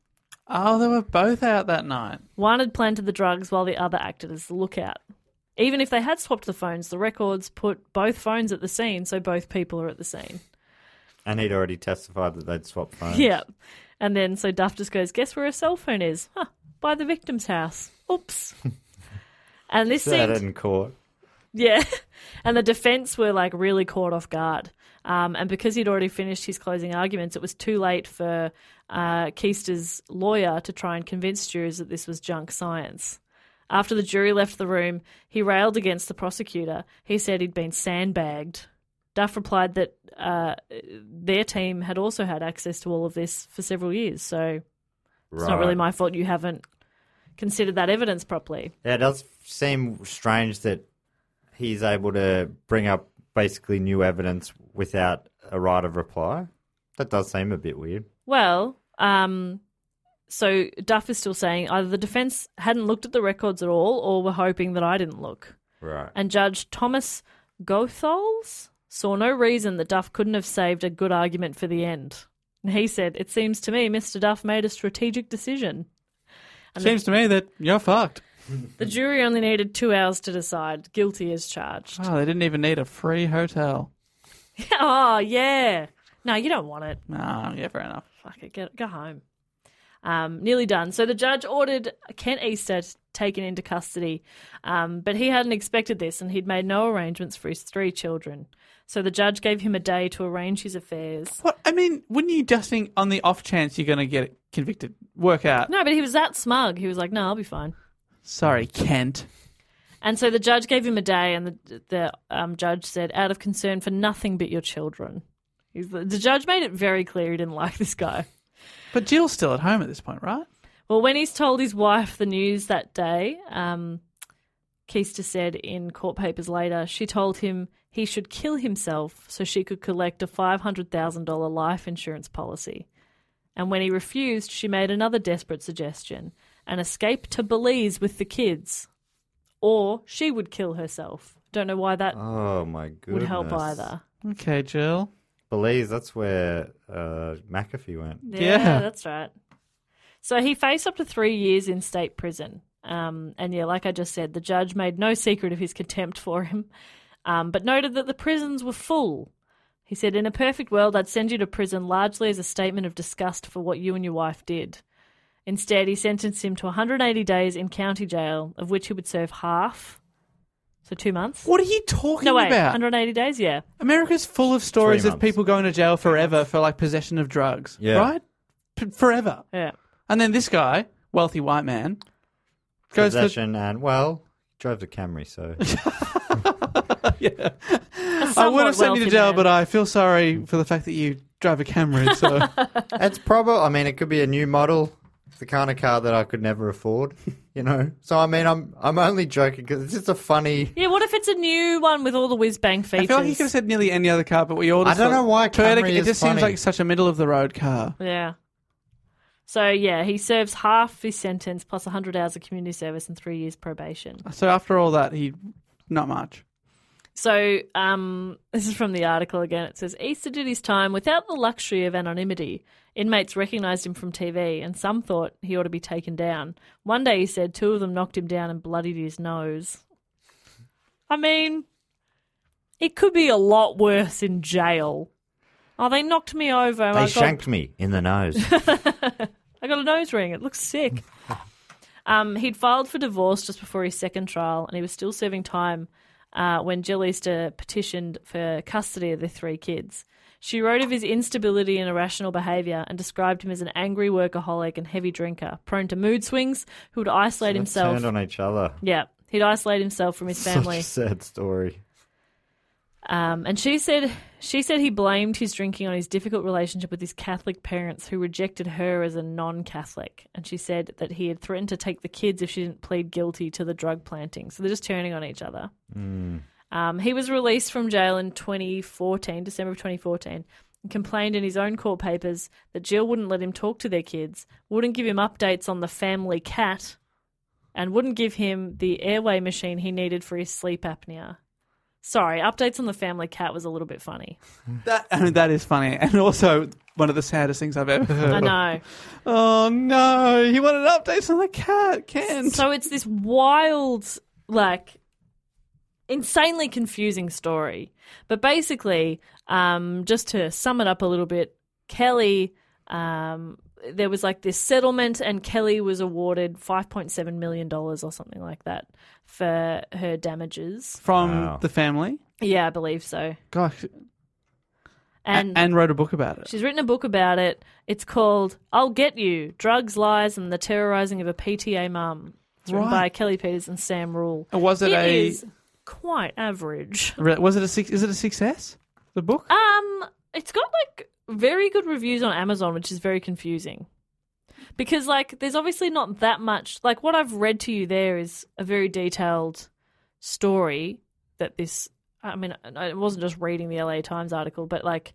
[SPEAKER 5] Oh, they were both out that night.
[SPEAKER 2] One had planted the drugs while the other acted as the lookout. Even if they had swapped the phones, the records put both phones at the scene, so both people are at the scene.
[SPEAKER 6] And he'd already testified that they'd swapped phones.
[SPEAKER 2] Yeah. And then so Duff just goes, Guess where her cell phone is? Huh, by the victim's house. Oops. and this
[SPEAKER 6] Said
[SPEAKER 2] seemed
[SPEAKER 6] it in court.
[SPEAKER 2] Yeah. And the defense were like really caught off guard. Um, and because he'd already finished his closing arguments, it was too late for uh, Keister's lawyer to try and convince jurors that this was junk science. After the jury left the room, he railed against the prosecutor. He said he'd been sandbagged. Duff replied that uh, their team had also had access to all of this for several years. So it's not really
[SPEAKER 6] Right.
[SPEAKER 2] my fault you haven't considered that evidence properly.
[SPEAKER 6] Yeah, it does seem strange that he's able to bring up basically new evidence without a right of reply. That does seem a bit weird.
[SPEAKER 2] Well, um, so Duff is still saying either the defense hadn't looked at the records at all or were hoping that I didn't look.
[SPEAKER 6] Right.
[SPEAKER 2] And Judge Thomas Gothols saw no reason that Duff couldn't have saved a good argument for the end. And he said, It seems to me Mr. Duff made a strategic decision.
[SPEAKER 5] Seems to me that you're fucked.
[SPEAKER 2] The jury only needed two hours to decide, guilty as charged.
[SPEAKER 5] Oh, they didn't even need a free hotel.
[SPEAKER 2] oh, yeah. No, you don't want it.
[SPEAKER 5] No, yeah, fair enough.
[SPEAKER 2] fuck it, get, go home. Um, nearly done. So the judge ordered Kent Easter taken into custody, um, but he hadn't expected this and he'd made no arrangements for his three children. So the judge gave him a day to arrange his affairs.
[SPEAKER 5] What I mean, wouldn't you just think on the off chance you're going to get convicted, work out?
[SPEAKER 2] No, but he was that smug. He was like, no, I'll be fine.
[SPEAKER 5] Sorry, Kent.
[SPEAKER 2] And so the judge gave him a day, and the, the um, judge said, out of concern for nothing but your children. He's, the judge made it very clear he didn't like this guy.
[SPEAKER 5] But Jill's still at home at this point, right?
[SPEAKER 2] Well, when he's told his wife the news that day, um, Keister said in court papers later, she told him he should kill himself so she could collect a $500,000 life insurance policy. And when he refused, she made another desperate suggestion an escape to Belize with the kids. Or she would kill herself. Don't know why that
[SPEAKER 8] Oh my goodness.
[SPEAKER 2] would help either.
[SPEAKER 5] Okay, Jill.
[SPEAKER 8] Belize, that's where uh, McAfee went.
[SPEAKER 2] Yeah, that's right. So he faced up to three years in state prison. Um, and yeah, like I just said, the judge made no secret of his contempt for him, um, but noted that the prisons were full. He said, In a perfect world, I'd send you to prison largely as a statement of disgust for what you and your wife did. Instead, he sentenced him to 180 days in county jail, of which he would serve half, so two months.
[SPEAKER 5] What are you talking
[SPEAKER 2] No, wait,
[SPEAKER 5] about?
[SPEAKER 2] 180 days, yeah.
[SPEAKER 5] America's full of stories
[SPEAKER 8] Three
[SPEAKER 5] of
[SPEAKER 8] months.
[SPEAKER 5] people going to jail forever for like possession of drugs.
[SPEAKER 8] Yeah.
[SPEAKER 5] Right? P- forever.
[SPEAKER 2] Yeah.
[SPEAKER 5] And then this guy, wealthy white man, goes for
[SPEAKER 8] Possession and, well, drove the Camry, so.
[SPEAKER 5] I would have
[SPEAKER 2] somewhat
[SPEAKER 5] sent you to
[SPEAKER 2] wealthy
[SPEAKER 5] jail,
[SPEAKER 2] man.
[SPEAKER 5] but I feel sorry for the fact that you drive a Camry. So
[SPEAKER 6] It's probably. I mean, it could be a new model. It's the kind of car that I could never afford. You know. So I mean, I'm I'm only joking because it's just a funny.
[SPEAKER 2] Yeah, what if it's a new one with all the whiz bang features?
[SPEAKER 5] I feel like you could have said nearly any other car, but we all.
[SPEAKER 6] I
[SPEAKER 5] Just
[SPEAKER 6] don't
[SPEAKER 5] thought-
[SPEAKER 6] know why
[SPEAKER 5] Toyota.
[SPEAKER 6] Camry
[SPEAKER 5] it
[SPEAKER 6] is
[SPEAKER 5] just seems
[SPEAKER 6] funny.
[SPEAKER 5] like such a middle of the road car.
[SPEAKER 2] Yeah. So yeah, he serves half his sentence plus 100 hours of community service and three years probation.
[SPEAKER 5] So after all that, he not much.
[SPEAKER 2] So um, this is from the article again. It says Easter did his time without the luxury of anonymity. Inmates recognised him from TV, and some thought he ought to be taken down. One day he said two of them knocked him down and bloodied his nose. I mean, it could be a lot worse in jail. Oh, they knocked me over. and I
[SPEAKER 6] They
[SPEAKER 2] got
[SPEAKER 6] shanked me in the nose.
[SPEAKER 2] I got a nose ring. It looks sick. um, he'd filed for divorce just before his second trial, and he was still serving time uh, when Jill Easter petitioned for custody of the three kids. She wrote of his instability and irrational behaviour and described him as an angry workaholic and heavy drinker, prone to mood swings, who would isolate himself.
[SPEAKER 8] Turned on each other.
[SPEAKER 2] yeah, he'd isolate himself from his family.
[SPEAKER 8] Such a sad story.
[SPEAKER 2] Um, and she said she said he blamed his drinking on his difficult relationship with his Catholic parents, who rejected her as a non-Catholic. And she said that he had threatened to take the kids if she didn't plead guilty to the drug planting. So they're just turning on each other. Um, he was released from jail in 2014, December of 2014, and complained in his own court papers that Jill wouldn't let him talk to their kids, wouldn't give him updates on the family cat, and wouldn't give him the airway machine he needed for his sleep apnea. Sorry, updates on the family cat was a little bit funny.
[SPEAKER 5] That I mean, that is funny, and also one of the saddest things I've ever heard.
[SPEAKER 2] I know.
[SPEAKER 5] Oh no, he wanted updates on the cat. Ken.
[SPEAKER 2] So it's this wild, like, insanely confusing story. But basically, um, just to sum it up a little bit, Kelly, um, there was like this settlement, and Kelly was awarded $5.7 million or something like that for her damages.
[SPEAKER 5] from
[SPEAKER 8] Wow.
[SPEAKER 5] the family.
[SPEAKER 2] Yeah, I believe so.
[SPEAKER 5] Gosh,
[SPEAKER 2] And,
[SPEAKER 5] and, wrote a book about it.
[SPEAKER 2] She's written a book about it. It's called I'll Get You Drugs, Lies, and the Terrorizing of a PTA Mum. It's written
[SPEAKER 5] Right.
[SPEAKER 2] by Kelly Peters and Sam Rule.
[SPEAKER 5] And was it a-
[SPEAKER 2] is quite average.
[SPEAKER 5] Re- Was it a six? Is it a success? The book.
[SPEAKER 2] Um, it's got like very good reviews on Amazon, which is very confusing. Because like there's obviously not that much like what I've read to you there is a very detailed story that this I mean I it wasn't just reading the LA Times article, but like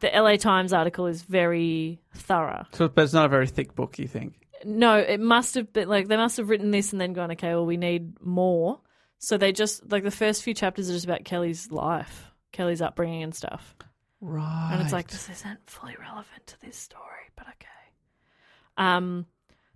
[SPEAKER 2] the LA Times article is very thorough.
[SPEAKER 5] So, but it's not a very thick book. You think?
[SPEAKER 2] No, it must have been like they must have written this and then gone, okay, well, we need more. So they just like the first few chapters are just about Kelly's life, Kelly's upbringing and stuff.
[SPEAKER 5] Right.
[SPEAKER 2] And it's like this isn't fully relevant to this story, but okay. Um,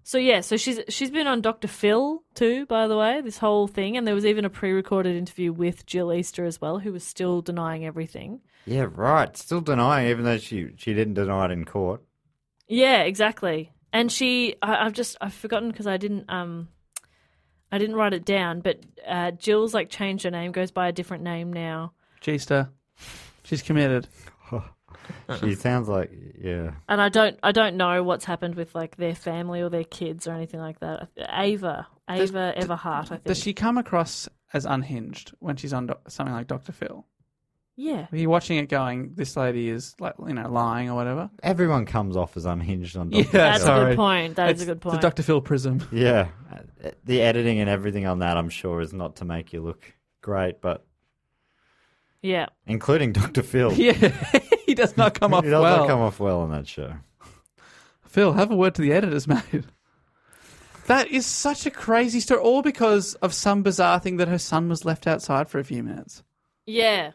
[SPEAKER 2] so yeah, so she's she's been on Dr. Phil too, by the way. This whole thing, and there was even a pre-recorded interview with Jill Easter as well, who was still denying everything.
[SPEAKER 6] yeah, right. Still denying, even though she she didn't deny it in court.
[SPEAKER 2] Yeah, exactly. And she, I, I've just, I've forgotten because I didn't, um, I didn't write it down. But uh, Jill's like changed her name, goes by a different name now.
[SPEAKER 5] Gster. She's committed.
[SPEAKER 6] She sounds like yeah.
[SPEAKER 2] And I don't, I don't know what's happened with like their family or their kids or anything like that. Ava, Ava Everhart, I think.
[SPEAKER 5] Does she come across as unhinged when she's on doc- something like Doctor Phil?
[SPEAKER 2] Yeah.
[SPEAKER 5] Are you watching it going? This lady is like you know lying or whatever.
[SPEAKER 6] Everyone comes off as unhinged on.
[SPEAKER 5] Yeah,
[SPEAKER 6] Dr. Phil.
[SPEAKER 2] That's a
[SPEAKER 5] sorry.
[SPEAKER 2] good point. That is a
[SPEAKER 5] It's
[SPEAKER 2] good point.
[SPEAKER 5] The Doctor Phil prism.
[SPEAKER 6] Yeah, Uh, the editing and everything on that, I'm sure, is not to make you look great, but
[SPEAKER 2] Yeah.
[SPEAKER 6] including Dr. Phil.
[SPEAKER 5] Yeah, he does not come off
[SPEAKER 6] He does
[SPEAKER 5] well.
[SPEAKER 6] not come off well on that show.
[SPEAKER 5] Phil, have a word to the editors, mate. That is such a crazy story, all because of some bizarre thing that her son was left outside for a few minutes,
[SPEAKER 2] Yeah.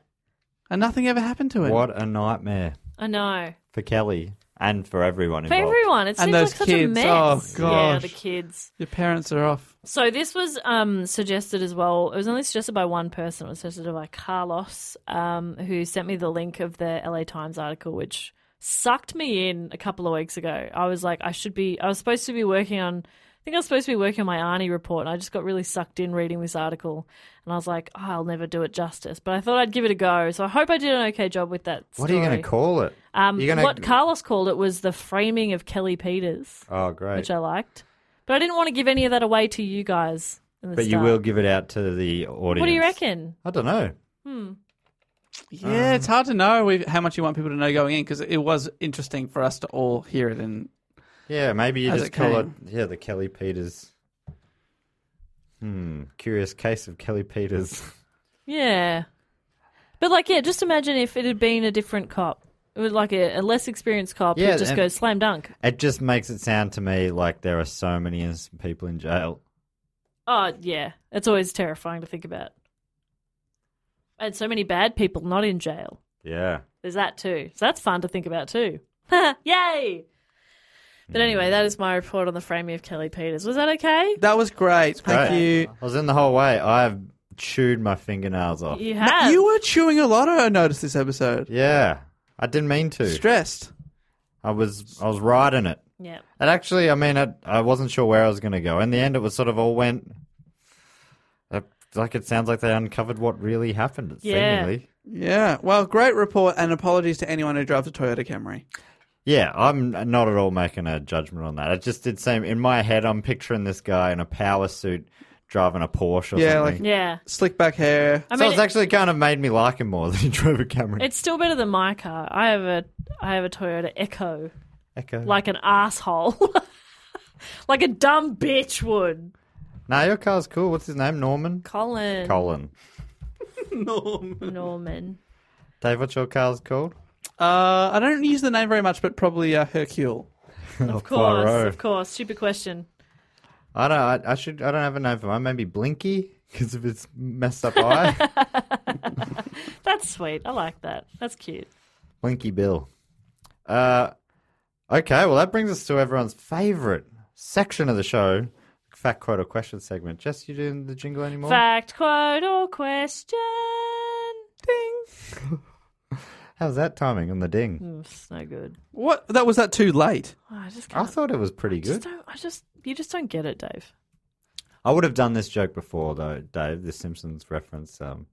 [SPEAKER 5] and nothing ever happened to him.
[SPEAKER 6] What a nightmare
[SPEAKER 2] I know.
[SPEAKER 6] for Kelly and for everyone
[SPEAKER 2] For
[SPEAKER 6] involved.
[SPEAKER 2] everyone, it
[SPEAKER 5] And
[SPEAKER 2] seems
[SPEAKER 5] those
[SPEAKER 2] like such
[SPEAKER 5] kids.
[SPEAKER 2] a mess.
[SPEAKER 5] Oh,
[SPEAKER 2] Yeah,
[SPEAKER 5] gosh.
[SPEAKER 2] the kids.
[SPEAKER 5] Your parents are off.
[SPEAKER 2] So this was um, suggested as well. It was only suggested by one person. It was suggested by Carlos, um, who sent me the link of the LA Times article, which sucked me in a couple of weeks ago. I was like, I should be. I was supposed to be working on. I think I was supposed to be working on my Arnie report, and I just got really sucked in reading this article. And I was like, oh, I'll never do it justice. But I thought I'd give it a go. So I hope I did an okay job with that.
[SPEAKER 6] What are you going to
[SPEAKER 2] story.
[SPEAKER 6] call it?
[SPEAKER 2] Um,
[SPEAKER 6] You're gonna-
[SPEAKER 2] What Carlos called it was the framing of Kelly Peters,
[SPEAKER 6] Oh, great.
[SPEAKER 2] which I liked. But I didn't want to give any of that away to you guys. in the
[SPEAKER 6] but you
[SPEAKER 2] start.
[SPEAKER 6] will give it out to the audience.
[SPEAKER 2] What do you reckon?
[SPEAKER 6] I don't know.
[SPEAKER 5] Yeah, it's hard to know with- how much you want people to know going in because it was interesting for us to all hear it. And
[SPEAKER 6] Yeah, maybe you
[SPEAKER 5] As
[SPEAKER 6] just
[SPEAKER 5] it
[SPEAKER 6] call it,
[SPEAKER 5] came.
[SPEAKER 6] yeah, the Kelly Peters. Hmm. Curious case of Kelly Peters.
[SPEAKER 2] Yeah. But like, yeah, just imagine if it had been a different cop. It was like a, a less experienced cop
[SPEAKER 6] Yeah,
[SPEAKER 2] who just
[SPEAKER 6] and-
[SPEAKER 2] goes slam dunk.
[SPEAKER 6] it just makes it sound to me like there are so many innocent people in jail.
[SPEAKER 2] Oh yeah, it's always terrifying to think about. And so many bad people not in jail.
[SPEAKER 6] Yeah.
[SPEAKER 2] There's that too. So that's fun to think about too. Yay! But anyway, that is my report on the framing of Kelly Peters. Was that okay?
[SPEAKER 5] that was great. Thank
[SPEAKER 6] Great.
[SPEAKER 5] you.
[SPEAKER 6] I was in the whole way. I've chewed my fingernails off.
[SPEAKER 2] You
[SPEAKER 5] Ma-
[SPEAKER 2] have.
[SPEAKER 5] You were chewing a lot. I noticed this episode.
[SPEAKER 6] Yeah. I didn't mean to.
[SPEAKER 5] Stressed.
[SPEAKER 6] I was I was riding it.
[SPEAKER 2] Yeah.
[SPEAKER 6] And actually, I mean, I, I wasn't sure where I was going to go. In the end, it was sort of all went. uh, Like it sounds like they uncovered what really happened.
[SPEAKER 2] Yeah.
[SPEAKER 6] Seemingly.
[SPEAKER 5] Yeah. Well, great report, and apologies to anyone who drives a Toyota Camry.
[SPEAKER 6] Yeah, I'm not at all making a judgment on that. It just did seem in my head. I'm picturing this guy in a power suit driving a Porsche. Or
[SPEAKER 5] Yeah, like-
[SPEAKER 6] something.
[SPEAKER 2] Yeah.
[SPEAKER 5] Slick back hair.
[SPEAKER 2] I
[SPEAKER 6] so
[SPEAKER 2] mean,
[SPEAKER 6] it's actually kind of made me like him more than he drove a Camry.
[SPEAKER 2] it's still better than my car. I have a I have a Toyota Echo,
[SPEAKER 6] Echo.
[SPEAKER 2] like an asshole, like a dumb bitch would.
[SPEAKER 6] nah, your car's cool. What's his name? Norman.
[SPEAKER 2] Colin.
[SPEAKER 6] Colin.
[SPEAKER 2] Norman.
[SPEAKER 6] Dave, what's your car's called?
[SPEAKER 5] Uh, I don't use the name very much, but probably uh, Hercule.
[SPEAKER 2] Of course, of course. Stupid question.
[SPEAKER 6] I don't. I, I should. I don't have a name for mine. Maybe Blinky because of his messed up eye.
[SPEAKER 2] That's sweet. I like that. That's cute.
[SPEAKER 6] Blinky Bill. Uh, okay, well, that brings us to everyone's favorite section of the show fact, quote, or question segment. Jess, you doing the jingle anymore?
[SPEAKER 2] Fact, quote, or question. Ding.
[SPEAKER 6] How's that timing on the ding?
[SPEAKER 2] Mm, It's no good.
[SPEAKER 5] What? That was that too late.
[SPEAKER 2] Oh, I just
[SPEAKER 6] I
[SPEAKER 2] can't.
[SPEAKER 6] thought it was pretty good.
[SPEAKER 2] Just don't, I just you just don't get it, Dave.
[SPEAKER 6] I would have done this joke before, though, Dave, the Simpsons reference. Um,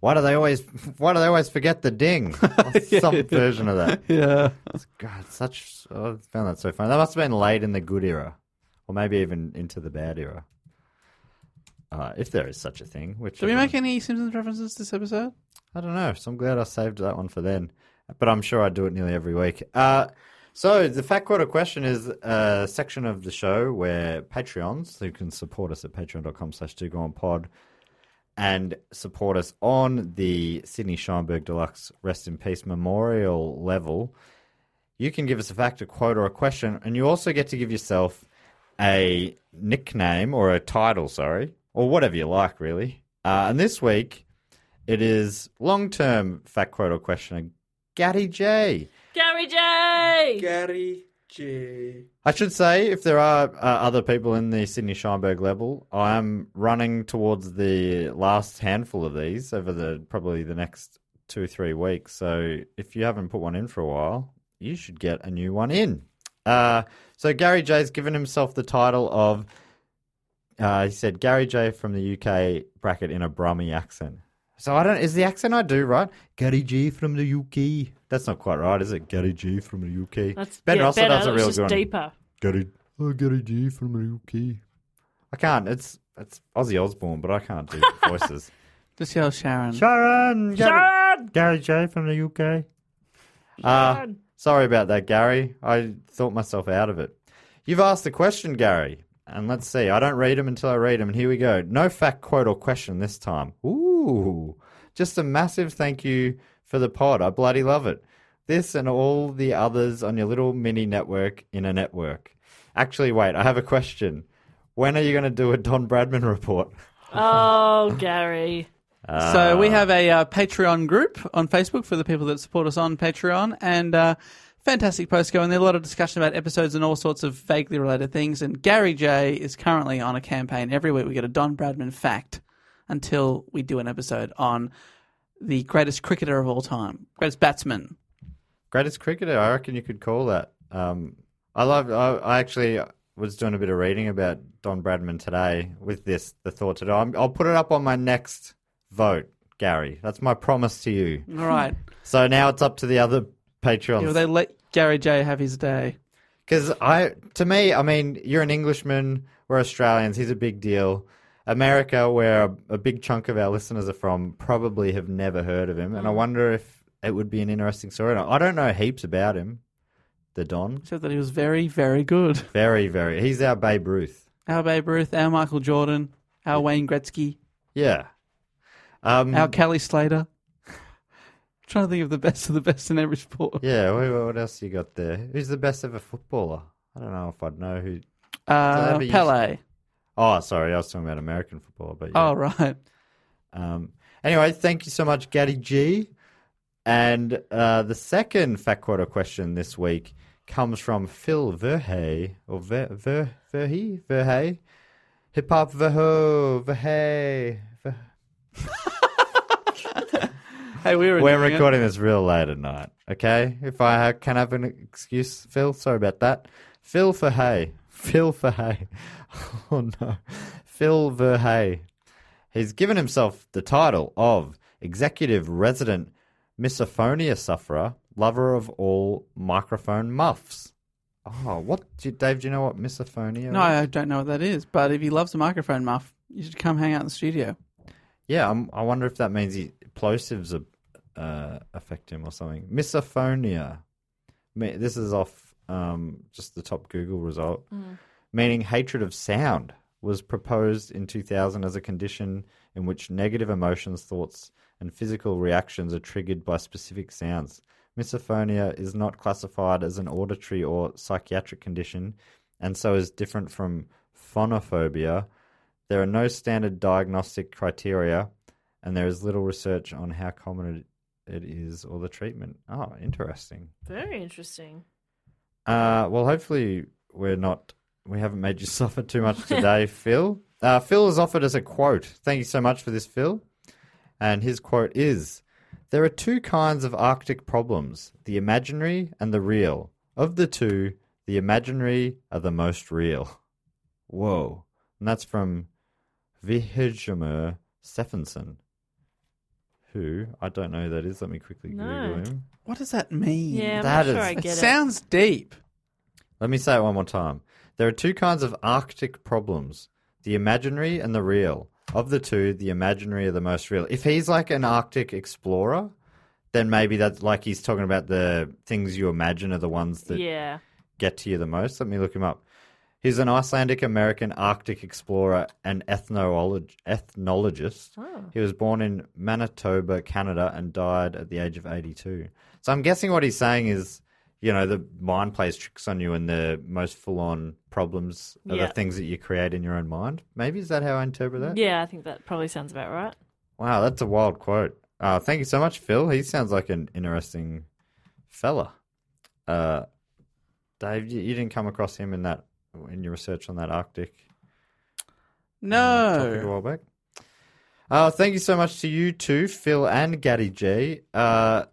[SPEAKER 6] why do they always? Why do they always forget the ding? Or Some version of that.
[SPEAKER 5] Yeah.
[SPEAKER 6] God, such. oh, I found that so funny. That must have been late in the good era, or maybe even into the bad era, uh, if there is such a thing. Which
[SPEAKER 5] Did we
[SPEAKER 6] I
[SPEAKER 5] make
[SPEAKER 6] don't-
[SPEAKER 5] any Simpsons references this episode?
[SPEAKER 6] I don't know. So I'm glad I saved that one for then. But I'm sure I do it nearly every week. Uh, so the fact quarter question is a section of the show where Patreons who can support us at patreon.com slash do go on pod and support us on the Sydney Scheinberg Deluxe Rest in Peace Memorial level. You can give us a fact, a quote, or a question, and you also get to give yourself a nickname or a title, sorry, or whatever you like, really. Uh, and this week, it is long term fact quote or question. Gaddy J.
[SPEAKER 2] Gary J.
[SPEAKER 5] Gary G.
[SPEAKER 6] I should say, if there are uh, other people in the Sydney Scheinberg level, I am running towards the last handful of these over the probably the next two three weeks. So if you haven't put one in for a while, you should get a new one in. Uh, so Gary J's given himself the title of. Uh, he said Gary J from the UK bracket in a Brummy accent. So I don't. Is the accent I do right? Gary J from the UK. That's not quite right, is it? Gary J from the UK.
[SPEAKER 2] That's
[SPEAKER 6] ben
[SPEAKER 2] yeah,
[SPEAKER 6] Russell
[SPEAKER 2] better.
[SPEAKER 6] does a
[SPEAKER 2] It's
[SPEAKER 6] real
[SPEAKER 2] just
[SPEAKER 6] good one.
[SPEAKER 2] deeper.
[SPEAKER 6] Get it. Oh, get it, G from the UK. I can't. It's it's Ozzy Osbourne, but I can't do voices.
[SPEAKER 5] Just yell Sharon.
[SPEAKER 6] Sharon, Sharon, Gary J from the UK. Uh, sorry about that, Gary. I thought myself out of it. You've asked the question, Gary, and let's see. I don't read them until I read them, and here we go. No fact, quote, or question this time. Ooh, Just a massive thank you for the pod. I bloody love it. This and all the others on your little mini network in a network. Actually, wait, I have a question. When are you going to do a Don Bradman report?
[SPEAKER 2] Oh, Gary.
[SPEAKER 6] Ah.
[SPEAKER 5] So we have a uh, Patreon group on Facebook for the people that support us on Patreon, and uh, fantastic posts going there. A lot of discussion about episodes and all sorts of vaguely related things. And Gary J is currently on a campaign. Every week we get a Don Bradman fact until we do an episode on the greatest cricketer of all time, greatest batsman.
[SPEAKER 6] Greatest cricketer, I reckon you could call that. Um, I love. I, I actually was doing a bit of reading about Don Bradman today with this. The thought today, I'm, I'll put it up on my next vote, Gary. That's my promise to you.
[SPEAKER 5] All right,
[SPEAKER 6] So now it's up to the other
[SPEAKER 5] You know,
[SPEAKER 6] Patreons.
[SPEAKER 5] they let Gary J have his day.
[SPEAKER 6] Because I, to me, I mean, you're an Englishman. We're Australians. He's a big deal. America, where a, a big chunk of our listeners are from, probably have never heard of him. And I wonder if it would be an interesting story. And I I don't know heaps about him, the Don.
[SPEAKER 5] Said that he was very, very good.
[SPEAKER 6] Very, very. He's our Babe Ruth.
[SPEAKER 5] Our Babe Ruth, our Michael Jordan, our Wayne Gretzky,
[SPEAKER 6] Yeah. Um,
[SPEAKER 5] our Kelly Slater. trying to think of the best of the best in every sport.
[SPEAKER 6] yeah. What, what else you got there? Who's the best ever footballer? I don't know if I'd know who. Did
[SPEAKER 5] Uh,
[SPEAKER 6] I ever
[SPEAKER 5] Pele.
[SPEAKER 6] Oh, sorry. I was talking about American football. But yeah.
[SPEAKER 5] Oh, right.
[SPEAKER 6] Um, anyway, thank you so much, Gaddy G. And uh, the second fact quarter question this week comes from Phil Verhey, or Ver, Ver, Verhey? Verhey? Hip Hop Verho, Verhey. Ver-
[SPEAKER 5] Hey, we were
[SPEAKER 6] We're
[SPEAKER 5] doing it.
[SPEAKER 6] recording this real late at night, okay? If I ha- can have an excuse, Phil, sorry about that. Phil Verhey. Phil Verhey. Oh, no. Phil Verhey. He's given himself the title of Executive Resident Misophonia Sufferer, Lover of All Microphone Muffs. Oh, what? Do you, Dave, do you know what misophonia
[SPEAKER 5] No,
[SPEAKER 6] is?
[SPEAKER 5] I don't know what that is, but if he loves the microphone muff, you should come hang out in the studio.
[SPEAKER 6] Yeah, I'm, I wonder if that means he, plosives uh, affect him or something. Misophonia. Me- This is off um, just the top Google result, meaning hatred of sound was proposed in 2000 as a condition in which negative emotions, thoughts, and physical reactions are triggered by specific sounds. Misophonia is not classified as an auditory or psychiatric condition and so is different from phonophobia. There are no standard diagnostic criteria, and there is little research on how common it, it is or the treatment. Oh, interesting.
[SPEAKER 2] Very interesting.
[SPEAKER 6] Uh, well, hopefully we're not we haven't made you suffer too much today, Phil. Uh, Phil has offered us a quote. Thank you so much for this, Phil. And his quote is: "There are two kinds of Arctic problems: the imaginary and the real. Of the two, the imaginary are the most real." Whoa! And that's from Vihjemur Stephenson. Who I don't know who that is. Let me quickly
[SPEAKER 2] No.
[SPEAKER 6] Google him.
[SPEAKER 5] What does that mean?
[SPEAKER 2] Yeah, I'm
[SPEAKER 6] That
[SPEAKER 2] not sure
[SPEAKER 6] is-
[SPEAKER 2] I
[SPEAKER 5] it
[SPEAKER 2] get it.
[SPEAKER 5] sounds
[SPEAKER 6] Mm,
[SPEAKER 5] deep.
[SPEAKER 6] Let me say it one more time. There are two kinds of Arctic problems the imaginary and the real. Of the two, the imaginary are the most real. If he's like an Arctic explorer, then maybe that's like he's talking about the things you imagine are the ones that
[SPEAKER 2] Yeah.
[SPEAKER 6] get to you the most. Let me look him up. He's an Icelandic American Arctic explorer and ethnolog- ethnologist. He was born in Manitoba, Canada, and died at the age of 82. So I'm guessing what he's saying is, you know, the mind plays tricks on you, and the most full on problems are
[SPEAKER 2] Yeah.
[SPEAKER 6] the things that you create in your own mind. Maybe is that how I interpret that?
[SPEAKER 2] Yeah, I think that probably sounds about right.
[SPEAKER 6] Wow, that's a wild quote. Uh, thank you so much, Phil. He sounds like an interesting fella. Uh, Dave, you, you didn't come across him in that in your research on that Arctic um, topic a
[SPEAKER 5] No.
[SPEAKER 6] while back. Uh, thank you so much to you two, Phil and Gaddy G. Uh,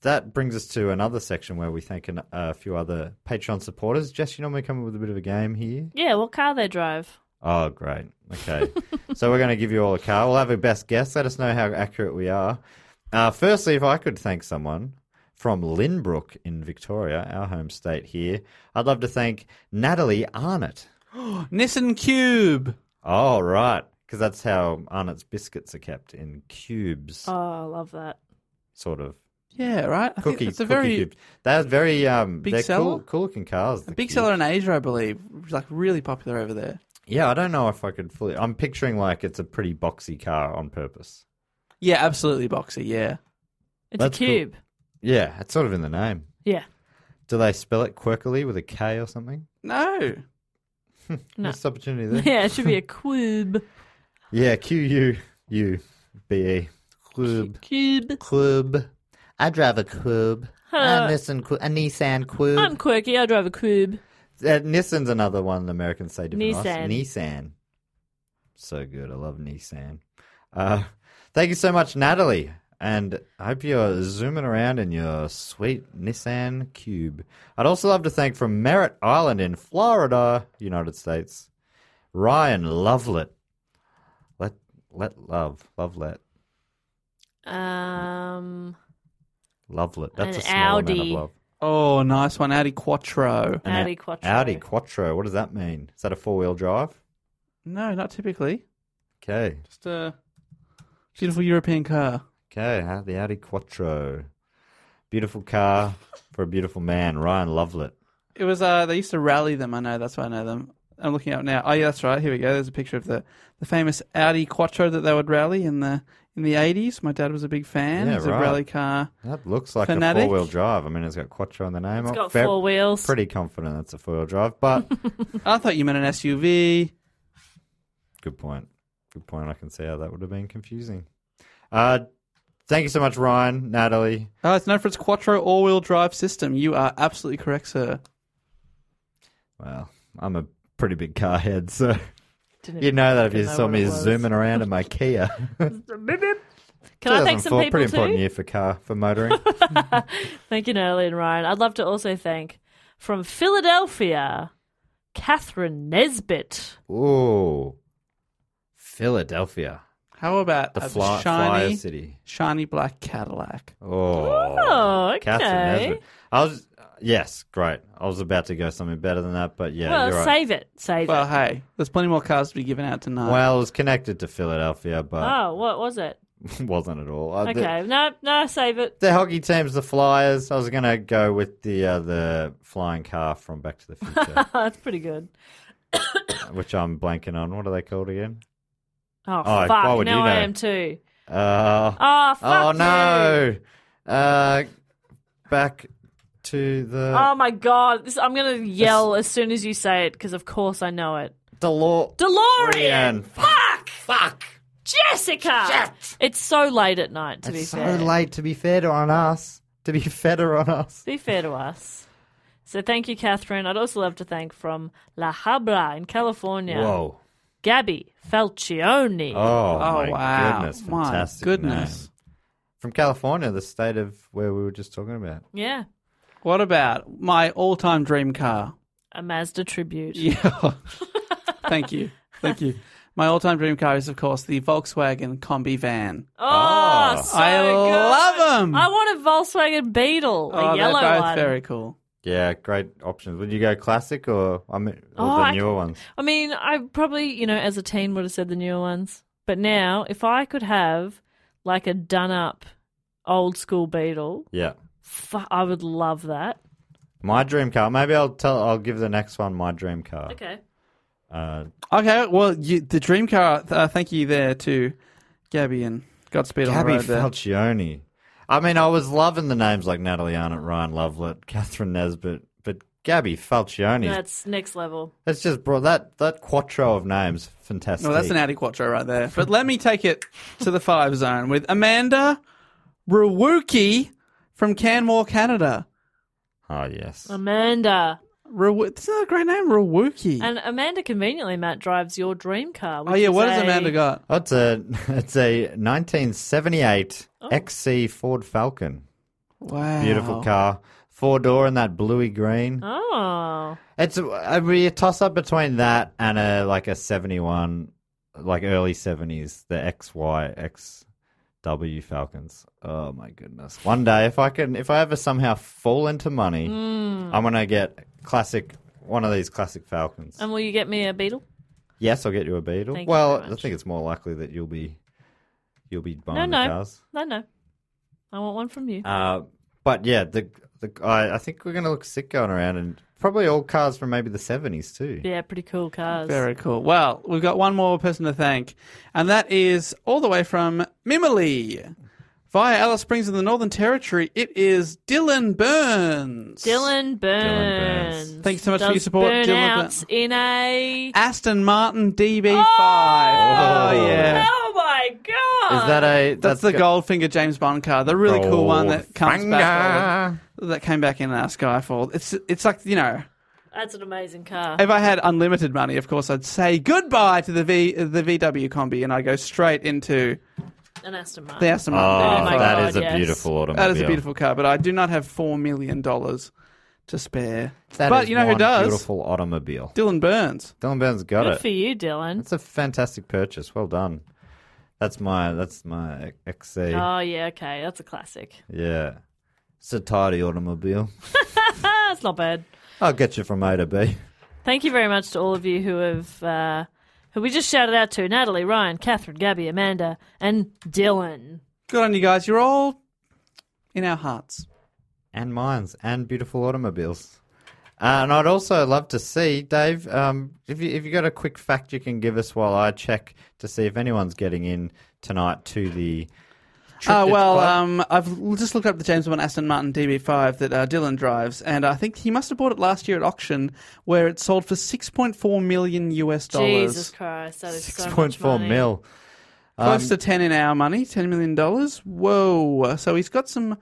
[SPEAKER 6] that brings us to another section where we thank an, a few other Patreon supporters. Jess, you normally come up with a bit of a game here.
[SPEAKER 2] Yeah, what car they drive?
[SPEAKER 6] Oh, great. Okay. so we're going to give you all a car. We'll have a best guess. Let us know how accurate we are. Uh, firstly, if I could thank someone from Lynbrook in Victoria, our home state here, I'd love to thank Natalie Arnott.
[SPEAKER 5] Nissan Cube.
[SPEAKER 6] Oh, right. Because that's how Arnott's biscuits are kept in cubes,
[SPEAKER 2] Oh, I love that.
[SPEAKER 6] sort of.
[SPEAKER 5] Yeah, right. I think
[SPEAKER 6] Cookie,
[SPEAKER 5] it's a
[SPEAKER 6] cookie
[SPEAKER 5] very
[SPEAKER 6] cubes. They're very um,
[SPEAKER 5] Big
[SPEAKER 6] they're
[SPEAKER 5] seller?
[SPEAKER 6] cool, cool looking cars.
[SPEAKER 5] a
[SPEAKER 6] the
[SPEAKER 5] big
[SPEAKER 6] cubes.
[SPEAKER 5] seller in Asia, I believe. Like really popular over there.
[SPEAKER 6] Yeah, I don't know if I could fully. I'm picturing like it's a pretty boxy car on purpose.
[SPEAKER 5] Yeah, absolutely, Boxer. Yeah.
[SPEAKER 2] It's
[SPEAKER 6] That's
[SPEAKER 2] a
[SPEAKER 6] cool.
[SPEAKER 2] cube.
[SPEAKER 6] Yeah, it's sort of in the name.
[SPEAKER 2] Yeah.
[SPEAKER 6] Do they spell it quirkily with a K or something?
[SPEAKER 5] No.
[SPEAKER 2] No.
[SPEAKER 6] Missed opportunity there.
[SPEAKER 2] Yeah, it should be a cube.
[SPEAKER 6] Yeah, Q U U B E. Club.
[SPEAKER 2] Cube.
[SPEAKER 6] Club. I drive a club.
[SPEAKER 2] Hello.
[SPEAKER 6] Nissan Qu- a Nissan club.
[SPEAKER 2] I'm quirky. I drive a cube.
[SPEAKER 6] Uh, Nissan's another one Americans say different. Nissan.
[SPEAKER 2] Nissan.
[SPEAKER 6] Nissan. So good. I love Nissan. Uh, thank you so much, Natalie. And I hope you're zooming around in your sweet Nissan Cube. I'd also love to thank from Merritt Island in Florida, United States, Ryan Lovelet. Let let love. Lovelet.
[SPEAKER 2] Um,
[SPEAKER 6] Lovelet. That's
[SPEAKER 2] An
[SPEAKER 6] a small amount of
[SPEAKER 2] Audi.
[SPEAKER 6] love.
[SPEAKER 5] Oh, nice one, Audi Quattro.
[SPEAKER 6] An
[SPEAKER 2] Audi
[SPEAKER 6] A-
[SPEAKER 2] Quattro.
[SPEAKER 6] Audi Quattro. What does that mean? Is that a four wheel drive?
[SPEAKER 5] No, not typically.
[SPEAKER 6] Okay.
[SPEAKER 5] Just uh, a beautiful European car.
[SPEAKER 6] Okay, huh? the Audi Quattro. Beautiful car for a beautiful man, Ryan Lovelet.
[SPEAKER 5] It was. Uh, they used to rally them. I know. That's why I know them. I'm looking up now. Oh yeah, that's right. Here we go. There's a picture of the, the famous Audi Quattro that they would rally in the in the 80s. My dad was a big fan.
[SPEAKER 6] Yeah,
[SPEAKER 5] it was
[SPEAKER 6] right.
[SPEAKER 5] a rally car.
[SPEAKER 6] That looks like
[SPEAKER 5] Fanatic.
[SPEAKER 6] a four wheel drive. I mean, it's got Quattro in the name.
[SPEAKER 2] It's
[SPEAKER 6] I'm
[SPEAKER 2] got
[SPEAKER 6] fair-
[SPEAKER 2] four wheels.
[SPEAKER 6] Pretty confident that's a four wheel drive, but
[SPEAKER 5] I thought you meant an SUV.
[SPEAKER 6] good point. Good point. I can see how that would have been confusing. Uh, thank you so much, Ryan, Natalie.
[SPEAKER 5] Oh, it's known for its Quattro all-wheel drive system. You are absolutely correct, sir.
[SPEAKER 6] Well, I'm a pretty big car head, so
[SPEAKER 2] Didn't
[SPEAKER 6] you know that if you
[SPEAKER 2] even know
[SPEAKER 6] saw
[SPEAKER 2] what
[SPEAKER 6] me
[SPEAKER 2] it was.
[SPEAKER 6] zooming around in my Kia.
[SPEAKER 2] Can I thank some
[SPEAKER 6] 2004,
[SPEAKER 2] people
[SPEAKER 6] Pretty important
[SPEAKER 2] too?
[SPEAKER 6] year for car for motoring.
[SPEAKER 2] Thank you, Natalie and Ryan. I'd love to also thank from Philadelphia, Catherine Nesbitt.
[SPEAKER 6] Ooh, Philadelphia,
[SPEAKER 5] How about
[SPEAKER 6] the
[SPEAKER 5] a
[SPEAKER 6] fly, flyer
[SPEAKER 5] shiny,
[SPEAKER 6] city.
[SPEAKER 5] shiny black Cadillac?
[SPEAKER 6] Oh,
[SPEAKER 2] Oh, okay.
[SPEAKER 6] Catherine Nesbitt. I was yes, great. I was about to go something better than that, but yeah,
[SPEAKER 2] well,
[SPEAKER 6] you're right.
[SPEAKER 2] save it. Save
[SPEAKER 5] Well,
[SPEAKER 2] it.
[SPEAKER 5] hey, there's plenty more cars to be given out tonight.
[SPEAKER 6] Well, it was connected to Philadelphia, but
[SPEAKER 2] Oh, what was it?
[SPEAKER 6] wasn't at all. Uh, the-
[SPEAKER 2] Okay. No, no, save it.
[SPEAKER 6] The, hockey team's the Flyers. I was gonna go with the uh, the flying car from Back to the Future,
[SPEAKER 2] That's pretty good.
[SPEAKER 6] which I'm blanking on. What are they called again?
[SPEAKER 2] Oh,
[SPEAKER 6] Oh, why
[SPEAKER 2] fuck.
[SPEAKER 6] would you
[SPEAKER 2] Now I
[SPEAKER 6] know?
[SPEAKER 2] am too.
[SPEAKER 6] Uh,
[SPEAKER 2] Oh, fuck.
[SPEAKER 6] oh
[SPEAKER 2] you.
[SPEAKER 6] no! Uh, back to the
[SPEAKER 2] Oh, my God. This, I'm going to yell as soon as you say it because, of course, I know it.
[SPEAKER 6] Delor-
[SPEAKER 2] DeLorean.
[SPEAKER 6] DeLorean. Fuck! Fuck!
[SPEAKER 2] Jessica. It's so late at night, to be
[SPEAKER 6] It's so
[SPEAKER 2] fair.
[SPEAKER 6] late to be fair to on us. To be fatter on us.
[SPEAKER 2] To be fair to us. So thank you, Catherine. I'd also love to thank from La Habra in California,
[SPEAKER 6] Whoa.
[SPEAKER 2] Gabby Falcioni.
[SPEAKER 6] Oh, my
[SPEAKER 5] wow.
[SPEAKER 6] goodness.
[SPEAKER 5] My
[SPEAKER 6] Fantastic.
[SPEAKER 5] goodness.
[SPEAKER 6] name. From California, the state of where we were just talking about.
[SPEAKER 2] Yeah,
[SPEAKER 5] What about my all-time dream car?
[SPEAKER 2] a Mazda tribute.
[SPEAKER 5] Yeah. Thank you. Thank you. My all time dream car is, of course, the Volkswagen Combi van.
[SPEAKER 2] Oh, so
[SPEAKER 5] I
[SPEAKER 2] good.
[SPEAKER 5] love 'em.
[SPEAKER 2] I want a Volkswagen Beetle,
[SPEAKER 5] oh,
[SPEAKER 2] a
[SPEAKER 5] they're
[SPEAKER 2] yellow
[SPEAKER 5] both
[SPEAKER 2] one.
[SPEAKER 5] very cool.
[SPEAKER 6] Yeah, great options. Would you go classic or I mean, or
[SPEAKER 2] Oh,
[SPEAKER 6] the
[SPEAKER 2] I-
[SPEAKER 6] newer ones?
[SPEAKER 2] I mean, I probably, you know, as a teen would have said the newer ones. But now, if I could have like a done up old school Beetle,
[SPEAKER 6] Yeah.
[SPEAKER 2] fu- I would love that.
[SPEAKER 6] My dream car. Maybe I'll tell. I'll give the next one my dream car.
[SPEAKER 2] Okay.
[SPEAKER 6] Uh,
[SPEAKER 5] Okay, well, you, the dream car, uh, thank you there to Gabby and Godspeed on the
[SPEAKER 6] Gabby
[SPEAKER 5] road there.
[SPEAKER 6] Falcioni. I mean, I was loving the names like Natalie Arnott, Ryan Lovelet, Catherine Nesbitt, but Gabby Falcioni is
[SPEAKER 2] That's next level.
[SPEAKER 6] That's just bro. That that quattro of names, fantastic.
[SPEAKER 5] Well, that's an Audi Quattro right there. But let me take it to the five zone with Amanda Rawuki from Canmore, Canada.
[SPEAKER 6] Oh yes.
[SPEAKER 2] Um, Amanda.
[SPEAKER 5] Rawu- That's not a great name, Rawuki.
[SPEAKER 2] And Amanda conveniently, Matt, drives your dream car.
[SPEAKER 5] Oh,
[SPEAKER 2] which
[SPEAKER 5] yeah,
[SPEAKER 2] is
[SPEAKER 5] what
[SPEAKER 2] a-
[SPEAKER 5] has Amanda got?
[SPEAKER 6] Oh, it's a it's a 1978 XC Ford Falcon.
[SPEAKER 5] Wow.
[SPEAKER 6] Beautiful car, four door in that bluey green.
[SPEAKER 2] Oh.
[SPEAKER 6] It's a, it'd be a toss up between that and a like a 71, like early 70s, the XY XW Falcons. Oh my goodness! One day, if I can, if I ever somehow fall into money, I'm gonna get classic one of these classic Falcons.
[SPEAKER 2] And will you get me a Beetle?
[SPEAKER 6] Yes, I'll get you a Beetle.
[SPEAKER 2] Thank you
[SPEAKER 6] well,
[SPEAKER 2] very
[SPEAKER 6] I
[SPEAKER 2] much.
[SPEAKER 6] think it's more likely that you'll be you'll be buying
[SPEAKER 2] no.
[SPEAKER 6] the cars.
[SPEAKER 2] No, no. I want one from you.
[SPEAKER 6] Uh, but yeah, the the I, I think we're going to look sick going around, and probably all cars from maybe the seventies too.
[SPEAKER 2] Yeah, pretty cool cars.
[SPEAKER 5] Very cool. Well, we've got one more person to thank, and that is all the way from Mimily. Via Alice Springs in the Northern Territory, it is Dylan Burns.
[SPEAKER 2] Dylan Burns.
[SPEAKER 8] Burns.
[SPEAKER 5] Thanks so much for
[SPEAKER 2] Does
[SPEAKER 5] your support, Dylan
[SPEAKER 2] Burnouts
[SPEAKER 5] Burn-
[SPEAKER 2] in a.
[SPEAKER 5] Aston Martin
[SPEAKER 2] Oh!
[SPEAKER 5] DB5. oh yeah.
[SPEAKER 2] Oh my god!
[SPEAKER 6] Is that a
[SPEAKER 5] That's the
[SPEAKER 6] go-
[SPEAKER 5] Goldfinger James Bond car, the really cool one that comes back
[SPEAKER 6] Goldfinger.
[SPEAKER 5] that came back in uh, Skyfall. It's it's like you know,
[SPEAKER 2] That's an amazing car.
[SPEAKER 5] if I had unlimited money, of course I'd say goodbye to the V the VW combi and I would go straight into
[SPEAKER 2] An Aston Martin.
[SPEAKER 5] the Aston
[SPEAKER 2] Oh
[SPEAKER 5] Martin.
[SPEAKER 2] my
[SPEAKER 5] DB5.
[SPEAKER 2] God,
[SPEAKER 8] that is a
[SPEAKER 2] yes.
[SPEAKER 8] beautiful automobile.
[SPEAKER 5] that is a beautiful car, but I do not have four million dollars to spare.
[SPEAKER 6] That
[SPEAKER 5] but
[SPEAKER 6] is
[SPEAKER 5] you know who
[SPEAKER 6] one
[SPEAKER 5] does?
[SPEAKER 6] Beautiful automobile.
[SPEAKER 5] Dylan Burns.
[SPEAKER 6] Dylan Burns got
[SPEAKER 2] Good
[SPEAKER 6] it.
[SPEAKER 2] for you, Dylan.
[SPEAKER 6] That's a fantastic purchase. Well done. That's my that's my XC.
[SPEAKER 2] Oh yeah, okay, that's a classic.
[SPEAKER 6] yeah, it's a tidy automobile.
[SPEAKER 2] That's Ah, not bad.
[SPEAKER 6] I'll get you from A to B.
[SPEAKER 2] Thank you very much to all of you who have uh, who we just shouted out to: Natalie, Ryan, Catherine, Gabby, Amanda, and Dylan.
[SPEAKER 5] Good on you guys. You're all in our hearts.
[SPEAKER 6] and mines and beautiful automobiles. Uh, and I'd also love to see Dave. Um, if you if you got a quick fact you can give us while I check to see if anyone's getting in tonight to the.
[SPEAKER 5] Uh,
[SPEAKER 6] Triptych
[SPEAKER 5] well,
[SPEAKER 6] Club.
[SPEAKER 5] um, I've l- just looked up the James Bond Aston Martin DB5 that uh, Dylan drives, and I think he must have bought it last year at auction, where it sold for 6.4 million US
[SPEAKER 2] Jesus
[SPEAKER 5] dollars,
[SPEAKER 2] Christ, that is so
[SPEAKER 6] six
[SPEAKER 2] much
[SPEAKER 6] point four
[SPEAKER 2] money.
[SPEAKER 6] mil.
[SPEAKER 5] close to 10 in our money, 10 million dollars. Whoa! So he's got some,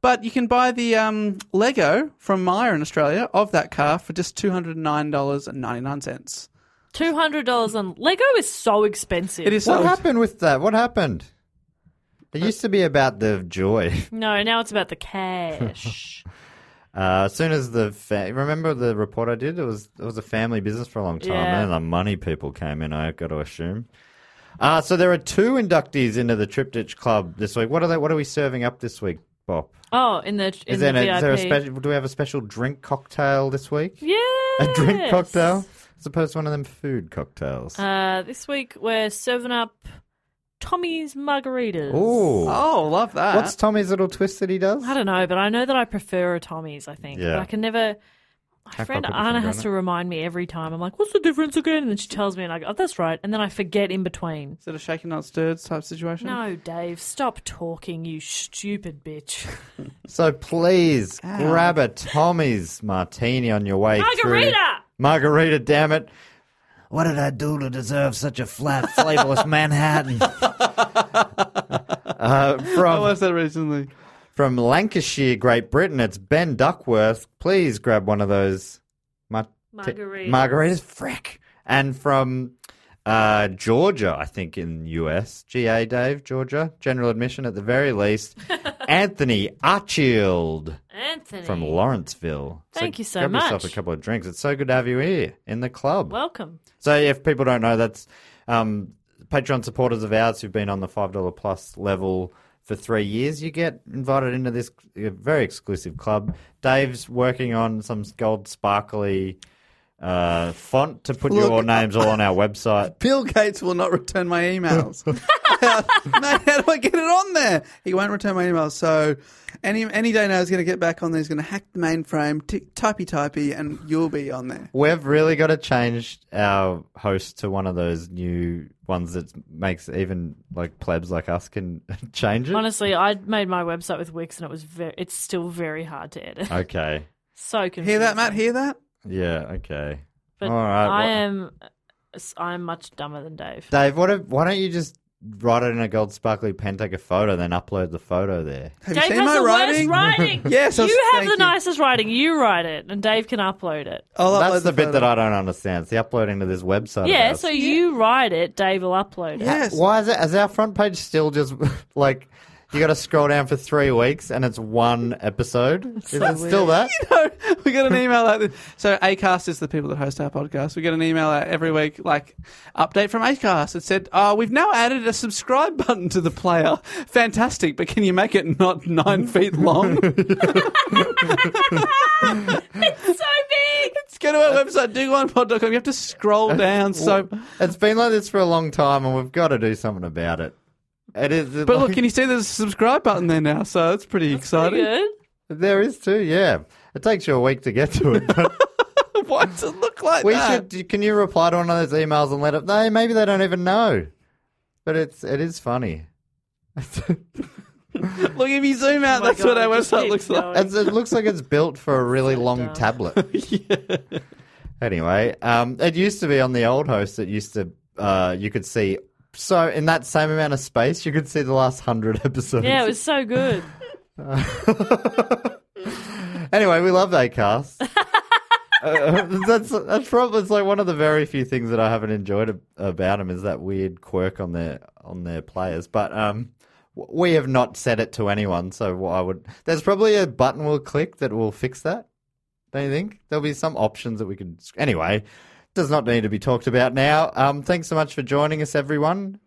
[SPEAKER 5] but you can buy the um, Lego from Meyer in Australia of that car for just 209 dollars and 99 cents.
[SPEAKER 2] Two hundred dollars on Lego is so expensive.
[SPEAKER 5] It is
[SPEAKER 6] What
[SPEAKER 5] sold.
[SPEAKER 6] happened with that? What happened? It used to be about the joy.
[SPEAKER 2] No, now it's about the cash.
[SPEAKER 6] Uh, as soon as the fa- remember the report I did, it was it was a family business for a long time,
[SPEAKER 2] Yeah.
[SPEAKER 6] and the money people came in. I got to assume. Uh, so there are two inductees into the Triptych Club this week. What are they? What are we serving up this week, Bob?
[SPEAKER 2] oh, in the in
[SPEAKER 6] Is
[SPEAKER 2] the
[SPEAKER 6] there, an-
[SPEAKER 2] VIP.
[SPEAKER 6] is there a special? Do we have a special drink cocktail this week?
[SPEAKER 2] yes.
[SPEAKER 6] A drink cocktail as opposed to one of them food cocktails.
[SPEAKER 2] Uh, this week we're serving up Tommy's margaritas.
[SPEAKER 6] Ooh,
[SPEAKER 5] Oh, love that.
[SPEAKER 6] what's Tommy's little twist that he does?
[SPEAKER 2] uh, I don't know, but I know that I prefer a Tommy's. I think,
[SPEAKER 6] Yeah.
[SPEAKER 2] but I can never. My
[SPEAKER 6] Can't
[SPEAKER 2] friend
[SPEAKER 6] quite put my
[SPEAKER 2] Anna
[SPEAKER 6] finger
[SPEAKER 2] has
[SPEAKER 6] on
[SPEAKER 2] to
[SPEAKER 6] it.
[SPEAKER 2] remind me every time. I'm like, "What's the difference again?" And then she tells me, and I go, "Oh, that's right." And then I forget in between.
[SPEAKER 5] Is it a shaken not stirred type situation?
[SPEAKER 2] No, Dave, stop talking, you stupid bitch.
[SPEAKER 6] So please grab a Tommy's martini on your way
[SPEAKER 2] Margarita!
[SPEAKER 6] through. Margarita, damn it. What did I do to deserve such a flat, flavorless Manhattan? uh,
[SPEAKER 5] I
[SPEAKER 6] from
[SPEAKER 5] watched that recently.
[SPEAKER 6] from Lancashire, Great Britain, it's Ben Duckworth. Please grab one of those mar-
[SPEAKER 2] Margaritas.
[SPEAKER 6] margaritas, frick. And from uh, Georgia, I think in US, GA Dave, Georgia, general admission at the very least. Anthony Archield
[SPEAKER 2] Anthony,
[SPEAKER 6] from Lawrenceville.
[SPEAKER 2] Thank you so
[SPEAKER 6] grab yourself
[SPEAKER 2] much.
[SPEAKER 6] a couple of drinks. It's so good to have you here in the club.
[SPEAKER 2] welcome.
[SPEAKER 6] so if people don't know, that's um, Patreon supporters of ours who've been on the five dollar plus level for three years. You get invited into this uh, very exclusive club. Dave's working on some gold sparkly. Uh, font to put your
[SPEAKER 5] Look-
[SPEAKER 6] names all on our website.
[SPEAKER 5] Bill Gates will not return my emails. Mate, how do I get it on there? He won't return my emails. So any any day now, he's going to get back on there. He's going to hack the mainframe, t- typey typey, and you'll be on there.
[SPEAKER 6] We've really got to change our host to one of those new ones that makes even like plebs like us can change it.
[SPEAKER 2] Honestly, I made my website with Wix, and it was very. It's still very hard to edit.
[SPEAKER 6] Uh, Okay.
[SPEAKER 2] so confusing.
[SPEAKER 5] Hear that, Matt? Hear that?
[SPEAKER 6] Yeah. Okay.
[SPEAKER 2] But
[SPEAKER 6] All right,
[SPEAKER 2] I
[SPEAKER 6] well-
[SPEAKER 2] am.
[SPEAKER 5] uh,
[SPEAKER 2] I'm much dumber than Dave.
[SPEAKER 6] Dave, what if, why don't you just write it in a gold sparkly pen, take a photo, then upload the photo there?
[SPEAKER 5] Have
[SPEAKER 2] Dave
[SPEAKER 5] you seen
[SPEAKER 2] has
[SPEAKER 5] my
[SPEAKER 2] the
[SPEAKER 5] writing?
[SPEAKER 2] worst writing.
[SPEAKER 5] Yes, I was-
[SPEAKER 2] you have
[SPEAKER 5] thank
[SPEAKER 2] the
[SPEAKER 5] you.
[SPEAKER 2] nicest writing. You write it, and Dave can upload it.
[SPEAKER 5] I'll upload
[SPEAKER 6] That's the bit
[SPEAKER 5] photo.
[SPEAKER 6] that I don't understand. It's the uploading to this website.
[SPEAKER 2] yeah,
[SPEAKER 6] of
[SPEAKER 2] so
[SPEAKER 6] ours.
[SPEAKER 2] you write it, Dave will upload it.
[SPEAKER 5] Yes.
[SPEAKER 6] why is it? Is our front page still just like you got to scroll down for three weeks and it's one episode? Is it still that?
[SPEAKER 5] we get an email like this. So Acast is the people that host our podcast. We get an email out every week, like update from Acast. It said, "Oh, we've now added a subscribe button to the player. Fantastic! But can you make it not nine feet long?
[SPEAKER 2] It's so big.
[SPEAKER 5] Let's go to our website, dogonepod.com. You have to scroll down. So,
[SPEAKER 6] It's been like this for a long time, and we've got to do something about it. It is.
[SPEAKER 5] but look, can you see there's a subscribe button there now? So it's pretty exciting.
[SPEAKER 2] Good.
[SPEAKER 6] There is too, yeah. It takes you a week to get to it. but
[SPEAKER 5] Why does it look like
[SPEAKER 6] we
[SPEAKER 5] that?
[SPEAKER 6] should. Can you reply to one of those emails and let it? No, maybe they don't even know. But it's it is funny.
[SPEAKER 5] Look, if you zoom
[SPEAKER 2] Oh
[SPEAKER 5] out,
[SPEAKER 2] my
[SPEAKER 5] that's what
[SPEAKER 2] God,
[SPEAKER 5] our
[SPEAKER 2] it just
[SPEAKER 5] website
[SPEAKER 2] keeps
[SPEAKER 5] looks like.
[SPEAKER 2] going.
[SPEAKER 6] It's, it looks like it's built for a really long tablet. Anyway, um, it used to be on the old host. It used to uh, you could see so in that same amount of space you could see the last hundred episodes.
[SPEAKER 2] Yeah, it was so good.
[SPEAKER 6] anyway, we love that cast. Uh, that's that's probably it's like one of the very few things that I haven't enjoyed ab- about them is that weird quirk on their on their players. But um, w- we have not said it to anyone, so I would. There's probably a button we'll click that will fix that. Don't you think there'll be some options that we could? Anyway, does not need to be talked about now. Um, thanks so much for joining us, everyone.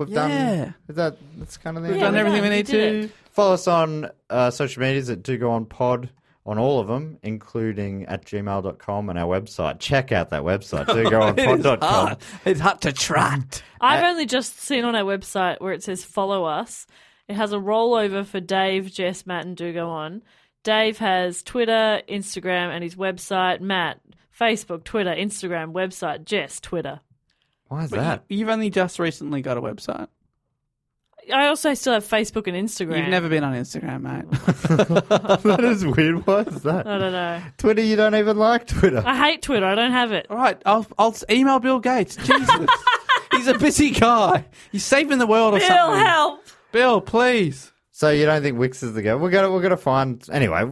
[SPEAKER 6] We've
[SPEAKER 5] Yeah.
[SPEAKER 6] done is that. That's kind of the end
[SPEAKER 2] We've Yeah,
[SPEAKER 6] of
[SPEAKER 5] Done
[SPEAKER 6] it?
[SPEAKER 5] everything we
[SPEAKER 2] done. We
[SPEAKER 5] need
[SPEAKER 2] did
[SPEAKER 5] to.
[SPEAKER 6] Follow us on uh, social medias at Do Go On Pod on all of them, including at gmail.com and our website. Check out that website, dogoonpod.com.
[SPEAKER 5] It's hard to track.
[SPEAKER 2] I've only just seen on our website where it says follow us. It has a rollover for Dave, Jess, Matt, and do go on. Dave has Twitter, Instagram, and his website. Matt, Facebook, Twitter, Instagram, website. Jess, Twitter.
[SPEAKER 6] Why is
[SPEAKER 5] But
[SPEAKER 6] that?
[SPEAKER 5] you- You've only just recently got a website.
[SPEAKER 2] I also still have Facebook and Instagram.
[SPEAKER 5] You've never been on Instagram, mate.
[SPEAKER 6] that is weird. Why is
[SPEAKER 2] I
[SPEAKER 6] that?
[SPEAKER 2] don't know.
[SPEAKER 6] Twitter, you don't even like Twitter.
[SPEAKER 2] I hate Twitter. I don't have it.
[SPEAKER 5] All right, I'll, I'll email Bill Gates. Jesus. He's a busy guy. He's saving the world or
[SPEAKER 2] Bill,
[SPEAKER 5] something.
[SPEAKER 2] help!
[SPEAKER 5] Bill, please.
[SPEAKER 6] So you don't think Wix is the go? We're gonna we're gonna find anyway.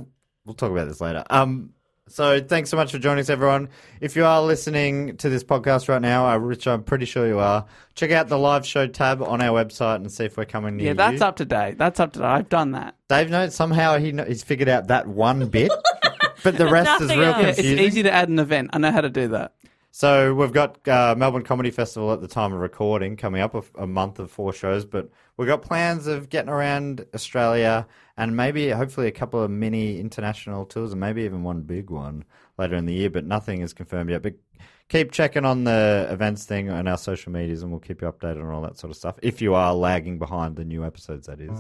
[SPEAKER 6] We'll talk about this later. Um. So thanks so much for joining us, everyone. If you are listening to this podcast right now, uh, which I'm pretty sure you are, check out the live show tab on our website and see if we're coming near
[SPEAKER 5] Yeah, that's
[SPEAKER 6] you.
[SPEAKER 5] up to date. That's up to date. I've done that.
[SPEAKER 6] Dave knows somehow he kno- he's figured out that one bit, but the rest is
[SPEAKER 2] Nothing
[SPEAKER 6] real
[SPEAKER 2] else. Yeah,
[SPEAKER 5] Yeah, it's
[SPEAKER 6] confusing.
[SPEAKER 5] easy to add an event. I know how to do that.
[SPEAKER 6] So we've got uh, Melbourne Comedy Festival at the time of recording coming up, a, a month of four shows, but we've got plans of getting around Australia and maybe hopefully a couple of mini international tours and maybe even one big one later in the year, but nothing is confirmed yet. But keep checking on the events thing on our social medias and we'll keep you updated on all that sort of stuff if you are lagging behind the new episodes, that is.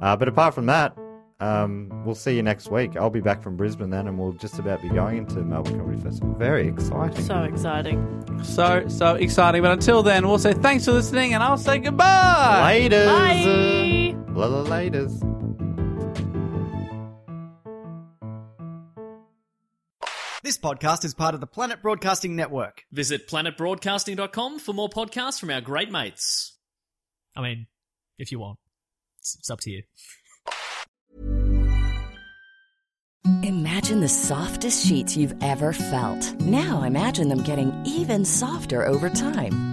[SPEAKER 6] Uh, but apart from that, um, we'll see you next week. I'll be back from Brisbane then, and we'll just about be going into Melbourne Comedy Festival. Very exciting.
[SPEAKER 2] So exciting.
[SPEAKER 5] So, so exciting. But until then, we'll say thanks for listening and I'll say goodbye.
[SPEAKER 6] Laters.
[SPEAKER 2] Bye.
[SPEAKER 6] La la laters.
[SPEAKER 3] This podcast is part of the Planet Broadcasting Network.
[SPEAKER 4] Visit planetbroadcasting.com for more podcasts from our great mates. I mean, if you want, it's, it's up to you.
[SPEAKER 9] Imagine the softest sheets you've ever felt. Now imagine them getting even softer over time.